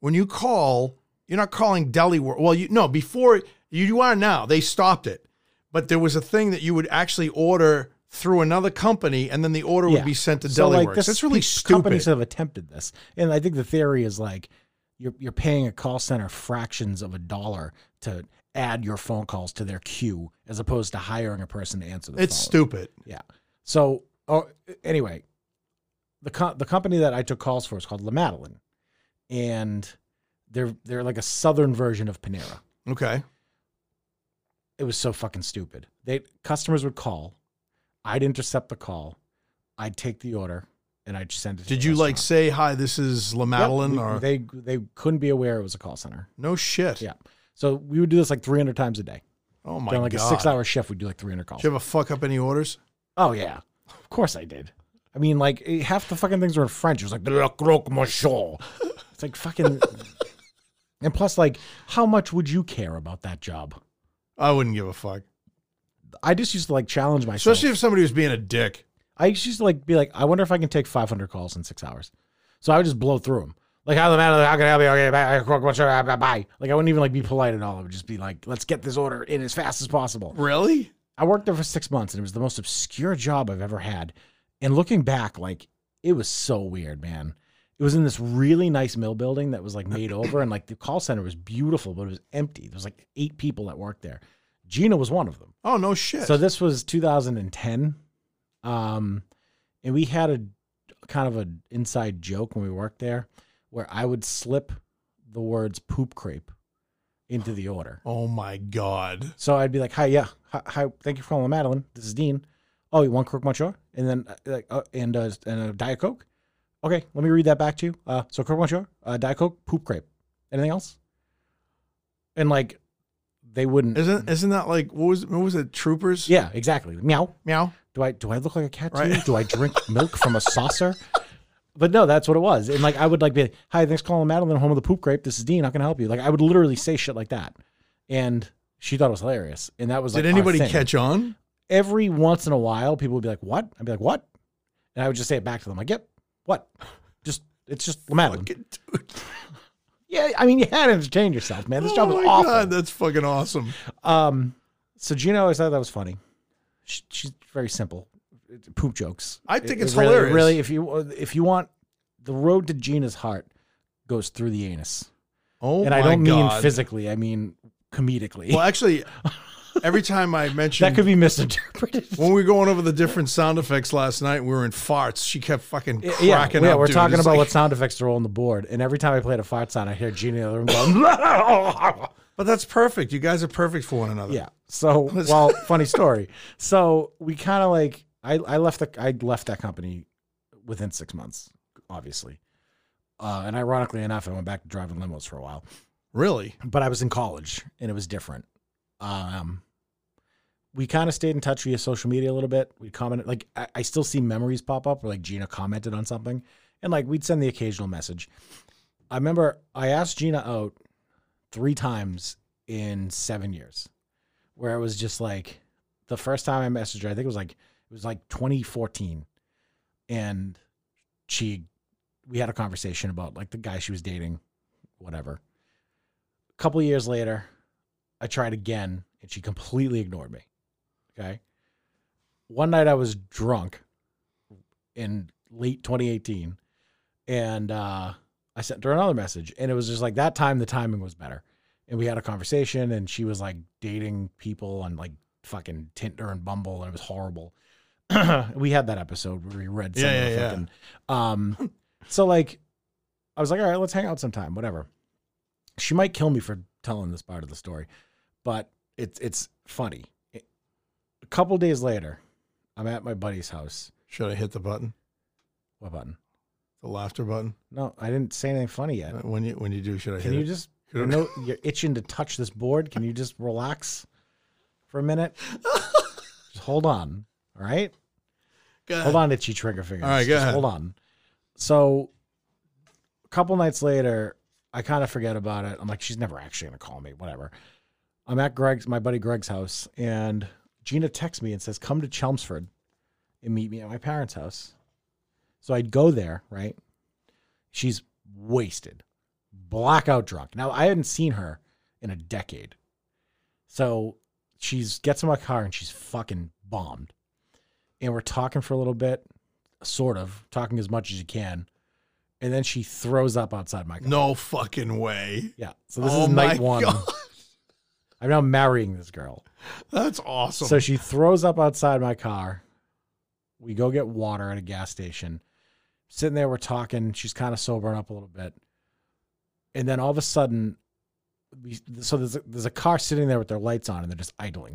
[SPEAKER 2] When you call, you're not calling Deliworks. Well, you no before you, you are now. They stopped it, but there was a thing that you would actually order through another company, and then the order
[SPEAKER 1] Yeah.
[SPEAKER 2] would be sent to
[SPEAKER 1] So
[SPEAKER 2] Deliworks.
[SPEAKER 1] like this,
[SPEAKER 2] That's really
[SPEAKER 1] these companies
[SPEAKER 2] stupid.
[SPEAKER 1] have attempted this, and I think the theory is like you're you're paying a call center fractions of a dollar to add your phone calls to their queue as opposed to hiring a person to answer the
[SPEAKER 2] It's
[SPEAKER 1] phone.
[SPEAKER 2] stupid.
[SPEAKER 1] Yeah. So, oh, anyway, the co- the company that I took calls for is called La Madeline, and they're they're like a southern version of Panera.
[SPEAKER 2] Okay.
[SPEAKER 1] It was so fucking stupid. They customers would call, I'd intercept the call, I'd take the order, and I'd send it. to
[SPEAKER 2] Did
[SPEAKER 1] the
[SPEAKER 2] you like
[SPEAKER 1] restaurant.
[SPEAKER 2] say hi? This is La
[SPEAKER 1] Yep,
[SPEAKER 2] Madeline,
[SPEAKER 1] we-
[SPEAKER 2] or
[SPEAKER 1] they they couldn't be aware it was a call center.
[SPEAKER 2] no shit?
[SPEAKER 1] Yeah. So we would do this like 300 times a day.
[SPEAKER 2] Oh my
[SPEAKER 1] During like
[SPEAKER 2] god!
[SPEAKER 1] a six hour shift, we'd do like 300 calls.
[SPEAKER 2] Did you ever fuck up any orders?
[SPEAKER 1] Oh yeah, of course I did. I mean, like eh, half the fucking things were in French. It was like "Le croque monsieur." It's like fucking. and plus, like, how much would you care about that job?
[SPEAKER 2] I wouldn't give a fuck.
[SPEAKER 1] I just used to like challenge myself.
[SPEAKER 2] Especially if somebody was being a dick.
[SPEAKER 1] I just used to like be like, I wonder if I can take 500 calls in six hours. So I would just blow through them. Like, how the matter? How can I help you? Okay, bye, bye, bye, bye, bye. Like, I wouldn't even like be polite at all. I would just be like, let's get this order in as fast as possible.
[SPEAKER 2] Really?
[SPEAKER 1] I worked there for six months and it was the most obscure job I've ever had. And looking back, like it was so weird, man. It was in this really nice mill building that was like made over and like the call center was beautiful, but it was empty. There was like eight people that worked there. Gina was one of them.
[SPEAKER 2] Oh no shit.
[SPEAKER 1] So this was 2010. Um, and we had a kind of an inside joke when we worked there where I would slip the words poop crepe into the order.
[SPEAKER 2] oh my god.
[SPEAKER 1] So I'd be like, "Hi, yeah, hi, hi thank you for calling, Madeline. This is Dean. Oh, you want Croque Monsieur? And then uh, like, uh, and uh, and a Diet Coke. Okay, let me read that back to you. Uh, so Croque Monsieur, uh, Diet Coke, poop crepe. Anything else? And like, they wouldn't.
[SPEAKER 2] Isn't isn't that like what was what was it? Troopers?
[SPEAKER 1] Mm-hmm. yeah, exactly. Meow.
[SPEAKER 2] Meow.
[SPEAKER 1] Do I do I look like a cat to
[SPEAKER 2] Right.
[SPEAKER 1] you? Do I drink milk from a saucer? But no, that's what it was. And like I would like be like, hi, thanks for calling Madeline, home of the poop grape. This is Dean. How can I help you? Like I would literally say shit like that, and she thought it was hilarious. And that was like
[SPEAKER 2] Did
[SPEAKER 1] our
[SPEAKER 2] anybody
[SPEAKER 1] thing.
[SPEAKER 2] catch on?
[SPEAKER 1] every once in a while, people would be like, "What?" I'd be like, "What?" And I would just say it back to them, like, "Yep, what?" Just it's just Madeline.
[SPEAKER 2] Fucking dude.
[SPEAKER 1] Yeah, I mean, you had to entertain yourself, man. This job
[SPEAKER 2] oh
[SPEAKER 1] was
[SPEAKER 2] my
[SPEAKER 1] awful.
[SPEAKER 2] god, that's fucking awesome.
[SPEAKER 1] Um, so Gina always thought that was funny. She, she's very simple, It- poop jokes.
[SPEAKER 2] I think
[SPEAKER 1] It-
[SPEAKER 2] it's
[SPEAKER 1] it really-
[SPEAKER 2] hilarious.
[SPEAKER 1] Really, if you if you want, the road to Gina's heart goes through the anus,
[SPEAKER 2] Oh
[SPEAKER 1] and
[SPEAKER 2] my
[SPEAKER 1] I don't
[SPEAKER 2] god.
[SPEAKER 1] mean physically. I mean comedically.
[SPEAKER 2] Well, actually, every time I mentioned
[SPEAKER 1] That could be misinterpreted.
[SPEAKER 2] when we were going over the different sound effects last night, we were in farts. She kept fucking cracking
[SPEAKER 1] yeah,
[SPEAKER 2] up.
[SPEAKER 1] yeah, we're
[SPEAKER 2] dude.
[SPEAKER 1] talking
[SPEAKER 2] It's
[SPEAKER 1] about
[SPEAKER 2] like-
[SPEAKER 1] what sound effects to roll on the board, and every time I played a fart sound, I hear Gina in the other room go.
[SPEAKER 2] But that's perfect. You guys are perfect for one another.
[SPEAKER 1] yeah. So, well, funny story. So we kind of like I I left the I left that company within six months, obviously, uh, and ironically enough, I went back to driving limos for a while,
[SPEAKER 2] Really?
[SPEAKER 1] but I was in college and it was different. Um, we kind of stayed in touch via social media a little bit. We commented, like I, I still see memories pop up, where like Gina commented on something, and like we'd send the occasional message. I remember I asked Gina out three times in seven years, where it was just like the first time I messaged her, I think it was like it was like 2014, and she we had a conversation about like the guy she was dating, whatever. A couple years later, I tried again, and she completely ignored me. Okay. One night I was drunk in late 2018, and uh, I sent her another message, and it was just like that time the timing was better, and we had a conversation, and she was like dating people on like fucking Tinder and Bumble, and it was horrible. we had that episode where we read some
[SPEAKER 2] Yeah,
[SPEAKER 1] of the
[SPEAKER 2] yeah, yeah.
[SPEAKER 1] fucking. Um, so like, I was like, all right, let's hang out sometime, whatever. She might kill me for telling this part of the story, but it's it's funny. a couple days later, I'm at my buddy's house.
[SPEAKER 2] Should I hit the button,
[SPEAKER 1] What button?
[SPEAKER 2] the laughter button?
[SPEAKER 1] No, I didn't say anything funny yet.
[SPEAKER 2] Uh, When you when you do, should I
[SPEAKER 1] Can
[SPEAKER 2] hit
[SPEAKER 1] you
[SPEAKER 2] it?
[SPEAKER 1] just
[SPEAKER 2] Hit
[SPEAKER 1] you
[SPEAKER 2] it.
[SPEAKER 1] know you're itching to touch this board? Can you just relax for a minute? just hold on. All right.
[SPEAKER 2] God.
[SPEAKER 1] Hold on, itchy trigger fingers.
[SPEAKER 2] All right, go
[SPEAKER 1] Just
[SPEAKER 2] ahead.
[SPEAKER 1] Hold on. So, a couple nights later, I kind of forget about it. I'm like, she's never actually gonna call me. Whatever. I'm at Greg's, my buddy Greg's house, and Gina texts me and says, "Come to Chelmsford and meet me at my parents' house." So I'd go there, right? She's wasted, blackout drunk. Now I hadn't seen her in a decade, so she's gets in my car and she's fucking bombed and we're talking for a little bit, sort of talking as much as you can, and then she throws up outside my car.
[SPEAKER 2] No fucking way.
[SPEAKER 1] Yeah, so this
[SPEAKER 2] Oh
[SPEAKER 1] is night
[SPEAKER 2] my
[SPEAKER 1] one.
[SPEAKER 2] God.
[SPEAKER 1] I'm now marrying this girl.
[SPEAKER 2] That's awesome.
[SPEAKER 1] So she throws up outside my car. We go get water at a gas station. Sitting there, we're talking. She's kind of sobering up a little bit, and then all of a sudden, we, so there's a, there's a car sitting there with their lights on, and they're just idling.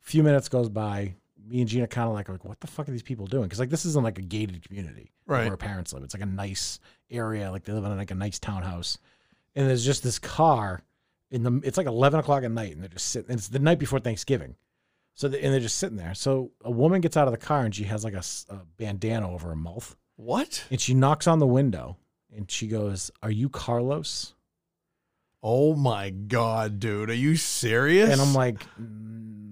[SPEAKER 1] A few minutes goes by. Me and Gina kind of like, like, what the fuck are these people doing? Because like this isn't like a gated community
[SPEAKER 2] Right.
[SPEAKER 1] where her parents live. It's like a nice area. Like they live in like a nice townhouse, and there's just this car in the. It's like eleven o'clock at night, and they're just sitting. And it's the night before Thanksgiving. So the, and they're just sitting there. So a woman gets out of the car and she has like a, s- a bandana over her mouth,
[SPEAKER 2] what?
[SPEAKER 1] and she knocks on the window and she goes, "Are you Carlos?"
[SPEAKER 2] Oh my god, dude. Are you serious?
[SPEAKER 1] And I'm like,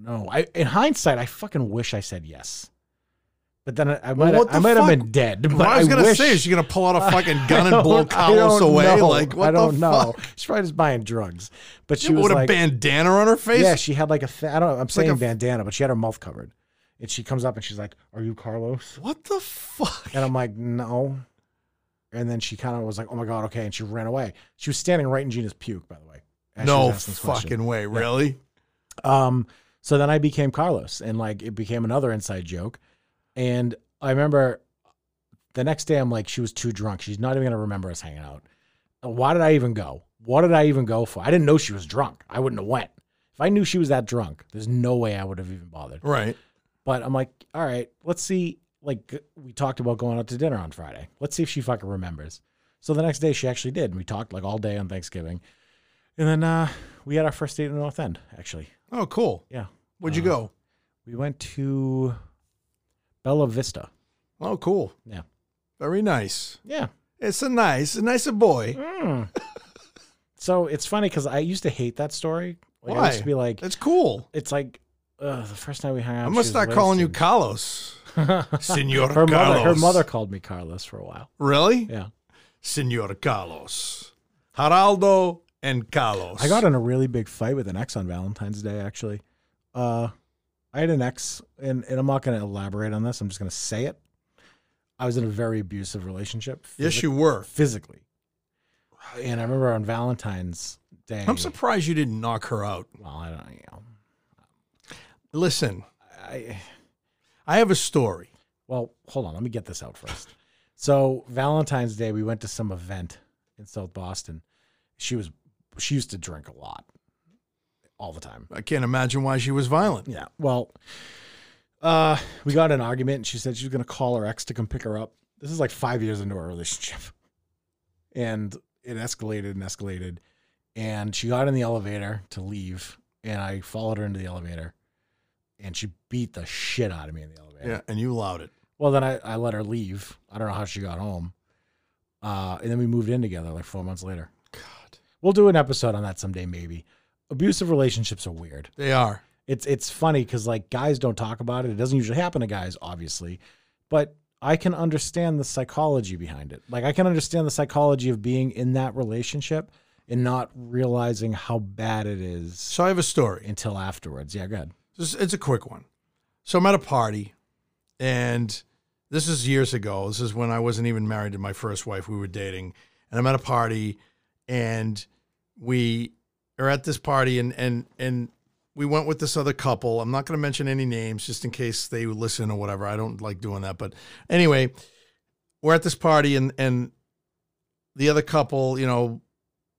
[SPEAKER 1] "No." I in hindsight, I fucking wish I said yes, but then I, I might
[SPEAKER 2] what
[SPEAKER 1] I
[SPEAKER 2] the
[SPEAKER 1] might have
[SPEAKER 2] fuck?
[SPEAKER 1] been dead. But
[SPEAKER 2] what I was
[SPEAKER 1] I
[SPEAKER 2] gonna
[SPEAKER 1] wish,
[SPEAKER 2] say is she gonna pull out a fucking
[SPEAKER 1] I
[SPEAKER 2] gun and
[SPEAKER 1] don't-
[SPEAKER 2] blow
[SPEAKER 1] I don't
[SPEAKER 2] Carlos away?
[SPEAKER 1] know.
[SPEAKER 2] Like what
[SPEAKER 1] I don't
[SPEAKER 2] the
[SPEAKER 1] know.
[SPEAKER 2] fuck?
[SPEAKER 1] She's probably just buying drugs, but she
[SPEAKER 2] Yeah, but
[SPEAKER 1] was
[SPEAKER 2] with
[SPEAKER 1] like,
[SPEAKER 2] a bandana on her face?
[SPEAKER 1] yeah, she had like a th- I don't know. I'm saying
[SPEAKER 2] a-
[SPEAKER 1] bandana, but she had her mouth covered, and she comes up and she's like, "Are you Carlos?"
[SPEAKER 2] What the fuck?
[SPEAKER 1] And I'm like, no. And then she kind of was like, oh my God, okay. And she ran away. She was standing right in Gina's puke, by the way. as she
[SPEAKER 2] no
[SPEAKER 1] was asking this question.
[SPEAKER 2] fucking way, really?
[SPEAKER 1] Um, so then I became Carlos and like it became another inside joke. And I remember the next day I'm like, she was too drunk. She's not even gonna remember us hanging out. Why did I even go? What did I even go for? I didn't know she was drunk. I wouldn't have went. If I knew she was that drunk, there's no way I would have even bothered.
[SPEAKER 2] Right.
[SPEAKER 1] But I'm like, all right, let's see. Like we talked about going out to dinner on Friday. Let's see if she fucking remembers. So the next day she actually did. We talked like all day on Thanksgiving. And then uh, we had our first date in the North End, actually.
[SPEAKER 2] Oh, cool.
[SPEAKER 1] Yeah.
[SPEAKER 2] Where'd you
[SPEAKER 1] Uh-huh.
[SPEAKER 2] go?
[SPEAKER 1] We went to Bella Vista.
[SPEAKER 2] Oh, cool.
[SPEAKER 1] Yeah.
[SPEAKER 2] Very nice.
[SPEAKER 1] Yeah.
[SPEAKER 2] It's a nice, a nicer boy.
[SPEAKER 1] Mm. Hmm. So it's funny because I used to hate that story. Like, I
[SPEAKER 2] Why?
[SPEAKER 1] used to be like,
[SPEAKER 2] It's cool.
[SPEAKER 1] it's like, ugh, the first night we hung out.
[SPEAKER 2] I'm
[SPEAKER 1] she
[SPEAKER 2] gonna
[SPEAKER 1] was
[SPEAKER 2] start calling you
[SPEAKER 1] wasted.
[SPEAKER 2] Carlos. Senor
[SPEAKER 1] her
[SPEAKER 2] Carlos.
[SPEAKER 1] mother. Her mother called me Carlos for a while.
[SPEAKER 2] Really?
[SPEAKER 1] Yeah.
[SPEAKER 2] Senor Carlos. Geraldo and Carlos.
[SPEAKER 1] I got in a really big fight with an ex on Valentine's Day, actually. Uh, I had an ex, and, and I'm not going to elaborate on this. I'm just going to say it. I was in a very abusive relationship.
[SPEAKER 2] Yes,
[SPEAKER 1] physic-
[SPEAKER 2] you were.
[SPEAKER 1] Physically. And I remember on Valentine's Day.
[SPEAKER 2] I'm surprised you didn't knock her out.
[SPEAKER 1] Well, I don't, you know.
[SPEAKER 2] Listen,
[SPEAKER 1] I,
[SPEAKER 2] I have a story.
[SPEAKER 1] well, hold on. Let me get this out first. so, Valentine's Day, we went to some event in South Boston. She was, she used to drink a lot all the time.
[SPEAKER 2] I can't imagine why she was violent.
[SPEAKER 1] Yeah. Well, uh, we got in an argument, and she said she was going to call her ex to come pick her up. This is like five years into our relationship, and it escalated and escalated. And she got in the elevator to leave, and I followed her into the elevator, and she beat the shit out of me in the elevator.
[SPEAKER 2] Yeah, and you allowed it.
[SPEAKER 1] Well, then I, I let her leave. I don't know how she got home. Uh, and then we moved in together like four months later.
[SPEAKER 2] God,
[SPEAKER 1] We'll do an episode on that someday, maybe. Abusive relationships are weird.
[SPEAKER 2] they are.
[SPEAKER 1] It's it's funny because like guys don't talk about it. It doesn't usually happen to guys, obviously, but I can understand the psychology behind it. Like I can understand the psychology of being in that relationship and not realizing how bad it is
[SPEAKER 2] So I have a story.
[SPEAKER 1] until afterwards. Yeah, good.
[SPEAKER 2] It's, it's a quick one. So I'm at a party, and this is years ago. This is when I wasn't even married to my first wife. We were dating, and I'm at a party, and we are at this party, and and and we went with this other couple. I'm not going to mention any names, just in case they listen or whatever. I don't like doing that, but anyway, we're at this party, and and the other couple, you know,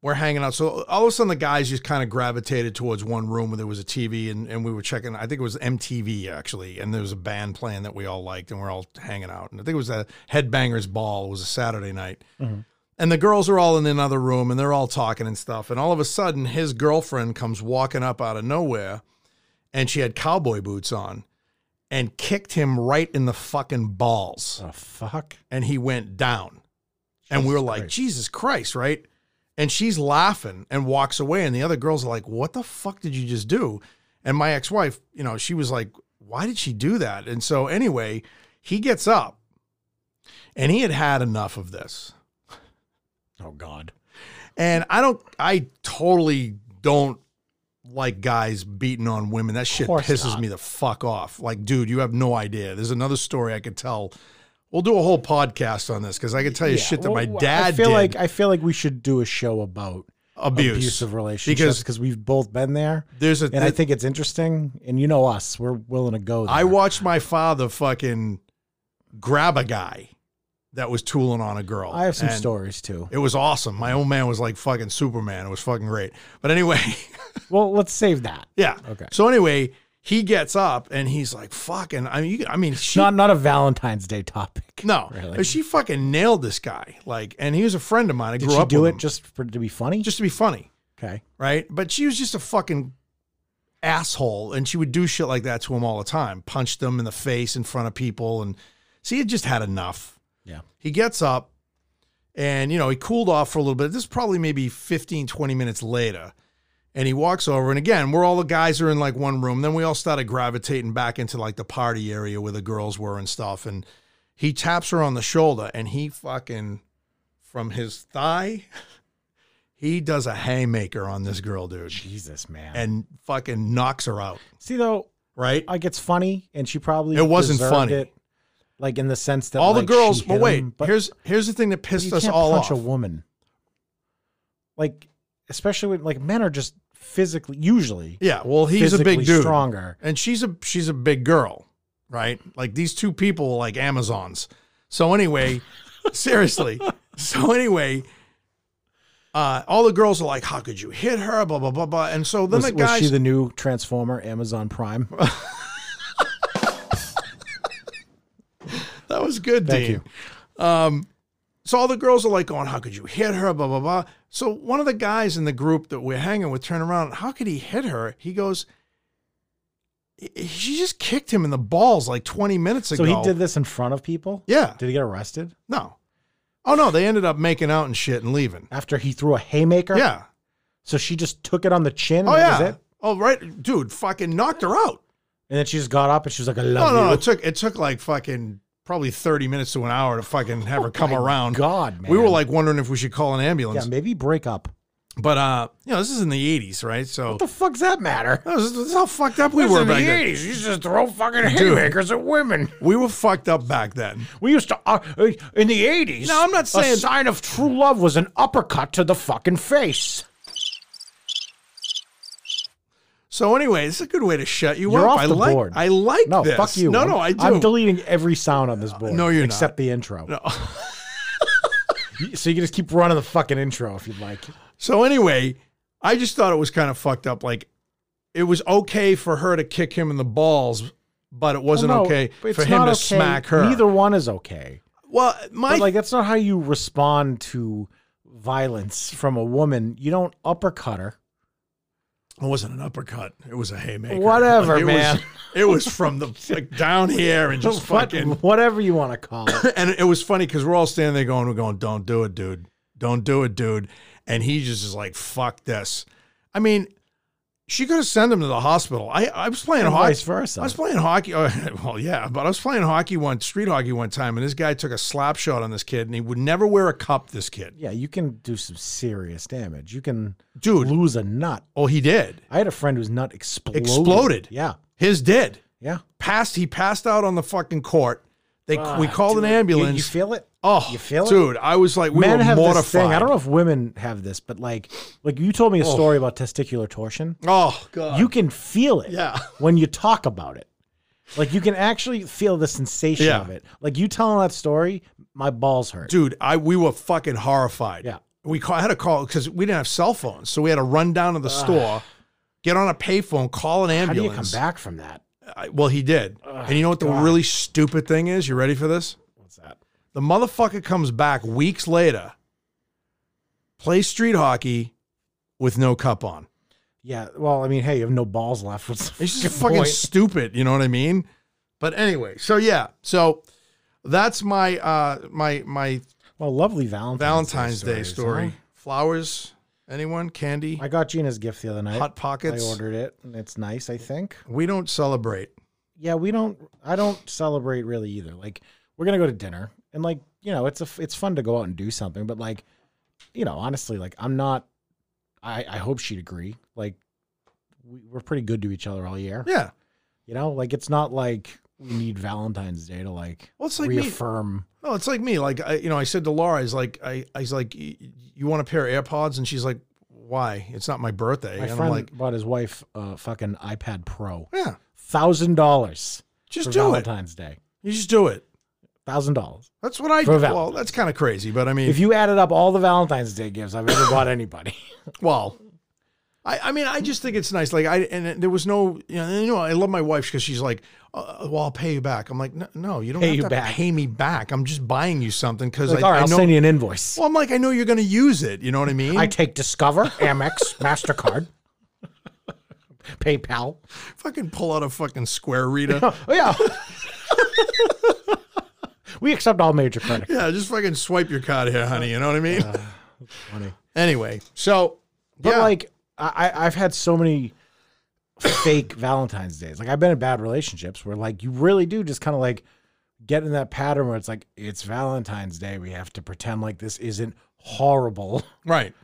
[SPEAKER 2] we're hanging out. So all of a sudden, the guys just kind of gravitated towards one room where there was a TV, and, and we were checking. I think it was MTV actually, and there was a band playing that we all liked, and we're all hanging out. And I think it was a Headbangers Ball. It was a Saturday night,
[SPEAKER 1] Mhm.
[SPEAKER 2] and the girls are all in another room, and they're all talking and stuff. And all of a sudden, his girlfriend comes walking up out of nowhere, and she had cowboy boots on, and kicked him right in the fucking balls
[SPEAKER 1] Oh fuck.
[SPEAKER 2] and he went down. and we were
[SPEAKER 1] Jesus
[SPEAKER 2] like,
[SPEAKER 1] Christ.
[SPEAKER 2] Jesus Christ, right? And she's laughing and walks away. And the other girls are like, What the fuck did you just do? And my ex wife, you know, she was like, Why did she do that? And so, anyway, he gets up and he had had enough of this.
[SPEAKER 1] Oh god.
[SPEAKER 2] And I don't, I totally don't like guys beating on women. That shit
[SPEAKER 1] course
[SPEAKER 2] pisses
[SPEAKER 1] not.
[SPEAKER 2] me the fuck off. Like, dude, you have no idea. There's another story I could tell. We'll do a whole podcast on this because I could tell you
[SPEAKER 1] Yeah,
[SPEAKER 2] shit that
[SPEAKER 1] well,
[SPEAKER 2] my
[SPEAKER 1] well,
[SPEAKER 2] dad
[SPEAKER 1] I feel
[SPEAKER 2] did.
[SPEAKER 1] like I feel like we should do a show about
[SPEAKER 2] abuse.
[SPEAKER 1] abusive relationships
[SPEAKER 2] Because-
[SPEAKER 1] because we've both been there,
[SPEAKER 2] There's a.
[SPEAKER 1] and I think it's interesting. And you know us, we're willing to go. There.
[SPEAKER 2] I watched my father fucking grab a guy that was tooling on a girl.
[SPEAKER 1] I have some
[SPEAKER 2] and
[SPEAKER 1] stories too.
[SPEAKER 2] It was awesome. My old man was like fucking Superman. It was fucking great. But anyway,
[SPEAKER 1] Well, let's save that.
[SPEAKER 2] yeah.
[SPEAKER 1] Okay.
[SPEAKER 2] So anyway, he gets up and he's like, "Fucking." I mean, you, I mean, she
[SPEAKER 1] not not a Valentine's Day topic.
[SPEAKER 2] no,
[SPEAKER 1] really.
[SPEAKER 2] she fucking nailed this guy. Like, and he was a friend of mine. I
[SPEAKER 1] Did
[SPEAKER 2] grew
[SPEAKER 1] she
[SPEAKER 2] up
[SPEAKER 1] do
[SPEAKER 2] with
[SPEAKER 1] it
[SPEAKER 2] him.
[SPEAKER 1] just for to be funny?
[SPEAKER 2] just to be funny.
[SPEAKER 1] okay.
[SPEAKER 2] right? But she was just a fucking asshole, and she would do shit like that to him all the time, punch them in the face in front of people, and so he had just had enough.
[SPEAKER 1] Yeah.
[SPEAKER 2] He gets up, and you know he cooled off for a little bit. This is probably maybe 15, 20 minutes later, and he walks over, and again we're all the guys are in like one room. Then we all started gravitating back into like the party area where the girls were and stuff, and he taps her on the shoulder, and he fucking from his thigh. He does a haymaker on this girl, dude
[SPEAKER 1] Jesus, man.
[SPEAKER 2] and fucking knocks her out.
[SPEAKER 1] See though,
[SPEAKER 2] Right?
[SPEAKER 1] like it's funny, and she probably
[SPEAKER 2] It wasn't
[SPEAKER 1] deserved
[SPEAKER 2] funny.
[SPEAKER 1] it, like in the sense that
[SPEAKER 2] all
[SPEAKER 1] like,
[SPEAKER 2] the girls.
[SPEAKER 1] she
[SPEAKER 2] But
[SPEAKER 1] hit
[SPEAKER 2] wait,
[SPEAKER 1] him, but
[SPEAKER 2] here's here's the thing that
[SPEAKER 1] you
[SPEAKER 2] pissed
[SPEAKER 1] can't
[SPEAKER 2] us all
[SPEAKER 1] punch
[SPEAKER 2] off.
[SPEAKER 1] a woman. Like, especially when like men are just physically usually
[SPEAKER 2] yeah, well, he's a
[SPEAKER 1] physically
[SPEAKER 2] big dude,
[SPEAKER 1] stronger.
[SPEAKER 2] and she's a she's a big girl, right? Like these two people, are like Amazons. So anyway, seriously. So anyway. Uh, all the girls are like, "How could you hit her?" Blah blah blah blah. And so then
[SPEAKER 1] Was,
[SPEAKER 2] the
[SPEAKER 1] was
[SPEAKER 2] guys,
[SPEAKER 1] she the new Transformer Amazon Prime?
[SPEAKER 2] that was good,
[SPEAKER 1] Thank
[SPEAKER 2] Dean. So all the girls are like going, How could you hit her? Blah, blah, blah. So one of the guys in the group that we're hanging with turn around, how could he hit her? He goes, "He- She just kicked him in the balls like 20 minutes
[SPEAKER 1] you.
[SPEAKER 2] ago.
[SPEAKER 1] So he did this in front of people.
[SPEAKER 2] Yeah.
[SPEAKER 1] Did he get arrested
[SPEAKER 2] No. Oh no, they ended up making out and shit and leaving.
[SPEAKER 1] after he threw a haymaker?
[SPEAKER 2] Yeah.
[SPEAKER 1] So she just took it on the chin.
[SPEAKER 2] Oh
[SPEAKER 1] and that
[SPEAKER 2] yeah.
[SPEAKER 1] Hmm, was it?
[SPEAKER 2] Oh right, dude, fucking knocked her out.
[SPEAKER 1] And then she just got up and she was like, "I
[SPEAKER 2] No,
[SPEAKER 1] love
[SPEAKER 2] no,
[SPEAKER 1] you."
[SPEAKER 2] it took it took like fucking probably 30 minutes to an hour to fucking have her come
[SPEAKER 1] Oh My
[SPEAKER 2] around.
[SPEAKER 1] God, man.
[SPEAKER 2] we were like wondering if we should call an ambulance.
[SPEAKER 1] yeah, maybe break up.
[SPEAKER 2] But uh, you know, this is in the 80s, right? So
[SPEAKER 1] What the fuck's that matter?
[SPEAKER 2] That was- That's how fucked up we were back then.
[SPEAKER 1] You just throw fucking
[SPEAKER 2] haymakers
[SPEAKER 1] at women.
[SPEAKER 2] We were fucked up back then.
[SPEAKER 1] We used to uh, in the eighties.
[SPEAKER 2] No, I'm not saying-
[SPEAKER 1] sign of true love was an uppercut to the fucking face.
[SPEAKER 2] So anyway, it's a good way to shut you
[SPEAKER 1] You're
[SPEAKER 2] up.
[SPEAKER 1] off
[SPEAKER 2] I
[SPEAKER 1] the
[SPEAKER 2] like.
[SPEAKER 1] board.
[SPEAKER 2] I like
[SPEAKER 1] No,
[SPEAKER 2] this.
[SPEAKER 1] fuck you.
[SPEAKER 2] No,
[SPEAKER 1] I'm-
[SPEAKER 2] no, I do.
[SPEAKER 1] I'm deleting every sound on this board.
[SPEAKER 2] no, you're not.
[SPEAKER 1] except the intro.
[SPEAKER 2] No.
[SPEAKER 1] You- So you can just keep running the fucking intro if you'd like.
[SPEAKER 2] so anyway, I just thought it was kind of fucked up. Like, it was okay for her to kick him in the balls, but it wasn't
[SPEAKER 1] Oh, No,
[SPEAKER 2] okay
[SPEAKER 1] but it's
[SPEAKER 2] for him
[SPEAKER 1] not
[SPEAKER 2] to
[SPEAKER 1] okay.
[SPEAKER 2] smack her.
[SPEAKER 1] Neither one is okay.
[SPEAKER 2] Well, my
[SPEAKER 1] But like that's not how you respond to violence from a woman. You don't uppercut her.
[SPEAKER 2] It wasn't an uppercut. It was a haymaker.
[SPEAKER 1] Whatever,
[SPEAKER 2] Like, it was-
[SPEAKER 1] man.
[SPEAKER 2] it was from the like down here and just
[SPEAKER 1] What-
[SPEAKER 2] fucking.
[SPEAKER 1] whatever you want to call it.
[SPEAKER 2] and it was funny because we're all standing there going, we're going, don't do it, dude. Don't do it, dude. And he just is like, fuck this. I mean, she could have sent him to the hospital. I, I was playing
[SPEAKER 1] And
[SPEAKER 2] hockey.
[SPEAKER 1] vice versa.
[SPEAKER 2] I was playing hockey. uh, well, yeah, but I was playing hockey one street hockey one time, and this guy took a slap shot on this kid, and he would never wear a cup. This kid,
[SPEAKER 1] yeah, you can do some serious damage. You can
[SPEAKER 2] dude.
[SPEAKER 1] lose a nut.
[SPEAKER 2] Oh, he did.
[SPEAKER 1] I had a friend whose nut exploded.
[SPEAKER 2] Exploded.
[SPEAKER 1] Yeah,
[SPEAKER 2] His did.
[SPEAKER 1] yeah.
[SPEAKER 2] Passed. He passed out on the fucking court. They Uh, we
[SPEAKER 1] Ah,
[SPEAKER 2] called
[SPEAKER 1] dude,
[SPEAKER 2] an
[SPEAKER 1] you-
[SPEAKER 2] ambulance.
[SPEAKER 1] You, feel it?
[SPEAKER 2] oh,
[SPEAKER 1] you feel it?
[SPEAKER 2] dude? I was like, we
[SPEAKER 1] Men
[SPEAKER 2] were
[SPEAKER 1] have
[SPEAKER 2] mortified.
[SPEAKER 1] this thing. I don't know if women have this, but like, like you told me a story about testicular torsion.
[SPEAKER 2] Oh god.
[SPEAKER 1] You can feel it.
[SPEAKER 2] Yeah.
[SPEAKER 1] When you talk about it, like you can actually feel the sensation
[SPEAKER 2] Yeah.
[SPEAKER 1] of it. Like you telling that story, my balls hurt.
[SPEAKER 2] dude i we were fucking horrified
[SPEAKER 1] Yeah.
[SPEAKER 2] we call, I had a call because we didn't have cell phones so we had to run down to the store get on a payphone call an
[SPEAKER 1] How do you
[SPEAKER 2] ambulance
[SPEAKER 1] come back from that?
[SPEAKER 2] I- well he did and you know what the really stupid thing is you ready for this
[SPEAKER 1] What's that?
[SPEAKER 2] the motherfucker comes back weeks later plays street hockey with no cup on
[SPEAKER 1] Yeah. Well, I mean, hey, you have no balls left. What's the
[SPEAKER 2] It's just fucking
[SPEAKER 1] point?
[SPEAKER 2] stupid. You know what I mean? But anyway, so yeah, so that's my uh my my
[SPEAKER 1] Well, lovely Valentine's
[SPEAKER 2] Valentine's Day
[SPEAKER 1] stories,
[SPEAKER 2] story.
[SPEAKER 1] huh?
[SPEAKER 2] Flowers, anyone? Candy?
[SPEAKER 1] I got Gina's gift the other night.
[SPEAKER 2] Hot
[SPEAKER 1] I
[SPEAKER 2] pockets?
[SPEAKER 1] ordered it, and it's nice. I think.
[SPEAKER 2] We don't celebrate.
[SPEAKER 1] Yeah, we don't. I don't celebrate really either. Like, we're gonna go to dinner, and like, you know, it's a it's fun to go out and do something, but like, you know, honestly, like, I'm not. I I hope she'd agree. Like, we, we're pretty good to each other all year.
[SPEAKER 2] Yeah.
[SPEAKER 1] You know, like it's not like we need Valentine's Day to like,
[SPEAKER 2] Well, it's like me.
[SPEAKER 1] reaffirm.
[SPEAKER 2] No, it's like me. Like I, you know, I said to Laura, I was like, I, I was like, "Y- you want a pair of AirPods? And she's like, why? It's not my birthday.
[SPEAKER 1] My
[SPEAKER 2] and
[SPEAKER 1] friend
[SPEAKER 2] I'm like,
[SPEAKER 1] bought his wife a fucking iPad Pro,
[SPEAKER 2] yeah,
[SPEAKER 1] thousand dollars
[SPEAKER 2] just
[SPEAKER 1] for
[SPEAKER 2] do it.
[SPEAKER 1] Valentine's Day.
[SPEAKER 2] You just do it.
[SPEAKER 1] Thousand dollars.
[SPEAKER 2] That's what I
[SPEAKER 1] For
[SPEAKER 2] do.
[SPEAKER 1] Valentine's.
[SPEAKER 2] Well, that's kind of crazy, but I mean,
[SPEAKER 1] If you added up all the Valentine's Day gifts I've ever bought anybody,
[SPEAKER 2] well, I, I mean, I just think it's nice. Like I, and there was no, you know, you know I love my wife because she's like, uh, well, I'll pay you back. I'm like, no, no you don't
[SPEAKER 1] Pay
[SPEAKER 2] have
[SPEAKER 1] you
[SPEAKER 2] to
[SPEAKER 1] back.
[SPEAKER 2] pay me back. I'm just buying you something because
[SPEAKER 1] like,
[SPEAKER 2] I,
[SPEAKER 1] all right,
[SPEAKER 2] I
[SPEAKER 1] I'll
[SPEAKER 2] know.
[SPEAKER 1] send you an invoice.
[SPEAKER 2] well, I'm like, I know you're going to use it. You know what I mean?
[SPEAKER 1] I take Discover, Amex, Mastercard, PayPal.
[SPEAKER 2] fucking pull out a fucking square reader.
[SPEAKER 1] Oh yeah, we accept all major credit.
[SPEAKER 2] yeah, just fucking swipe your card here, honey. You know what I mean?
[SPEAKER 1] Funny.
[SPEAKER 2] anyway, so
[SPEAKER 1] But
[SPEAKER 2] yeah,
[SPEAKER 1] like, I, I- I've had so many fake Valentine's days. Like, I've been in bad relationships where, like, you really do just kind of like get in that pattern where it's like, it's Valentine's Day. We have to pretend like this isn't horrible.
[SPEAKER 2] right?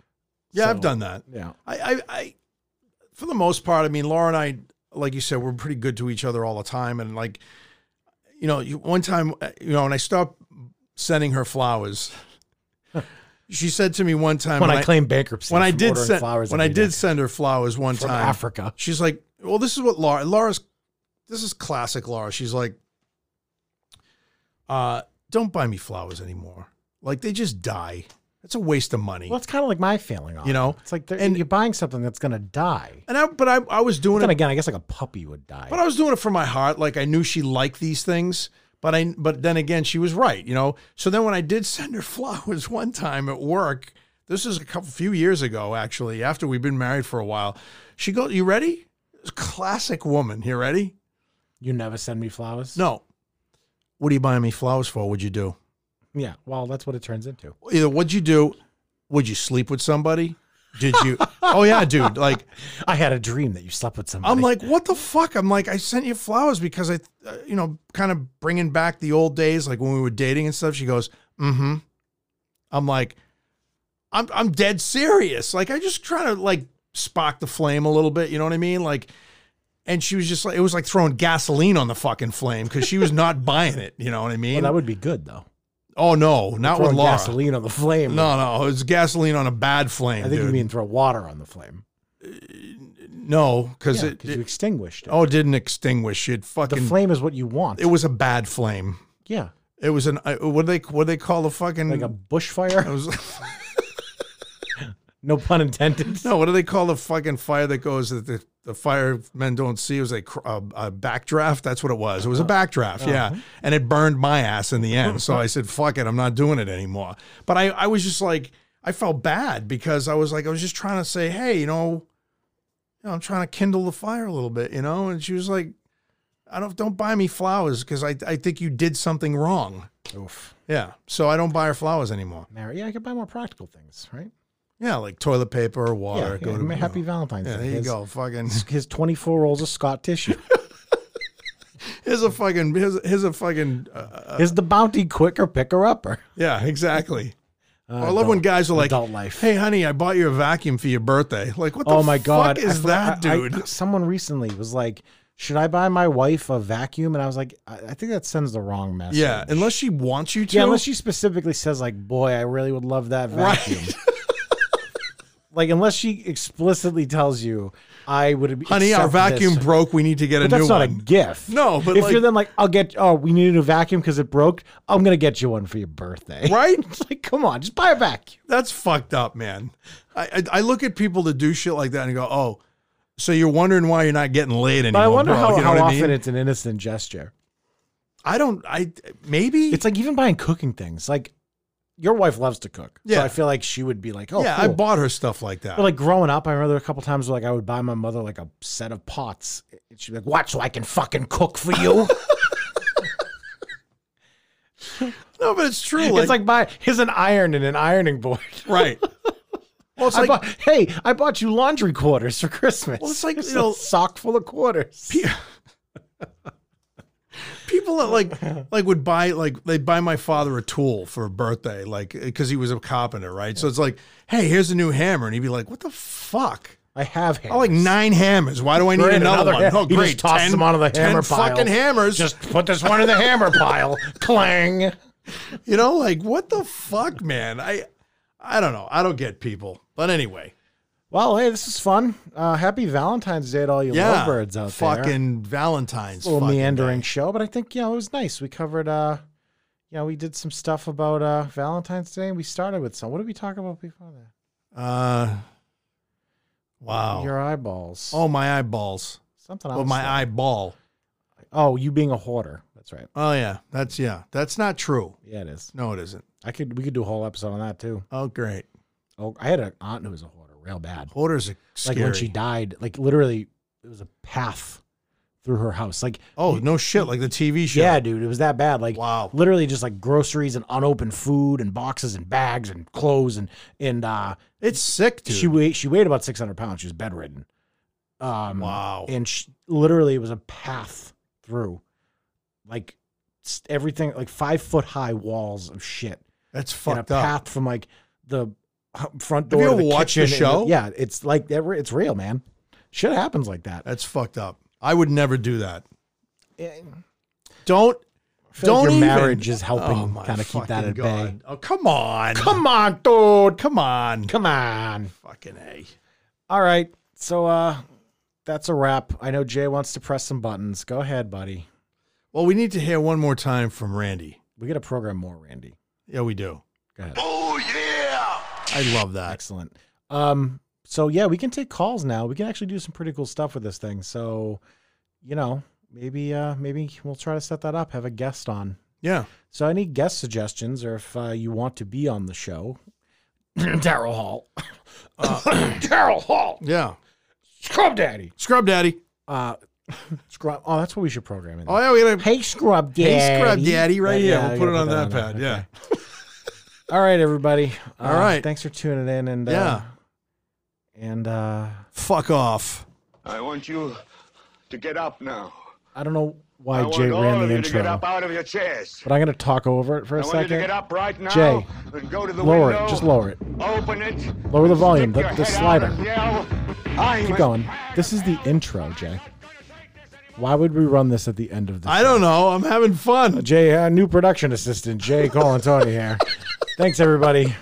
[SPEAKER 2] Yeah,
[SPEAKER 1] So-
[SPEAKER 2] I've done that.
[SPEAKER 1] Yeah.
[SPEAKER 2] I, I, I, for the most part, I mean, Laura and I, like you said, we're pretty good to each other all the time. And like, you know, you, one time, uh, you know, when I stopped sending her flowers, she said to me one time
[SPEAKER 1] When I, claim bankruptcy,
[SPEAKER 2] when I
[SPEAKER 1] for
[SPEAKER 2] did
[SPEAKER 1] ordering
[SPEAKER 2] send
[SPEAKER 1] flowers
[SPEAKER 2] when I
[SPEAKER 1] every
[SPEAKER 2] did
[SPEAKER 1] day
[SPEAKER 2] send her flowers one
[SPEAKER 1] from
[SPEAKER 2] time,
[SPEAKER 1] Africa.
[SPEAKER 2] she's like, well, this is what Laura, Laura's, this is classic Laura. She's like, uh, don't buy me flowers anymore. Like they just die. It's a waste of money.
[SPEAKER 1] Well, it's kind of like my feeling on
[SPEAKER 2] You
[SPEAKER 1] it.
[SPEAKER 2] know,
[SPEAKER 1] it's like they're-
[SPEAKER 2] and-
[SPEAKER 1] you're buying something that's gonna die.
[SPEAKER 2] And I, but I, I was doing
[SPEAKER 1] But
[SPEAKER 2] it
[SPEAKER 1] then again, I guess like a puppy would die.
[SPEAKER 2] But I was doing it from my heart. Like I knew she liked these things. But I but then again, she was right, you know. So then when I did send her flowers one time at work, this is a couple few years ago, actually, after we've been married for a while, she goes, You ready? Classic woman. You ready?
[SPEAKER 1] you never send me flowers.
[SPEAKER 2] No. What are you buying me flowers for? What'd you do?
[SPEAKER 1] Yeah. Well, that's what it turns into.
[SPEAKER 2] Either what'd you do? Would you sleep with somebody? Did you Oh yeah, dude. Like
[SPEAKER 1] I had a dream that you slept with somebody.
[SPEAKER 2] I'm like, what the fuck? I'm like, I sent you flowers because I, uh, you know, kind of bringing back the old days, like when we were dating and stuff. She goes, mm-hmm. I'm like, I'm I'm dead serious. Like I just trying to like spark the flame a little bit. You know what I mean? Like, and she was just like, it was like throwing gasoline on the fucking flame because she was not buying it. You know what I
[SPEAKER 1] Well,
[SPEAKER 2] mean?
[SPEAKER 1] that would be good though.
[SPEAKER 2] oh no, not with
[SPEAKER 1] Throwing
[SPEAKER 2] Laura.
[SPEAKER 1] gasoline on the flame.
[SPEAKER 2] No, no, it's gasoline on a bad
[SPEAKER 1] I
[SPEAKER 2] flame.
[SPEAKER 1] think
[SPEAKER 2] dude.
[SPEAKER 1] you mean throw water on the flame.
[SPEAKER 2] no? Because
[SPEAKER 1] Yeah,
[SPEAKER 2] it,
[SPEAKER 1] 'cause you
[SPEAKER 2] it-
[SPEAKER 1] extinguished it.
[SPEAKER 2] oh, it didn't extinguish. It
[SPEAKER 1] the
[SPEAKER 2] fucking
[SPEAKER 1] flame is what you want.
[SPEAKER 2] It was a bad flame.
[SPEAKER 1] yeah,
[SPEAKER 2] It was an uh, what do they what do they call the fucking
[SPEAKER 1] like a
[SPEAKER 2] it
[SPEAKER 1] bushfire.
[SPEAKER 2] was,
[SPEAKER 1] No pun intended.
[SPEAKER 2] no what do they call the fucking fire that goes that the the firemen don't see? It was a, cr- a, a backdraft. That's what it was. It was a
[SPEAKER 1] Uh-huh.
[SPEAKER 2] backdraft. Yeah, and it burned my ass in the end. So I said, "Fuck it, I'm not doing it anymore." But I I was just like I felt bad because I was like I was just trying to say, hey, you know. know, I'm trying to kindle the fire a little bit, you know? And she was like, I don't don't buy me flowers because I, I think you did something wrong.
[SPEAKER 1] Oof.
[SPEAKER 2] Yeah. So I don't buy her flowers anymore.
[SPEAKER 1] Mary, yeah, I could buy more practical things, right?
[SPEAKER 2] Yeah, like toilet paper or water.
[SPEAKER 1] yeah, yeah, ma- happy Valentine's
[SPEAKER 2] Yeah,
[SPEAKER 1] Day.
[SPEAKER 2] there you
[SPEAKER 1] Here's-
[SPEAKER 2] go. Fucking
[SPEAKER 1] His 24 rolls of Scott tissue.
[SPEAKER 2] here's a fucking here's, here's a fucking uh,
[SPEAKER 1] Is the bounty quicker picker upper?
[SPEAKER 2] yeah exactly. I love when guys are like,
[SPEAKER 1] Uh, adult life.
[SPEAKER 2] "Hey, honey, I bought you a vacuum for your birthday." Like, what? The
[SPEAKER 1] oh my god,
[SPEAKER 2] fuck
[SPEAKER 1] I
[SPEAKER 2] is
[SPEAKER 1] for-
[SPEAKER 2] that,
[SPEAKER 1] I- I-
[SPEAKER 2] dude?
[SPEAKER 1] someone recently was like, "Should I buy my wife a vacuum?" And I was like, "I, I think that sends the wrong message."
[SPEAKER 2] yeah, unless she wants you to.
[SPEAKER 1] yeah, unless she specifically says like, "Boy, I really would love that vacuum."
[SPEAKER 2] right,
[SPEAKER 1] Like, unless she explicitly tells you, "I would."
[SPEAKER 2] honey, our
[SPEAKER 1] accept this."
[SPEAKER 2] vacuum broke. We need to get a
[SPEAKER 1] But that's
[SPEAKER 2] new
[SPEAKER 1] not a
[SPEAKER 2] one.
[SPEAKER 1] gift.
[SPEAKER 2] No, but
[SPEAKER 1] if
[SPEAKER 2] like-
[SPEAKER 1] you're then like, I'll get. Oh, we need a new vacuum because it broke. I'm gonna get you one for your birthday.
[SPEAKER 2] Right?
[SPEAKER 1] it's like, come on, just buy a vacuum.
[SPEAKER 2] That's fucked up, man. I, I I look at people that do shit like that and go, "Oh, so you're wondering why you're not getting laid anymore?"
[SPEAKER 1] But I wonder
[SPEAKER 2] bro,"
[SPEAKER 1] how,
[SPEAKER 2] you know
[SPEAKER 1] how
[SPEAKER 2] what
[SPEAKER 1] often
[SPEAKER 2] I mean?
[SPEAKER 1] it's an innocent gesture.
[SPEAKER 2] I don't. I maybe
[SPEAKER 1] It's like even buying cooking things. Like your wife loves to cook.
[SPEAKER 2] Yeah.
[SPEAKER 1] So I feel like she would be like, oh,
[SPEAKER 2] yeah. I
[SPEAKER 1] cool.
[SPEAKER 2] bought her stuff like that.
[SPEAKER 1] But like growing up, I remember a couple times where like I would buy my mother like a set of pots. And she'd be like, what? So I can fucking cook for you?
[SPEAKER 2] no, but it's true.
[SPEAKER 1] it's like, buy, here's an iron and an ironing board.
[SPEAKER 2] right. Well, it's
[SPEAKER 1] I
[SPEAKER 2] like
[SPEAKER 1] bought, hey, I bought you laundry quarters for Christmas.
[SPEAKER 2] Well, it's like,
[SPEAKER 1] Here's
[SPEAKER 2] you know-
[SPEAKER 1] a sock full of quarters.
[SPEAKER 2] people that like like would buy like they'd buy my father a tool for a birthday like because he was a carpenter right so it's like hey here's a new hammer and he'd be like what the fuck
[SPEAKER 1] I have hammers.
[SPEAKER 2] I Oh, like nine hammers why do I need
[SPEAKER 1] Great,
[SPEAKER 2] another, one
[SPEAKER 1] ha-
[SPEAKER 2] oh
[SPEAKER 1] you
[SPEAKER 2] great
[SPEAKER 1] just toss
[SPEAKER 2] 10
[SPEAKER 1] them onto the
[SPEAKER 2] 10
[SPEAKER 1] hammer pile.
[SPEAKER 2] fucking hammers
[SPEAKER 1] Just put this one in the hammer pile. Clang.
[SPEAKER 2] you know like what the fuck man I I don't know I don't get people but anyway
[SPEAKER 1] Well, hey, this is fun. Uh, happy Valentine's Day to all you
[SPEAKER 2] yeah
[SPEAKER 1] lovebirds out there.
[SPEAKER 2] fucking Valentine's
[SPEAKER 1] a little
[SPEAKER 2] fucking
[SPEAKER 1] meandering
[SPEAKER 2] day.
[SPEAKER 1] show, but I think you know it was nice. We covered uh you know, we did some stuff about uh Valentine's Day and we started with some what did we talk about before that?
[SPEAKER 2] uh wow
[SPEAKER 1] Your eyeballs.
[SPEAKER 2] oh my eyeballs
[SPEAKER 1] something else.
[SPEAKER 2] oh my eyeball
[SPEAKER 1] Oh, you being a hoarder. That's right.
[SPEAKER 2] oh yeah that's yeah that's not true
[SPEAKER 1] Yeah, it is.
[SPEAKER 2] no it isn't.
[SPEAKER 1] I could we could do a whole episode on that too.
[SPEAKER 2] Oh, great.
[SPEAKER 1] Oh I had an aunt who was a hoarder, real bad.
[SPEAKER 2] Hoarders are
[SPEAKER 1] Like
[SPEAKER 2] scary.
[SPEAKER 1] when she died, like literally it was a path through her house. Like
[SPEAKER 2] oh, no shit. Like the TV show.
[SPEAKER 1] Yeah, dude, it was that bad. Like,
[SPEAKER 2] Wow.
[SPEAKER 1] literally just like groceries and unopened food and boxes and bags and clothes and and uh,
[SPEAKER 2] It's sick, dude.
[SPEAKER 1] she weighed she weighed about six hundred pounds. She was bedridden. Um,
[SPEAKER 2] wow.
[SPEAKER 1] and she, literally it was a path through, like s- everything, like five foot high walls of shit,
[SPEAKER 2] That's
[SPEAKER 1] and a
[SPEAKER 2] fucked up.
[SPEAKER 1] path from like the h- front door.
[SPEAKER 2] Have you
[SPEAKER 1] to
[SPEAKER 2] ever
[SPEAKER 1] the
[SPEAKER 2] watched the
[SPEAKER 1] kitchen and
[SPEAKER 2] show?
[SPEAKER 1] yeah, it's like that. re- It's real, man. Shit happens like that.
[SPEAKER 2] That's fucked up. I would never do that.
[SPEAKER 1] Eh,
[SPEAKER 2] Don't.
[SPEAKER 1] I feel like
[SPEAKER 2] don't
[SPEAKER 1] your
[SPEAKER 2] even-
[SPEAKER 1] marriage is helping
[SPEAKER 2] Oh, my
[SPEAKER 1] kind of keep that
[SPEAKER 2] fucking
[SPEAKER 1] at bay.
[SPEAKER 2] God. Oh, come on.
[SPEAKER 1] Come on, dude.
[SPEAKER 2] Come on.
[SPEAKER 1] Come on.
[SPEAKER 2] Fucking A.
[SPEAKER 1] All right. So uh that's a wrap. I know Jay wants to press some buttons. Go ahead, buddy.
[SPEAKER 2] Well, we need to hear one more time from Randy.
[SPEAKER 1] We gotta program more, Randy.
[SPEAKER 2] Yeah, we do.
[SPEAKER 1] Go ahead.
[SPEAKER 3] Oh, yeah!
[SPEAKER 2] I love that.
[SPEAKER 1] Excellent. Um, so yeah, we can take calls now. We can actually do some pretty cool stuff with this thing. So, you know, maybe uh maybe we'll try to set that up, have a guest on.
[SPEAKER 2] Yeah.
[SPEAKER 1] So any guest suggestions or if uh, you want to be on the show, Daryl Hall. Uh, Daryl Hall,
[SPEAKER 2] Yeah.
[SPEAKER 1] Scrub Daddy.
[SPEAKER 2] Scrub Daddy.
[SPEAKER 1] Uh Scrub Oh, that's what we should program in.
[SPEAKER 2] Oh, yeah. We gotta,
[SPEAKER 1] Hey, Scrub Daddy.
[SPEAKER 2] Hey, Scrub Daddy, right
[SPEAKER 1] Yeah,
[SPEAKER 2] here.
[SPEAKER 1] yeah,
[SPEAKER 2] we'll
[SPEAKER 1] I
[SPEAKER 2] put it
[SPEAKER 1] gotta
[SPEAKER 2] on that,
[SPEAKER 1] on
[SPEAKER 2] pad.
[SPEAKER 1] there.
[SPEAKER 2] Yeah.
[SPEAKER 1] Okay. All right, everybody. Uh,
[SPEAKER 2] All right.
[SPEAKER 1] Thanks for tuning in. And,
[SPEAKER 2] Yeah.
[SPEAKER 1] Uh, and uh,
[SPEAKER 2] Fuck off.
[SPEAKER 3] I want you to get up now.
[SPEAKER 1] I don't know
[SPEAKER 3] I
[SPEAKER 1] why
[SPEAKER 3] want
[SPEAKER 1] Jay
[SPEAKER 3] all
[SPEAKER 1] ran
[SPEAKER 3] of
[SPEAKER 1] the
[SPEAKER 3] you to
[SPEAKER 1] intro,
[SPEAKER 3] get up out of your chairs.
[SPEAKER 1] but I'm going to talk over it for a
[SPEAKER 3] I want you to get
[SPEAKER 1] second.
[SPEAKER 3] up right now
[SPEAKER 1] Jay,
[SPEAKER 3] and go to the
[SPEAKER 1] Lower
[SPEAKER 3] window.
[SPEAKER 1] it. Just lower it.
[SPEAKER 3] Open it.
[SPEAKER 1] Lower the volume.
[SPEAKER 3] stick
[SPEAKER 1] The,
[SPEAKER 3] your
[SPEAKER 1] the
[SPEAKER 3] head out
[SPEAKER 1] slider.
[SPEAKER 3] and yell, I'm
[SPEAKER 1] Keep
[SPEAKER 3] a-
[SPEAKER 1] going. This is the intro, Jay. Why would we run this at the end of the
[SPEAKER 2] I don't know. I'm having fun.
[SPEAKER 1] Jay, uh, new production assistant, Jay Colantoni here. Thanks, everybody.